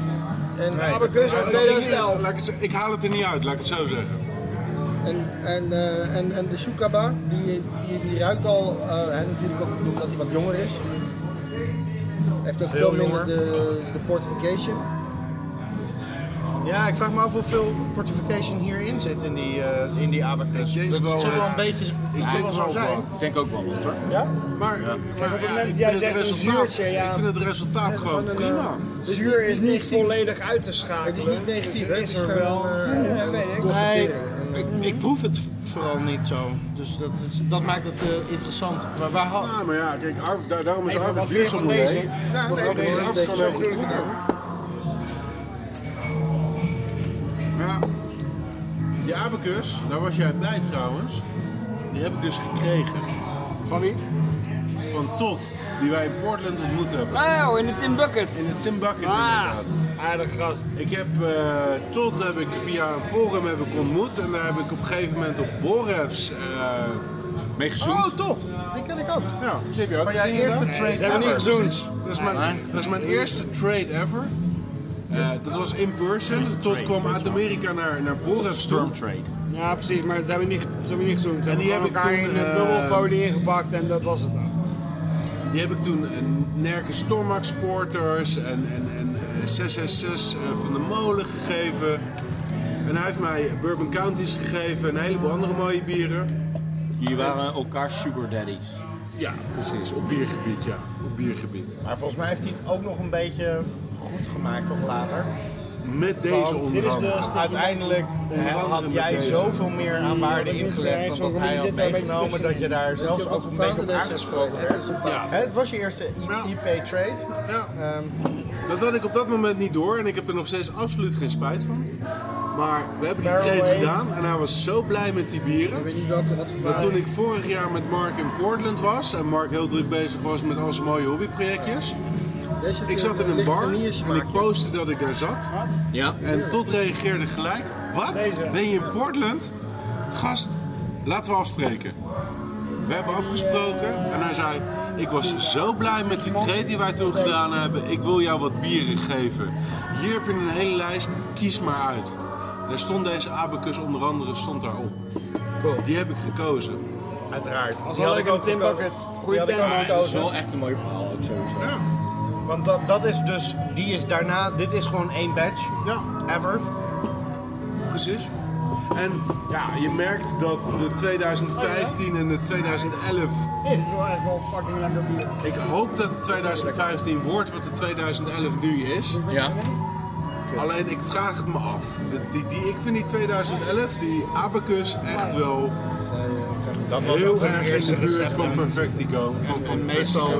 Speaker 6: En,
Speaker 5: Abacus uit 2011.
Speaker 2: Laat ik, het zo- ik haal het er niet uit, laat ik het zo zeggen.
Speaker 6: En, en, eh, en, en de Sukaba, die, die, die ruikt al, eh, hè, natuurlijk ook omdat hij wat jonger is. Heeft ook
Speaker 4: Veel
Speaker 6: veel minder
Speaker 4: jonger.
Speaker 6: de, de portification.
Speaker 4: Ja, ik vraag me af hoeveel portification hierin zit in die, eh, in die abacus.
Speaker 2: Ik denk
Speaker 4: dat
Speaker 2: wel,
Speaker 4: zal wel
Speaker 2: eh,
Speaker 4: een beetje
Speaker 2: ik
Speaker 4: zal
Speaker 2: denk
Speaker 4: wel zo
Speaker 2: wel
Speaker 4: zijn.
Speaker 2: wat.
Speaker 1: Ik denk ook wel wat hoor.
Speaker 2: Maar, maar
Speaker 5: op het
Speaker 2: ja,
Speaker 5: moment
Speaker 2: ik,
Speaker 5: dat jij
Speaker 2: vind het
Speaker 5: zegt een
Speaker 2: resultaat,
Speaker 5: zuurtje, ja.
Speaker 2: ik vind het resultaat gewoon eh,
Speaker 6: gewoon een,
Speaker 2: prima.
Speaker 5: Zuur is niet volledig uit te
Speaker 6: Het is
Speaker 5: schakelen.
Speaker 6: niet negatief,
Speaker 5: Dus
Speaker 6: hè? Het
Speaker 5: is
Speaker 6: is
Speaker 5: er
Speaker 6: gewoon
Speaker 5: wel.
Speaker 6: eh,
Speaker 5: Ja,
Speaker 6: een
Speaker 5: weet ik.
Speaker 4: Nee,
Speaker 6: constatering. En,
Speaker 4: ik, ik proef het vooral niet zo. Dus dat, is- dat maakt het eh, interessant. Maar waar had...
Speaker 2: Ja, maar ja, kijk, Ar- daar- daarom is
Speaker 5: Even
Speaker 2: Arvid
Speaker 5: wat
Speaker 2: bier zo
Speaker 5: van
Speaker 2: moeilijk.
Speaker 5: deze.
Speaker 2: hè?
Speaker 6: eh,
Speaker 2: nee, nee,
Speaker 6: dat
Speaker 2: dat
Speaker 6: is
Speaker 2: kan
Speaker 6: zo
Speaker 2: ook niet.
Speaker 6: goed aan.
Speaker 2: Ja. Die abacus, daar was jij bij trouwens. Die heb ik dus gekregen.
Speaker 5: Van wie?
Speaker 2: Van Tot, die wij in Portland ontmoet hebben.
Speaker 5: Oh, in de Tim Bucket.
Speaker 2: In de Tim Bucket
Speaker 5: Ah,
Speaker 2: inderdaad.
Speaker 5: aardig gast.
Speaker 2: Ik heb eh, Tot heb ik via een forum heb ik ontmoet. En daar heb ik op een gegeven moment op Borefs eh mee gezoend.
Speaker 4: Oh, tot! Die ken ik ook.
Speaker 2: Ja, Nou, die heb je ook
Speaker 4: Van jouw
Speaker 2: gezien,
Speaker 4: eerste
Speaker 2: hè?
Speaker 4: trade
Speaker 2: ze hebben
Speaker 4: ever.
Speaker 2: niet gezoend. Dat is mijn,
Speaker 1: Nee.
Speaker 2: dat is mijn eerste trade ever. Eh, dat was in person.
Speaker 1: Eerste
Speaker 2: Tot
Speaker 1: trade.
Speaker 2: kwam uit Amerika naar, naar Borefs toe.
Speaker 1: Storm Trade.
Speaker 5: Ja, precies, maar dat hebben we niet, dat hebben we niet gezoend. We
Speaker 2: En die
Speaker 5: hebben
Speaker 2: heb ik
Speaker 5: elkaar
Speaker 2: toen,
Speaker 5: in de
Speaker 2: eh,
Speaker 5: dubbelfolie ingepakt en dat was het dan.
Speaker 2: Die heb ik toen een Nerkens Stormax Porters en, en, en eh, 666 eh, van de molen gegeven. En hij heeft mij Bourbon Counties gegeven en een heleboel andere mooie bieren.
Speaker 1: Jullie waren elkaar sugar daddies.
Speaker 2: Ja, precies. Op biergebied, ja. Op biergebied.
Speaker 4: Maar volgens mij heeft hij het ook nog een beetje goed gemaakt, toch later?
Speaker 2: met deze
Speaker 4: Want dit
Speaker 5: Dit is
Speaker 1: dus
Speaker 2: onderhandel.
Speaker 5: de
Speaker 4: Uiteindelijk hè, had jij zoveel meer aan waarde ingelegd dan dat hij had meegenomen dat je daar zelfs ook een beetje op aangesproken werd.
Speaker 2: Ja.
Speaker 4: Hè, Het was je eerste IP-trade.
Speaker 2: Ja. Nou, ehm, Dat had ik op dat moment niet door en ik heb er nog steeds absoluut geen spijt van. Maar we hebben die
Speaker 4: Barrel
Speaker 2: trade
Speaker 4: aged.
Speaker 2: gedaan en hij was zo blij met die bieren.
Speaker 6: Ik weet niet welke wat
Speaker 2: Dat
Speaker 6: voor
Speaker 2: toen ik vorig jaar met Mark in Portland was en Mark heel druk bezig was met al zijn mooie hobbyprojectjes.
Speaker 6: Deze
Speaker 2: Ik zat in een
Speaker 6: licht
Speaker 2: bar en
Speaker 6: vanillesmaakje.
Speaker 2: ik postte dat ik daar zat.
Speaker 1: Ja.
Speaker 2: En tot reageerde gelijk: Wat?
Speaker 5: Deze.
Speaker 2: Ben je in Portland? Gast, laten we afspreken. We hebben afgesproken en hij zei: Ik was zo blij met die trade die wij toen gedaan hebben. Ik wil jou wat bieren geven. Hier heb je een hele lijst, kies maar uit. Daar stond deze abacus onder andere stond daarop. Die heb ik gekozen.
Speaker 4: Uiteraard.
Speaker 5: wel leuk om Tim
Speaker 4: gekozen.
Speaker 5: Bucket. Goeie
Speaker 4: Die had ik
Speaker 5: Tim
Speaker 4: ook
Speaker 5: Bucket.
Speaker 1: Dat is
Speaker 4: gekozen.
Speaker 1: wel echt een mooi verhaal ook sowieso.
Speaker 2: Ja,
Speaker 4: Want dat, dat is dus, die is daarna, dit is gewoon één batch.
Speaker 2: ja
Speaker 4: Ever.
Speaker 2: precies. En ja, je merkt dat de 2015 en de 2011
Speaker 5: Dit is wel echt wel fucking lekker bier.
Speaker 2: Ik hoop dat het 2015 wordt wat het 2011 nu is.
Speaker 1: Ja.
Speaker 2: Alleen ik vraag het me af. De- die, die, ik vind die 2011, die Abacus, echt wel
Speaker 4: Dat was ook
Speaker 2: heel
Speaker 4: hun
Speaker 2: erg
Speaker 4: eerste
Speaker 2: in de buurt
Speaker 4: recept.
Speaker 2: van Perfectico. Van, van
Speaker 4: En meestal,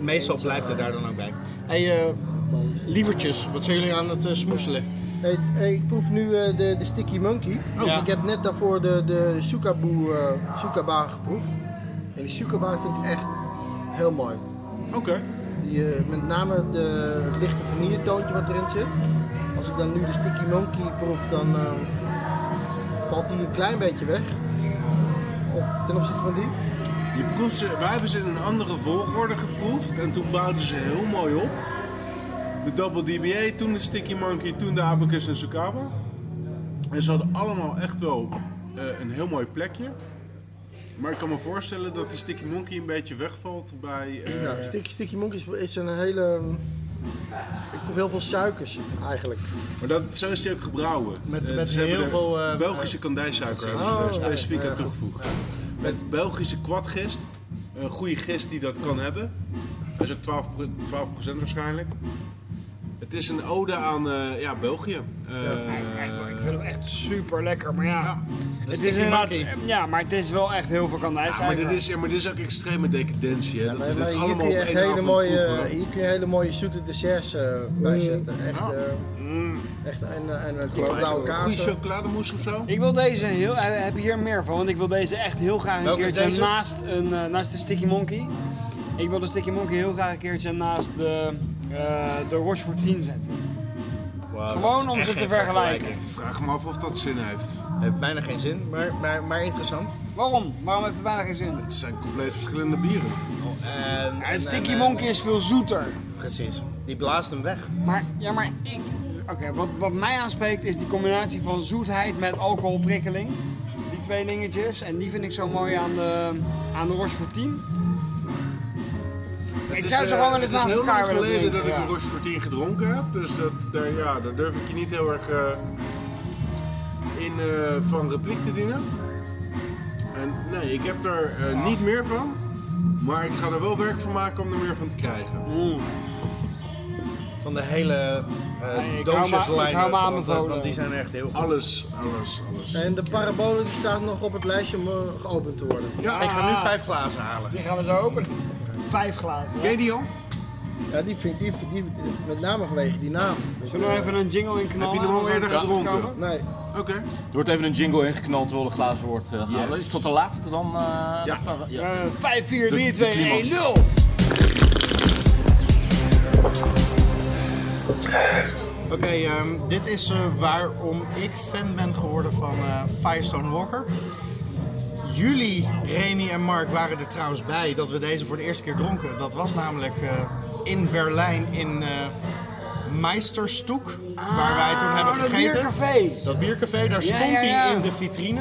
Speaker 4: meestal blijft het daar dan ook bij. hey, eh, lievertjes, wat zijn jullie aan het eh, smoeselen?
Speaker 6: Hey, hey, ik proef nu eh, de, de Sticky Monkey.
Speaker 4: Ja.
Speaker 6: Ik heb net daarvoor de, de Sukabu, eh Sukaba geproefd. En die Sukaba vind ik echt heel mooi.
Speaker 2: Oké.
Speaker 6: Die, eh, met name de, het lichte vanilletoontje wat erin zit. Als ik dan nu de Sticky Monkey proef, dan eh, valt die een klein beetje weg. Op, ten opzichte van die.
Speaker 2: Je proeft ze, wij hebben ze in een andere volgorde geproefd en toen bouwden ze heel mooi op. De Double DBA, toen de Sticky Monkey, toen de Abacus en Sukaba. En ze hadden allemaal echt wel eh, een heel mooi plekje. Maar ik kan me voorstellen dat die Sticky Monkey een beetje wegvalt bij... eh,
Speaker 6: Ja, Sticky, Sticky Monkey is, is een hele... mm, Ik proef heel veel suikers eigenlijk.
Speaker 2: Maar dat, zo is die ook gebrouwen.
Speaker 4: Met-
Speaker 2: Eh,
Speaker 4: met
Speaker 2: ze hebben
Speaker 4: heel
Speaker 2: er
Speaker 4: veel, eh,
Speaker 2: Belgische kandijsuiker hebben ze
Speaker 6: Oh,
Speaker 2: er specifiek
Speaker 6: ja,
Speaker 2: aan
Speaker 6: ja, goed.
Speaker 2: toegevoegd. Met Belgische kwadgist. Een goede gist die dat kan hebben. Dat is ook 12, pro- 12% waarschijnlijk. Het is een ode aan eh, ja, België. Eh,
Speaker 5: Hij is echt wel- ik vind hem echt super lekker, maar ja. het
Speaker 4: sticky
Speaker 5: is inderdaad,
Speaker 4: monkey.
Speaker 5: ja, maar het is wel echt heel veel kandijs.
Speaker 2: maar, dit is, ja, maar dit is ook extreme decadentie. Hè? dat
Speaker 6: Maar,
Speaker 2: we
Speaker 6: maar
Speaker 2: dit
Speaker 6: hier
Speaker 2: allemaal
Speaker 6: kun
Speaker 2: op
Speaker 6: je echt
Speaker 2: één
Speaker 6: hele
Speaker 2: avond
Speaker 6: mooie, eh,
Speaker 2: proeven.
Speaker 6: hier kun je hele mooie zoete desserts eh, bij zetten. Echt, eh, echt en, eh, en een dikke blauwe
Speaker 2: Goede
Speaker 6: kaas.
Speaker 2: chocolademousse of zo?
Speaker 5: Ik wil deze heel, eh, heb je hier meer van, want ik wil deze echt heel graag een
Speaker 4: Welke is
Speaker 5: keertje
Speaker 4: deze?
Speaker 5: naast, een, eh, naast de Sticky Monkey. Ik wil de Sticky Monkey heel graag een keertje naast de, eh de Rochefort 10 zetten. Gewoon om ze te vergelijken.
Speaker 2: Ik vraag me af of dat zin heeft.
Speaker 4: Heeft bijna geen zin, maar, maar, maar interessant.
Speaker 5: Waarom? Waarom heeft het bijna geen zin?
Speaker 2: Het zijn compleet verschillende bieren.
Speaker 4: En, eh,
Speaker 5: Ja, de Sticky Monkey is veel zoeter.
Speaker 4: Precies, die blaast hem weg.
Speaker 5: Maar, ja, maar ik... Oké, wat, wat mij aanspreekt is die combinatie van zoetheid met alcoholprikkeling. Die twee dingetjes. En die vind ik zo mooi aan de, aan de Rochefort 10. Ik
Speaker 2: Het
Speaker 5: zou
Speaker 2: is,
Speaker 5: ze
Speaker 2: eh,
Speaker 5: gewoon wel eens
Speaker 2: het is
Speaker 5: naast
Speaker 2: heel
Speaker 5: elkaar
Speaker 2: lang
Speaker 5: willen
Speaker 2: geleden
Speaker 5: drinken,
Speaker 2: dat ik
Speaker 5: ja.
Speaker 2: een Rochefort 10 gedronken heb, dus dat, daar, ja, daar durf ik je niet heel erg eh, in eh, van repliek te dienen. En nee, ik heb er eh, niet meer van, maar ik ga er wel werk van maken om er meer van te krijgen.
Speaker 4: Van de hele
Speaker 5: Nee,
Speaker 4: eh
Speaker 5: ik hou me-
Speaker 4: doosjeslijn.
Speaker 5: ik hou me aan mijn
Speaker 4: want-
Speaker 5: volen.
Speaker 4: Want die zijn echt heel goed.
Speaker 2: Alles, alles, alles.
Speaker 5: Eh,
Speaker 6: En de parabolen die staat nog op het lijstje om eh, geopend te worden.
Speaker 2: Ja,
Speaker 4: Ik ga nu vijf glazen halen.
Speaker 5: Die gaan we zo openen. Vijf glazen.
Speaker 2: Ken je die al?
Speaker 6: Ja, die vind ik, die, die, met name vanwege die naam. Dus,
Speaker 5: Zullen we
Speaker 6: eh,
Speaker 5: even een jingle in knallen?
Speaker 2: Heb je hem al
Speaker 5: Als we
Speaker 2: eerder
Speaker 5: aan de kant
Speaker 2: gedronken?
Speaker 5: komen?
Speaker 6: Nee,
Speaker 2: Oké.
Speaker 1: Er wordt even een jingle ingeknald terwijl de glazen wordt eh, gehaald.
Speaker 2: Yes.
Speaker 1: Is dat de laatste dan? eh,
Speaker 2: Ja.
Speaker 1: de- ja.
Speaker 5: Eh, 5, 4,
Speaker 1: De-
Speaker 5: 3,
Speaker 1: de
Speaker 5: 2,
Speaker 1: climax.
Speaker 5: 1, 0.
Speaker 4: Oké, ehm, dit is eh, waarom ik fan ben geworden van eh, Firestone Walker. Jullie, Remy en Mark, waren er trouwens bij dat we deze voor de eerste keer dronken. Dat was namelijk eh, in Berlijn in eh Meisterstoek, waar wij toen hebben
Speaker 5: dat
Speaker 4: gegeten.
Speaker 5: biercafé.
Speaker 4: Dat biercafé, daar
Speaker 5: Ja,
Speaker 4: stond
Speaker 5: ja, ja.
Speaker 4: hij in de vitrine.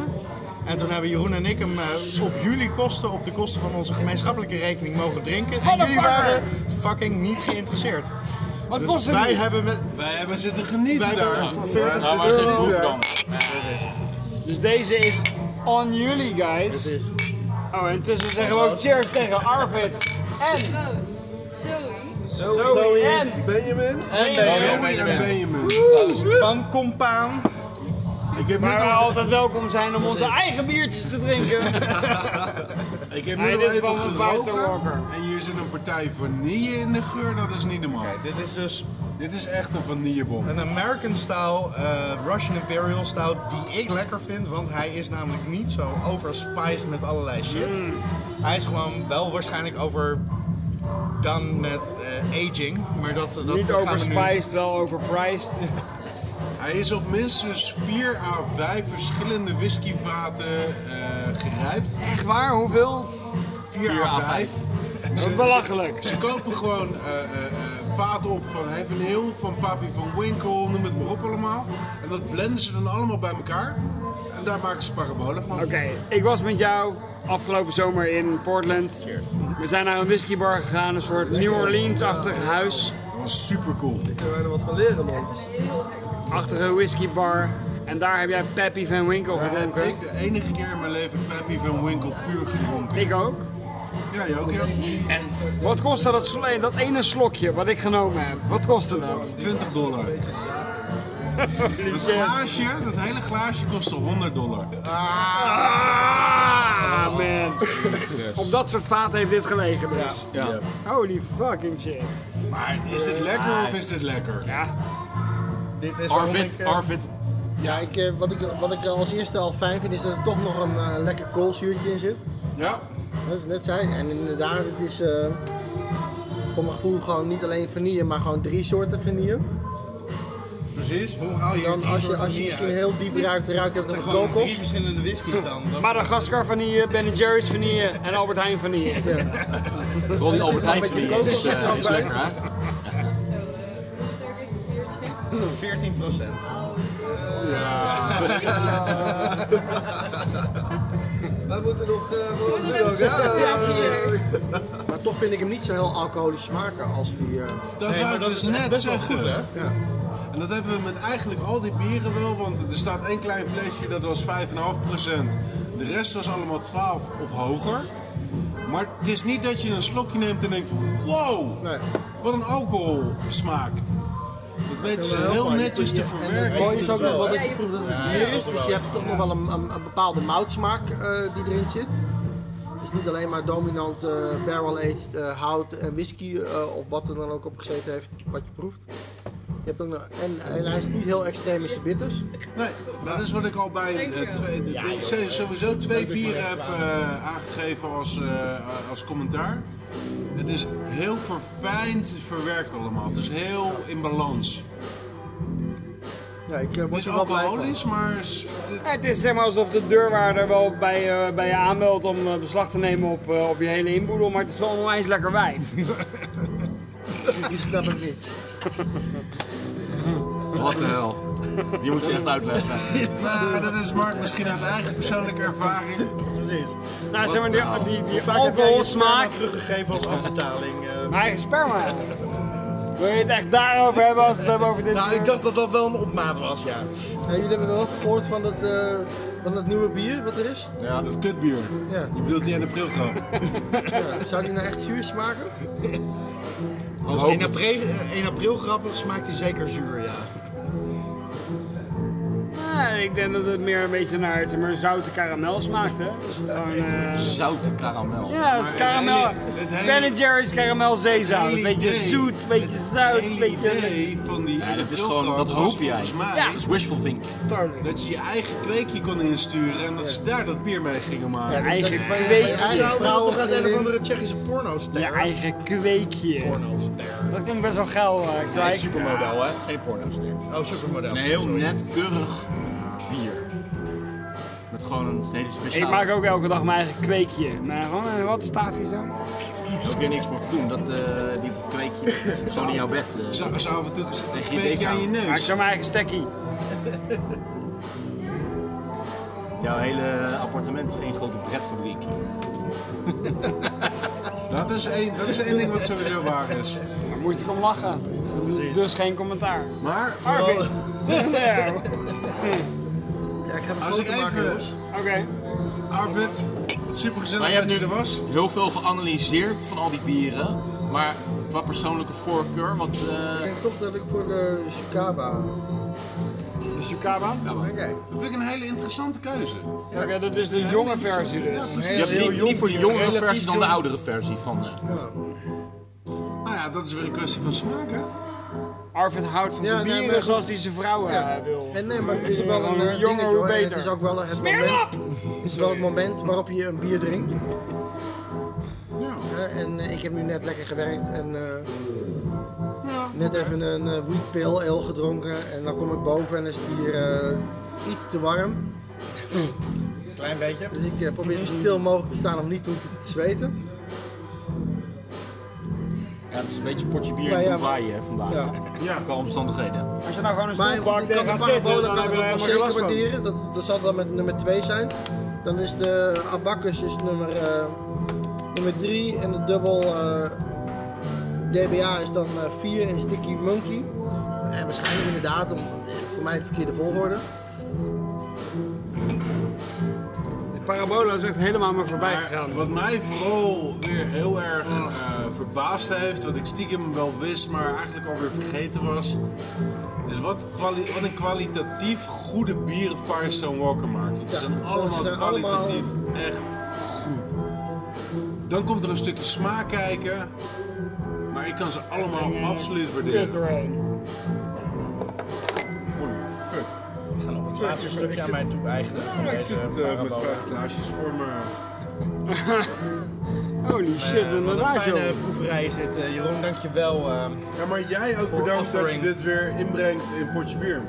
Speaker 4: En toen hebben Jeroen en ik hem eh, op jullie kosten, op de kosten van onze gemeenschappelijke rekening, mogen drinken. En jullie waren fucking niet geïnteresseerd.
Speaker 5: Wat
Speaker 4: Dus
Speaker 5: kost het?
Speaker 4: wij
Speaker 5: nu?
Speaker 4: hebben met,
Speaker 2: Wij hebben zitten genieten
Speaker 4: wij hebben
Speaker 2: daar.
Speaker 4: voor
Speaker 1: Nou,
Speaker 4: 40
Speaker 2: Oh,
Speaker 1: waar zit de
Speaker 4: euro.
Speaker 1: proef dan?
Speaker 5: Dus deze is on jullie, guys.
Speaker 4: Precies.
Speaker 5: Oh, en tussen zeggen we ook cheers tegen Arvid en
Speaker 7: Zoe,
Speaker 4: Zoe en
Speaker 2: Benjamin.
Speaker 4: en
Speaker 1: Zo,
Speaker 4: Benjamin.
Speaker 1: Benjamin.
Speaker 4: van Compound.
Speaker 2: Ik heb
Speaker 5: Waar we
Speaker 2: nu
Speaker 5: altijd welkom zijn om onze eigen biertjes te drinken.
Speaker 2: ik heb
Speaker 5: Hey,
Speaker 2: nu nog
Speaker 5: dit is
Speaker 2: even
Speaker 5: wel een Buster
Speaker 2: geroken.
Speaker 5: Walker.
Speaker 2: En hier zit een partij vanille in de geur. Dat is niet normaal.
Speaker 4: Dit is dus
Speaker 2: Dit is echt een vanillebom.
Speaker 4: een American style eh, Russian Imperial stout die ik lekker vind, want hij is namelijk niet zo overspiced met allerlei shit. Hij is gewoon wel waarschijnlijk over done met eh, aging, maar dat, dat gaan
Speaker 5: Niet
Speaker 4: we nu-
Speaker 5: overspiced, wel overpriced.
Speaker 2: Hij is op minstens 4 à 5 verschillende whiskyvaten eh gerijpt.
Speaker 5: Echt waar, hoeveel?
Speaker 2: 4 à 5.
Speaker 5: Belachelijk.
Speaker 2: Ze kopen gewoon eh, eh, eh, vaten op van Heaven Hill, van Papi van Winkel, noem het maar op allemaal. En dat blenden ze dan allemaal bij elkaar. En daar maken ze parabolen van.
Speaker 5: Oké, ik was met jou afgelopen zomer in Portland. We zijn naar een whiskybar gegaan, een soort New Orleans-achtig huis.
Speaker 2: Dat was super cool.
Speaker 6: kunnen wij er wat van leren, man.
Speaker 5: Achtige whiskybar. En daar heb jij Peppy van Winkel
Speaker 2: Daar heb
Speaker 5: gedronken.
Speaker 2: ik de enige keer in mijn leven Papi van Winkel puur gedronken.
Speaker 5: Ik ook.
Speaker 2: Ja, jij ook, ja.
Speaker 1: En
Speaker 5: Wat kostte dat, sl- dat ene slokje wat ik genomen heb? Wat kostte dat?
Speaker 2: 20 dollar. Dat glaasje, dat hele glaasje kostte 100 dollar.
Speaker 5: Ah, man. Op dat soort vaten heeft dit gelegen dus. Holy fucking shit.
Speaker 2: Maar is dit lekker of is dit lekker?
Speaker 4: Dit is waarom ik,
Speaker 1: Arvid,
Speaker 4: eh,
Speaker 1: Arvid.
Speaker 6: Ja, ik, eh, wat, ik, wat ik als eerste al fijn vind, is dat er toch nog een eh, lekker koolzuurtje in zit.
Speaker 2: Ja.
Speaker 6: Dat is net zei. En inderdaad, het is eh, voor mijn gevoel gewoon niet alleen vanille, maar gewoon drie soorten vanille.
Speaker 2: Precies.
Speaker 4: Hoe haal je
Speaker 6: Dan
Speaker 4: die
Speaker 6: als je,
Speaker 4: soort
Speaker 6: als je
Speaker 4: manier
Speaker 6: misschien
Speaker 4: uit?
Speaker 6: heel diep ruikt, ruikt het
Speaker 4: Het zijn
Speaker 6: nog
Speaker 4: gewoon
Speaker 6: kokos.
Speaker 4: drie verschillende whiskies dus dan. Dat-
Speaker 5: Madagaskar vanille, Ben Jerry's vanille en Albert Heijn vanille.
Speaker 1: Vooral die Albert Heijn
Speaker 6: Met die
Speaker 1: familie is,
Speaker 6: kokos
Speaker 1: eh,
Speaker 6: er ook
Speaker 1: is
Speaker 6: bij.
Speaker 1: lekker, hè?
Speaker 4: 14 procent.
Speaker 7: Wij moeten nog. eh, voor ons doen ook, hè?
Speaker 6: Maar toch vind ik hem niet zo heel alcoholisch smaken als die... eh,
Speaker 2: Dat
Speaker 4: Nee,
Speaker 2: wou
Speaker 4: maar
Speaker 2: ik
Speaker 4: dat
Speaker 2: dus
Speaker 4: is echt
Speaker 2: net
Speaker 4: best wel
Speaker 2: zeggen.
Speaker 4: goed, hè?
Speaker 6: ja.
Speaker 2: En dat hebben we met eigenlijk al die bieren wel, want er staat één klein flesje, dat was 5,5%. De rest was allemaal 12 of hoger. Maar het is niet dat je een slokje neemt en denkt, wow,
Speaker 6: Nee.
Speaker 2: wat een alcoholsmaak. Dat weten ze heel netjes te
Speaker 6: dus En het
Speaker 2: verwerken.
Speaker 6: mooie is ook nog wel dat je proeft dat het bier is, dus je hebt toch nog wel een, een, een bepaalde moutsmaak eh, die erin zit. Dus niet alleen maar dominant eh, barrel-aged eh, hout en whisky eh, of wat er dan ook op gezeten heeft wat je proeft. Je hebt ook nog, en, en hij is niet heel extreem in zijn bitters.
Speaker 2: Nee, dat is wat ik al bij eh, twee, de- de- se- sowieso twee bieren heb eh, aangegeven als, eh, als commentaar. Het is heel verfijnd verwerkt allemaal. Het is heel in balans.
Speaker 6: Ja, ik eh,
Speaker 2: Het
Speaker 6: word
Speaker 2: is
Speaker 6: er wel blij van.
Speaker 2: alcoholisch, maar s- het-
Speaker 5: Het is zeg maar alsof de deurwaarder wel bij, eh, bij je aanmeldt om eh, beslag te nemen op, eh, op je hele inboedel, maar het is wel een onwijs lekker wijn.
Speaker 6: Die snap ik niet.
Speaker 1: Wat de hel. Die moet je echt uitleggen.
Speaker 2: nou, dat is Mark misschien uit eigen persoonlijke ervaring.
Speaker 4: Precies.
Speaker 5: nou, zeg maar, die, die, die
Speaker 4: Vaak heb jij je
Speaker 5: alcoholsmaak.
Speaker 4: smaak teruggegeven als afbetaling. eh.
Speaker 5: Mijn eigen sperma. Wil je het echt daarover hebben als we het hebben over dit?
Speaker 4: nou, ik dacht dat dat wel een opmaat was, ja.
Speaker 6: Ja, jullie hebben wel gehoord van dat, eh, van dat nieuwe bier wat er is.
Speaker 2: Ja. Dat kutbier.
Speaker 6: Ja.
Speaker 2: Je bedoelt die in april gewoon.
Speaker 6: Ja, Zou die nou echt zuur smaken?
Speaker 1: Als
Speaker 4: In april, eh, 1 april grappen smaakt hij zeker zuur, ja.
Speaker 5: Ja, ik denk dat het meer een beetje naar zeg maar, zoute karamel smaakt, hè? Gewoon, eh,
Speaker 1: Zoute karamel.
Speaker 5: Ja, het is karamel.
Speaker 2: het hele- het hele-
Speaker 5: Ben Jerry's karamel zeezout.
Speaker 2: Het
Speaker 5: Een
Speaker 2: hele
Speaker 5: beetje
Speaker 2: idee-
Speaker 5: zoet, een beetje zout,
Speaker 2: Het
Speaker 5: een
Speaker 2: hele
Speaker 5: beetje...
Speaker 2: idee van die
Speaker 1: Ja, dat is
Speaker 2: April
Speaker 1: gewoon,
Speaker 2: grap
Speaker 1: dat
Speaker 2: was
Speaker 1: hoop jij.
Speaker 2: volgens mij
Speaker 5: Ja.
Speaker 1: Dat is wishful thinking.
Speaker 2: Dat je je eigen kweekje kon insturen en dat ze daar dat bier mee gingen maken.
Speaker 5: Je eigen
Speaker 6: Dat- dat- dat-
Speaker 5: kweek.
Speaker 6: je
Speaker 4: Hij
Speaker 6: eigen
Speaker 4: zou wel toch uit een of
Speaker 6: vriendin-
Speaker 4: andere Tsjechische porno's
Speaker 5: Je eigen kweekje.
Speaker 4: Porno's
Speaker 5: Dat klinkt best wel geil, eh,
Speaker 1: Hij
Speaker 5: Kwijk.
Speaker 1: is supermodel, hè? Geen porno's meer.
Speaker 4: Oh, supermodel.
Speaker 1: Een heel
Speaker 4: Sorry.
Speaker 1: net, keurig bier. Met gewoon een hele speciale...
Speaker 5: Ik maak ook elke dag mijn eigen kweekje. Maar gewoon een wat staafje zo.
Speaker 1: Daar hoef je niks voor te doen. Dat, eh die kweekje dat zit gewoon in jouw bed. eh.
Speaker 2: Zo, zo af en toe zit een
Speaker 1: Tegen je
Speaker 2: kweekje
Speaker 1: dik
Speaker 2: aan je
Speaker 1: aan.
Speaker 5: Maak ik
Speaker 2: neus.
Speaker 5: zo mijn eigen stekkie.
Speaker 1: jouw hele appartement is één grote pretfabriek.
Speaker 2: Dat is één, dat is één ding wat sowieso waar is.
Speaker 5: Daar moest ik om lachen. Dus geen commentaar.
Speaker 2: Maar
Speaker 5: Arvid.
Speaker 2: Oh.
Speaker 5: Ja,
Speaker 6: Ja, ik ga een
Speaker 2: Als ik
Speaker 6: foto maken,
Speaker 2: even-
Speaker 6: jongens.
Speaker 5: Oké.
Speaker 2: Arvid, Super
Speaker 1: Maar
Speaker 2: gezellig
Speaker 1: je hebt
Speaker 2: dat je
Speaker 1: nu
Speaker 2: er was.
Speaker 1: heel veel geanalyseerd van al die bieren. Maar qua persoonlijke voorkeur, wat... eh,
Speaker 6: Ik denk toch dat ik voor de Chicago.
Speaker 5: De Sukaba?
Speaker 6: Oké.
Speaker 2: Dat vind ik een hele interessante keuze.
Speaker 5: Ja, dat is de jonge versie dus.
Speaker 1: je hebt niet, niet voor de jongere versie dan de oudere versie van... eh,
Speaker 2: Nou ja, dat is weer een kwestie van smaak, hè?
Speaker 5: Arvid houdt van
Speaker 6: Ja,
Speaker 5: zijn
Speaker 6: nee,
Speaker 5: bieren
Speaker 6: maar-
Speaker 5: zoals hij zijn vrouwen
Speaker 6: Ja.
Speaker 5: eh, wil.
Speaker 6: En nee, maar het is wel een
Speaker 5: Hoe
Speaker 6: eh,
Speaker 5: jonger,
Speaker 6: dingetje,
Speaker 5: hoe
Speaker 6: hoor. En Het
Speaker 5: beter.
Speaker 6: is ook wel het
Speaker 5: Smeer
Speaker 6: moment,
Speaker 5: hem
Speaker 6: het is wel het moment waarop je een bier drinkt. Ja. En eh, ik heb nu net lekker gewerkt en eh, net even een eh wheat pale ale gedronken. En dan kom ik boven en is het hier eh, iets te warm.
Speaker 4: Klein beetje.
Speaker 6: Dus ik eh, probeer zo stil mogelijk te staan om niet te hoeven te zweten.
Speaker 1: ja, het is een beetje een potje bier
Speaker 6: Ja,
Speaker 1: in
Speaker 6: Nou ja,
Speaker 1: Dubai eh, vandaag.
Speaker 6: Ja.
Speaker 1: Ja. Qua omstandigheden.
Speaker 5: Als je nou gewoon een
Speaker 6: Maar
Speaker 5: stoel
Speaker 6: ik kan
Speaker 5: pakt en
Speaker 6: de
Speaker 5: gaat zitten,
Speaker 6: parabola
Speaker 5: dan
Speaker 6: kan
Speaker 5: heb
Speaker 6: ik
Speaker 5: je
Speaker 6: ook
Speaker 5: er
Speaker 6: nog
Speaker 5: helemaal geen
Speaker 6: zeker
Speaker 5: last van.
Speaker 6: waarderen. Dat, dat zal dan met nummer 2 zijn. Dan is de Abacus is nummer 3 en de dubbel eh, DBA is dan 4 en Sticky Monkey. En waarschijnlijk inderdaad, om, eh, voor mij de verkeerde volgorde.
Speaker 5: De parabola is echt helemaal aan me voorbij
Speaker 2: Maar
Speaker 5: gegaan.
Speaker 2: wat mij vooral weer heel erg eh, verbaasd heeft, wat ik stiekem wel wist, maar eigenlijk alweer vergeten was, is wat, kwali- wat een kwalitatief goede bieren Firestone Walker maakt. Want ze
Speaker 6: Ja,
Speaker 2: zijn
Speaker 6: ze
Speaker 2: allemaal
Speaker 6: zijn
Speaker 2: kwalitatief echt goed. Dan komt er een stukje smaak kijken, maar ik kan ze allemaal absoluut waarderen. Oh,
Speaker 5: Kut erheen.
Speaker 4: We gaan nog het laatste stukje aan mij toe eigenen. van
Speaker 2: Ja, ik
Speaker 4: deze
Speaker 2: zit eh, met
Speaker 4: parabola.
Speaker 2: vijf glaasjes voor me.
Speaker 5: Holy shit,
Speaker 4: Wat een
Speaker 5: inderdaad
Speaker 4: fijne
Speaker 5: joh.
Speaker 4: proeverij is dit. eh, Jeroen, dankjewel. eh.
Speaker 2: Ja, maar jij ook
Speaker 4: Voor
Speaker 2: bedankt dat je
Speaker 4: offering.
Speaker 2: dit weer inbrengt in potje bier.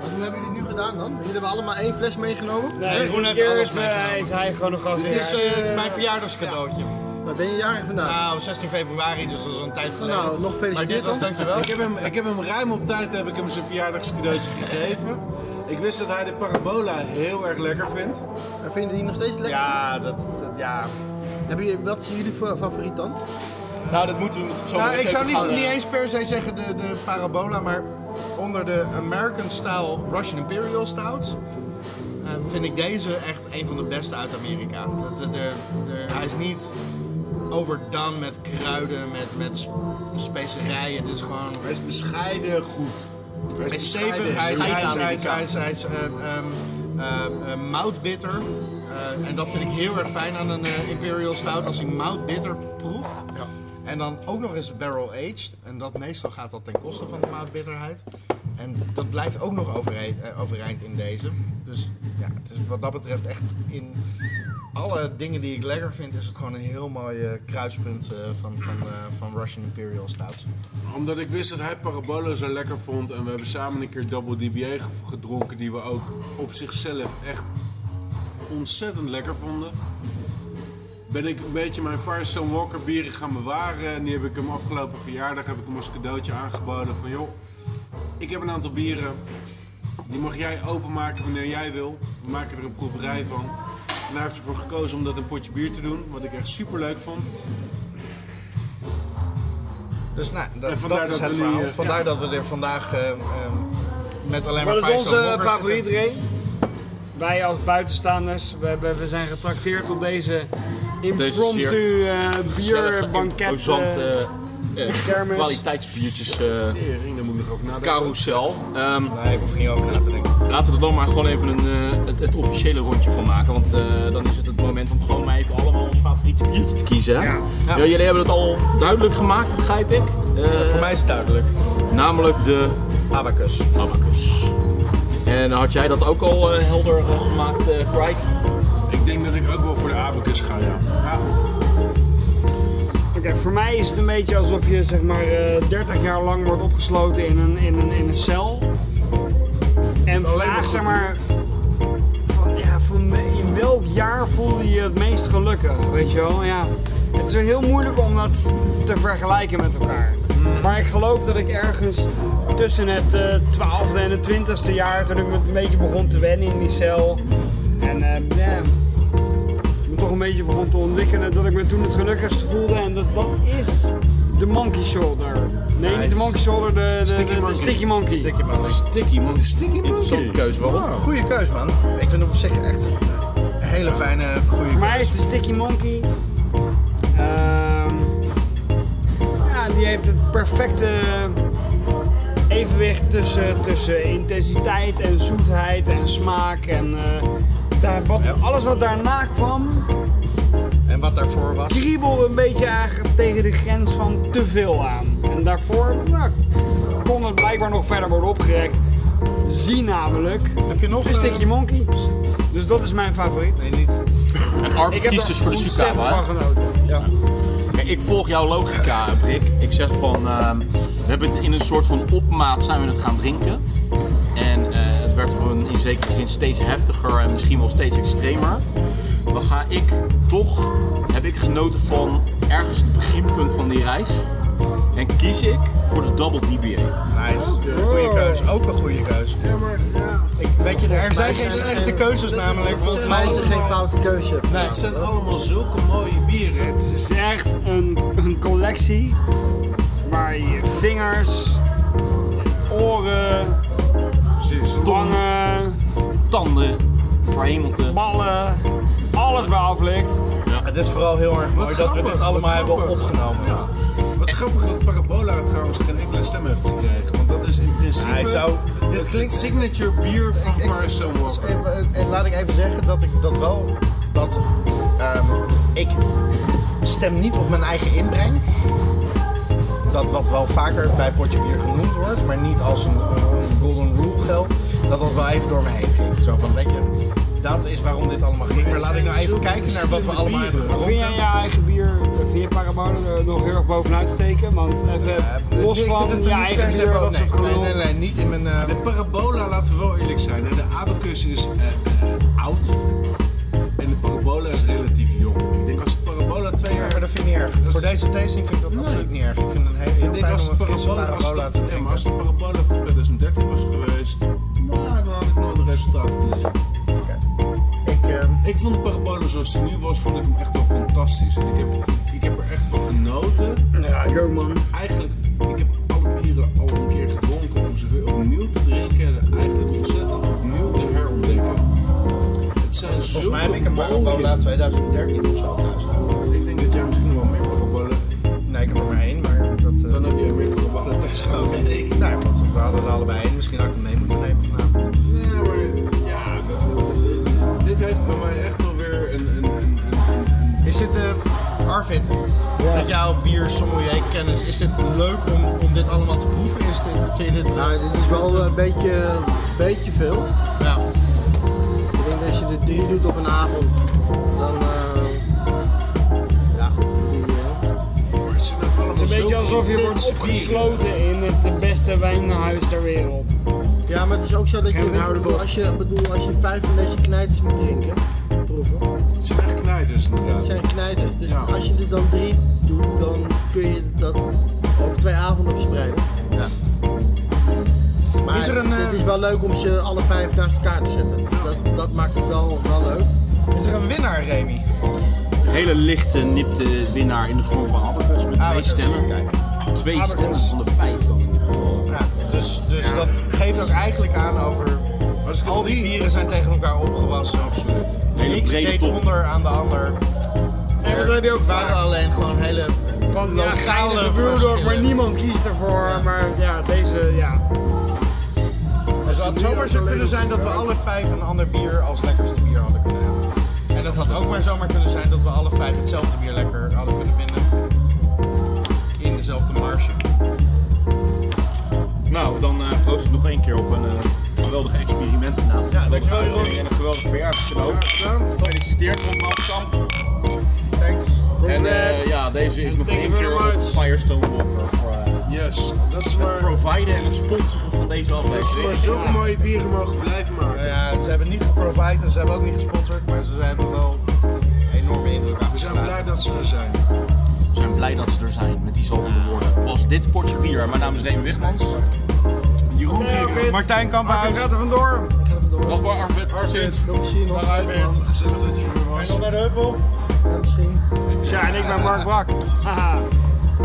Speaker 6: Wat hoe hebben jullie het nu gedaan dan? Jullie hebben allemaal één fles meegenomen.
Speaker 5: Nee,
Speaker 4: Jeroen heeft
Speaker 5: hier
Speaker 4: alles
Speaker 5: is,
Speaker 4: meegenomen.
Speaker 5: eh, is hij gewoon een gast
Speaker 4: Dit is
Speaker 5: weer.
Speaker 4: eh, mijn verjaardagscadeautje.
Speaker 6: Waar ben je jarig vandaag?
Speaker 4: Nou, 16 februari, dus dat is al een tijd geleden.
Speaker 6: Nou, nog
Speaker 4: maar dit
Speaker 6: gefeliciteerd
Speaker 4: was,
Speaker 6: dan.
Speaker 4: dankjewel.
Speaker 2: Ik heb, hem, ik heb hem ruim op tijd heb ik hem zijn verjaardagscadeautje gegeven. Ik wist dat hij de parabola heel erg lekker vindt.
Speaker 6: En Vinden die nog steeds lekker?
Speaker 4: Ja, dat, dat- ja.
Speaker 6: Hebben jullie, wat is jullie fa- favoriet dan?
Speaker 1: Nou, dat moeten we zo
Speaker 4: Nou, ik zou
Speaker 1: gaan,
Speaker 4: niet,
Speaker 1: eh,
Speaker 4: niet eens per se zeggen de, de parabola, maar onder de American style Russian Imperial stouts eh, vind ik deze echt een van de beste uit Amerika. Dat- dat- de- de- hij is niet overdone met kruiden, met, met sp- specerijen. Het is gewoon
Speaker 2: Hij is bescheiden goed. Hij
Speaker 4: Hij is
Speaker 2: bescheiden,
Speaker 4: stevig, hij is,
Speaker 2: goed.
Speaker 4: hij is,
Speaker 1: Amerika.
Speaker 4: hij is, hij is, hij is, eh, ehm, eh, eh, moutbitter. Eh, en dat vind ik heel erg fijn aan een eh, Imperial Stout, als hij moutbitter proeft. En dan ook nog eens barrel aged. En dat meestal gaat dat ten koste van de moutbitterheid. En dat blijft ook nog overeind, eh, overeind in deze. Dus ja, het is wat dat betreft echt in alle dingen die ik lekker vind, is het gewoon een heel mooi eh, kruispunt eh, van, van, eh, van Russian Imperial Stouts.
Speaker 2: Omdat ik wist dat hij parabola zo lekker vond. En we hebben samen een keer Double DBA ge- gedronken. Die we ook op zichzelf echt ontzettend lekker vonden. Ben ik een beetje mijn Firestone Walker bieren gaan bewaren. En die heb ik hem afgelopen verjaardag heb ik hem als cadeautje aangeboden. Van joh, ik heb een aantal bieren. Die mag jij openmaken wanneer jij wil. We maken er een proeverij van. En hij heeft ervoor gekozen om dat in een potje bier te doen. Wat ik echt super leuk vond.
Speaker 4: Dus nou, dat,
Speaker 2: En vandaar
Speaker 4: dat is
Speaker 2: dat
Speaker 4: het
Speaker 2: we nu,
Speaker 4: verhaal.
Speaker 2: eh,
Speaker 4: Vandaar dat we er vandaag eh, eh, met alleen maar
Speaker 5: Wat is
Speaker 4: vijf zo'n
Speaker 5: onze
Speaker 4: hokkers
Speaker 5: favoriet,
Speaker 4: zitten.
Speaker 5: Ray? Wij als buitenstaanders, we, hebben, we zijn getrakteerd op deze impromptu eh
Speaker 1: gezellige,
Speaker 5: bierbanket
Speaker 1: imposante,
Speaker 5: eh,
Speaker 1: eh, eh,
Speaker 5: kermis.
Speaker 1: kwaliteitsbiertjes eh,
Speaker 2: Tering, daar moet ik nog over nadenken.
Speaker 1: carousel. Ehm,
Speaker 4: Nee, ik hoef er niet over na te denken.
Speaker 1: laten we er dan maar gewoon even een, eh, het, het officiële rondje van maken. Want eh, dan is het het moment om gewoon maar even allemaal ons favoriete biertje te kiezen. hè? Ja, jullie hebben het al duidelijk gemaakt, begrijp ik. Eh,
Speaker 4: Voor mij is het duidelijk.
Speaker 1: Namelijk de
Speaker 4: Abacus.
Speaker 1: abacus. En had jij dat ook al eh, helder eh, gemaakt, eh Craig?
Speaker 2: Ik denk dat ik ook wel voor de abacus ga, ja. ja.
Speaker 5: Oké, voor mij is het een beetje alsof je zeg maar eh 30 jaar lang wordt opgesloten in een, in een, in een cel. En vraag zeg maar, van, ja, van, in welk jaar voelde je je het meest gelukkig, weet je wel? Ja, het is heel moeilijk om dat te vergelijken met elkaar. Maar ik geloof dat ik ergens tussen het eh, 12e en het 20e jaar, toen ik me een beetje begon te wennen in die cel. En eh, ja, me toch een beetje begon te ontwikkelen dat ik me toen het gelukkigste voelde. En dat, dat is de monkey shoulder. Nee, niet de monkey shoulder, de, de, sticky, de, de
Speaker 2: monkey.
Speaker 5: sticky monkey.
Speaker 4: Dikke man.
Speaker 1: Sticky, man. Sticky Interessante
Speaker 2: monkey.
Speaker 1: keuze, waarom?
Speaker 4: Goeie keus, man. Ik vind hem op zich echt hele fijne, goede
Speaker 5: Voor mij is de Sticky Monkey. ehm, ja, die heeft het perfecte evenwicht tussen, tussen intensiteit en zoetheid en smaak. En eh, daar, wat, alles wat daarna kwam,
Speaker 4: En wat daarvoor was.
Speaker 5: kriebelde een beetje eigenlijk tegen de grens van te veel aan. En daarvoor nou, kon het blijkbaar nog verder worden opgerekt. Zie namelijk
Speaker 4: Heb je nog eh,
Speaker 5: de Sticky Monkey. Dus dat is mijn favoriet.
Speaker 4: Nee, niet.
Speaker 1: En Arp
Speaker 5: Ik heb
Speaker 1: kiest
Speaker 5: er
Speaker 1: dus voor de
Speaker 5: ontzettend
Speaker 1: Sukaba. hè?
Speaker 5: van genoten.
Speaker 4: Ja.
Speaker 1: Kijk, ik volg jouw logica, Brik. Ik zeg van, ehm, we hebben het in een soort van opmaat zijn we het gaan drinken. En eh, het werd op een, in zekere zin steeds heftiger en misschien wel steeds extremer. Dan ga ik toch, heb ik genoten van ergens het beginpunt van die reis. En kies ik voor de Double DBA.
Speaker 4: Nice. Goeie keus. Ook een goede keus.
Speaker 7: Ja, maar ja.
Speaker 4: Ik, weet je, er zijn geen
Speaker 6: is-
Speaker 4: slechte keuzes
Speaker 7: dat-
Speaker 4: namelijk.
Speaker 7: dat-
Speaker 4: Volgens
Speaker 7: dat-
Speaker 4: mij
Speaker 6: Maar
Speaker 4: is
Speaker 6: het is geen foute keuze.
Speaker 2: Nou, Het zijn allemaal zulke mooie bieren. Het is-
Speaker 5: Het is echt een, een collectie waar je vingers, oren,
Speaker 2: Precies.
Speaker 5: wangen,
Speaker 1: Tanden voor Hamilton.
Speaker 5: ballen, alles bij aflikt.
Speaker 4: Het Nou, is vooral heel erg mooi
Speaker 2: Wat
Speaker 4: dat we
Speaker 2: grappig,
Speaker 4: dit allemaal
Speaker 2: wat
Speaker 4: hebben
Speaker 2: grappig.
Speaker 4: opgenomen.
Speaker 2: Ja. Wat grappig dat Parabola trouwens geen enkele stem heeft gekregen. Want dat is in principe
Speaker 4: Hij zou- dit
Speaker 2: het
Speaker 4: klinkt-
Speaker 2: signature bier van
Speaker 4: Ik-
Speaker 2: Paris Stone
Speaker 4: Dus,
Speaker 2: Walker.
Speaker 4: En- En eh, laat ik even zeggen dat ik dat wel. Dat ehm, ik stem niet op mijn eigen inbreng. Dat wat wel vaker bij potje bier genoemd wordt, maar niet als een, een golden rule geldt. Dat dat wel even door me heen ging. Zo van, weet je, dat is waarom dit allemaal ging. Maar laat ik nou even kijken naar wat we allemaal hebben gedronken.
Speaker 5: Vind jij je eigen bier, eh, vind je Parabola er nog heel erg bovenuit steken? Want even
Speaker 4: Eh,
Speaker 5: los
Speaker 4: ik vind
Speaker 5: van
Speaker 4: het er niet
Speaker 5: je
Speaker 4: per
Speaker 5: eigen
Speaker 4: se
Speaker 5: bier,
Speaker 4: wel-
Speaker 5: dat
Speaker 4: nee,
Speaker 5: soort gelul.
Speaker 4: Nee, nee, nee, niet in mijn... eh,
Speaker 2: De parabola, laten we wel eerlijk zijn. hè. De abacus is eh, eh, oud en de parabola is relatief jong. Ik denk als de parabola twee
Speaker 4: Ja,
Speaker 2: jaar...
Speaker 4: maar dat vind ik niet erg.
Speaker 2: is-
Speaker 5: Dus-
Speaker 4: Voor deze tasting vind ik dat absoluut niet erg. Ik vind het een hele
Speaker 2: Ik
Speaker 4: heel
Speaker 2: denk
Speaker 4: fijn
Speaker 2: als
Speaker 4: om
Speaker 2: de
Speaker 4: een frisse
Speaker 2: parabola, als
Speaker 4: parabola te
Speaker 2: de, ja, maar als
Speaker 4: drinken.
Speaker 2: de parabola van 2013 was geweest, nou, dan had ik nog een resultaat kunnen zien.
Speaker 4: Ik, eh,
Speaker 2: Ik vond de parabola zoals die nu was, vond ik hem echt wel fantastisch. En ik heb, ik heb er echt van genoten.
Speaker 5: Ja, ik ook, man.
Speaker 2: Eigenlijk, ik heb alle bieren al een keer gedronken om ze weer opnieuw te drinken. En ze eigenlijk ontzettend opnieuw te herontdekken. Het zijn
Speaker 4: volgens mij heb ik
Speaker 2: zulke
Speaker 4: een parabola
Speaker 2: mooie
Speaker 4: 2013 of zo thuis.
Speaker 2: Ik denk dat jij misschien wel meer parabolen.
Speaker 4: Nee, ik heb er maar één, maar dat... eh,
Speaker 2: Dan heb jij meer parabolen thuis
Speaker 6: Oh,
Speaker 2: gehad, denk ik.
Speaker 4: nou ja, goed, we hadden er allebei één. Misschien had ik hem mee moeten nemen vanavond.
Speaker 2: Nee, maar ja, dat, dat- dit heeft bij mij echt wel weer een. een, een, een, een
Speaker 4: Is dit, eh, Arvid, met jouw bier sommelier kennis, is dit leuk om, om dit allemaal te proeven? Is dit, vind je dit leuk?
Speaker 6: Nou, dit is wel een beetje, beetje veel.
Speaker 4: Ja.
Speaker 6: Ik denk dat als je er drie doet op een avond, dan. eh, ja, goed. Die, eh,
Speaker 2: maar het zijn ook allemaal
Speaker 5: Het is een
Speaker 2: zulke
Speaker 5: beetje alsof je wordt
Speaker 2: intense
Speaker 5: opgesloten in het beste wijnhuis ter wereld.
Speaker 6: ja, maar het is ook zo dat je.
Speaker 4: En houden we op.
Speaker 6: als je, bedoel, als je vijf van deze knijters moet drinken, proeven.
Speaker 2: bieren. Het zijn echt knijters
Speaker 6: Het
Speaker 2: inderdaad.
Speaker 6: zijn knijters. Dus
Speaker 2: Ja.
Speaker 6: als je er dan drie doet, dan kun je dat over twee avonden verspreiden. Maar
Speaker 4: Is er een, eh,
Speaker 6: het is wel leuk om ze alle vijf naast elkaar te zetten. Dat, dat maakt het wel, wel leuk.
Speaker 4: Is er een winnaar, Remy? Ah,
Speaker 1: Een hele lichte, nipte winnaar in de vorm van abacus met twee
Speaker 4: Abacus,
Speaker 1: stemmen.
Speaker 4: kijk.
Speaker 1: Twee stemmen van de vijf dan in dit geval.
Speaker 4: Ja, dus dus dat geeft ook eigenlijk aan over...
Speaker 2: Als ik
Speaker 4: Al die bieren zijn tegen elkaar opgewassen.
Speaker 2: Absoluut.
Speaker 1: Hele
Speaker 4: Niks
Speaker 1: brede
Speaker 4: deed
Speaker 1: top.
Speaker 4: onder aan de ander.
Speaker 5: En dat heb je ook
Speaker 4: Het
Speaker 5: vaak.
Speaker 4: waren alleen gewoon hele
Speaker 5: Van ja,
Speaker 4: lokale
Speaker 5: geinig gebeurt ook, maar
Speaker 4: verschillen.
Speaker 5: niemand kiest ervoor. Maar ja, deze, ja.
Speaker 4: Dus het had zomaar zo kunnen zijn dat we alle vijf een ander bier als lekkerste bier hadden kunnen hebben. En dat had ook maar zomaar kunnen zijn dat we alle vijf hetzelfde bier lekker hadden kunnen vinden. In dezelfde marge.
Speaker 1: Nou, dan eh proost ik nog één keer op een eh, geweldig experiment vanavond.
Speaker 4: Ja, dankjewel,
Speaker 1: Een
Speaker 4: Jeroen.
Speaker 1: uitzending En een geweldig verjaardagscadeau. Gefeliciteerd, Kamp.
Speaker 4: Thanks.
Speaker 1: En eh, ja, deze is nog
Speaker 5: Thank
Speaker 1: één
Speaker 5: you
Speaker 1: keer
Speaker 5: very
Speaker 1: op
Speaker 5: much.
Speaker 1: Firestone Walker voor eh,
Speaker 2: Yes, dat is
Speaker 1: het
Speaker 2: waar.
Speaker 1: providen en het sponsoren van deze
Speaker 2: Maar
Speaker 1: aflevering.
Speaker 2: zulke mooie bieren mogen blijven maken.
Speaker 4: Nou Ja, ze hebben niet geprovided en ze hebben ook niet gesponsord, maar ze hebben wel enorme indruk
Speaker 2: We zijn
Speaker 4: afgedaan.
Speaker 2: blij dat ze er zijn.
Speaker 1: We zijn blij dat ze er zijn met die zoveel woorden. Was dit potje bier. Mijn naam is Remy Wigmans.
Speaker 2: Jeroen
Speaker 5: Nee,
Speaker 2: Krikker.
Speaker 4: Martijn Kamphuis.
Speaker 5: gaat er vandoor.
Speaker 1: Dankbaar Arvid Arsins.
Speaker 6: Veel plezier nog.
Speaker 2: Dag uit man, gezellig dat je er was.
Speaker 4: Nog bij de Huppel.
Speaker 6: Ja, misschien.
Speaker 5: Ja, en ik ben Mark Brak. Haha.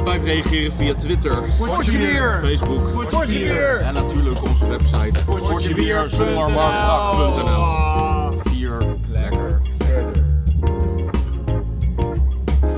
Speaker 1: Blijf reageren via Twitter,
Speaker 5: Potje bier.
Speaker 1: Facebook
Speaker 5: Potje bier.
Speaker 1: en natuurlijk onze website potjebier zonder marktbrak.nl.
Speaker 5: Ah.
Speaker 1: Vier
Speaker 4: Lekker.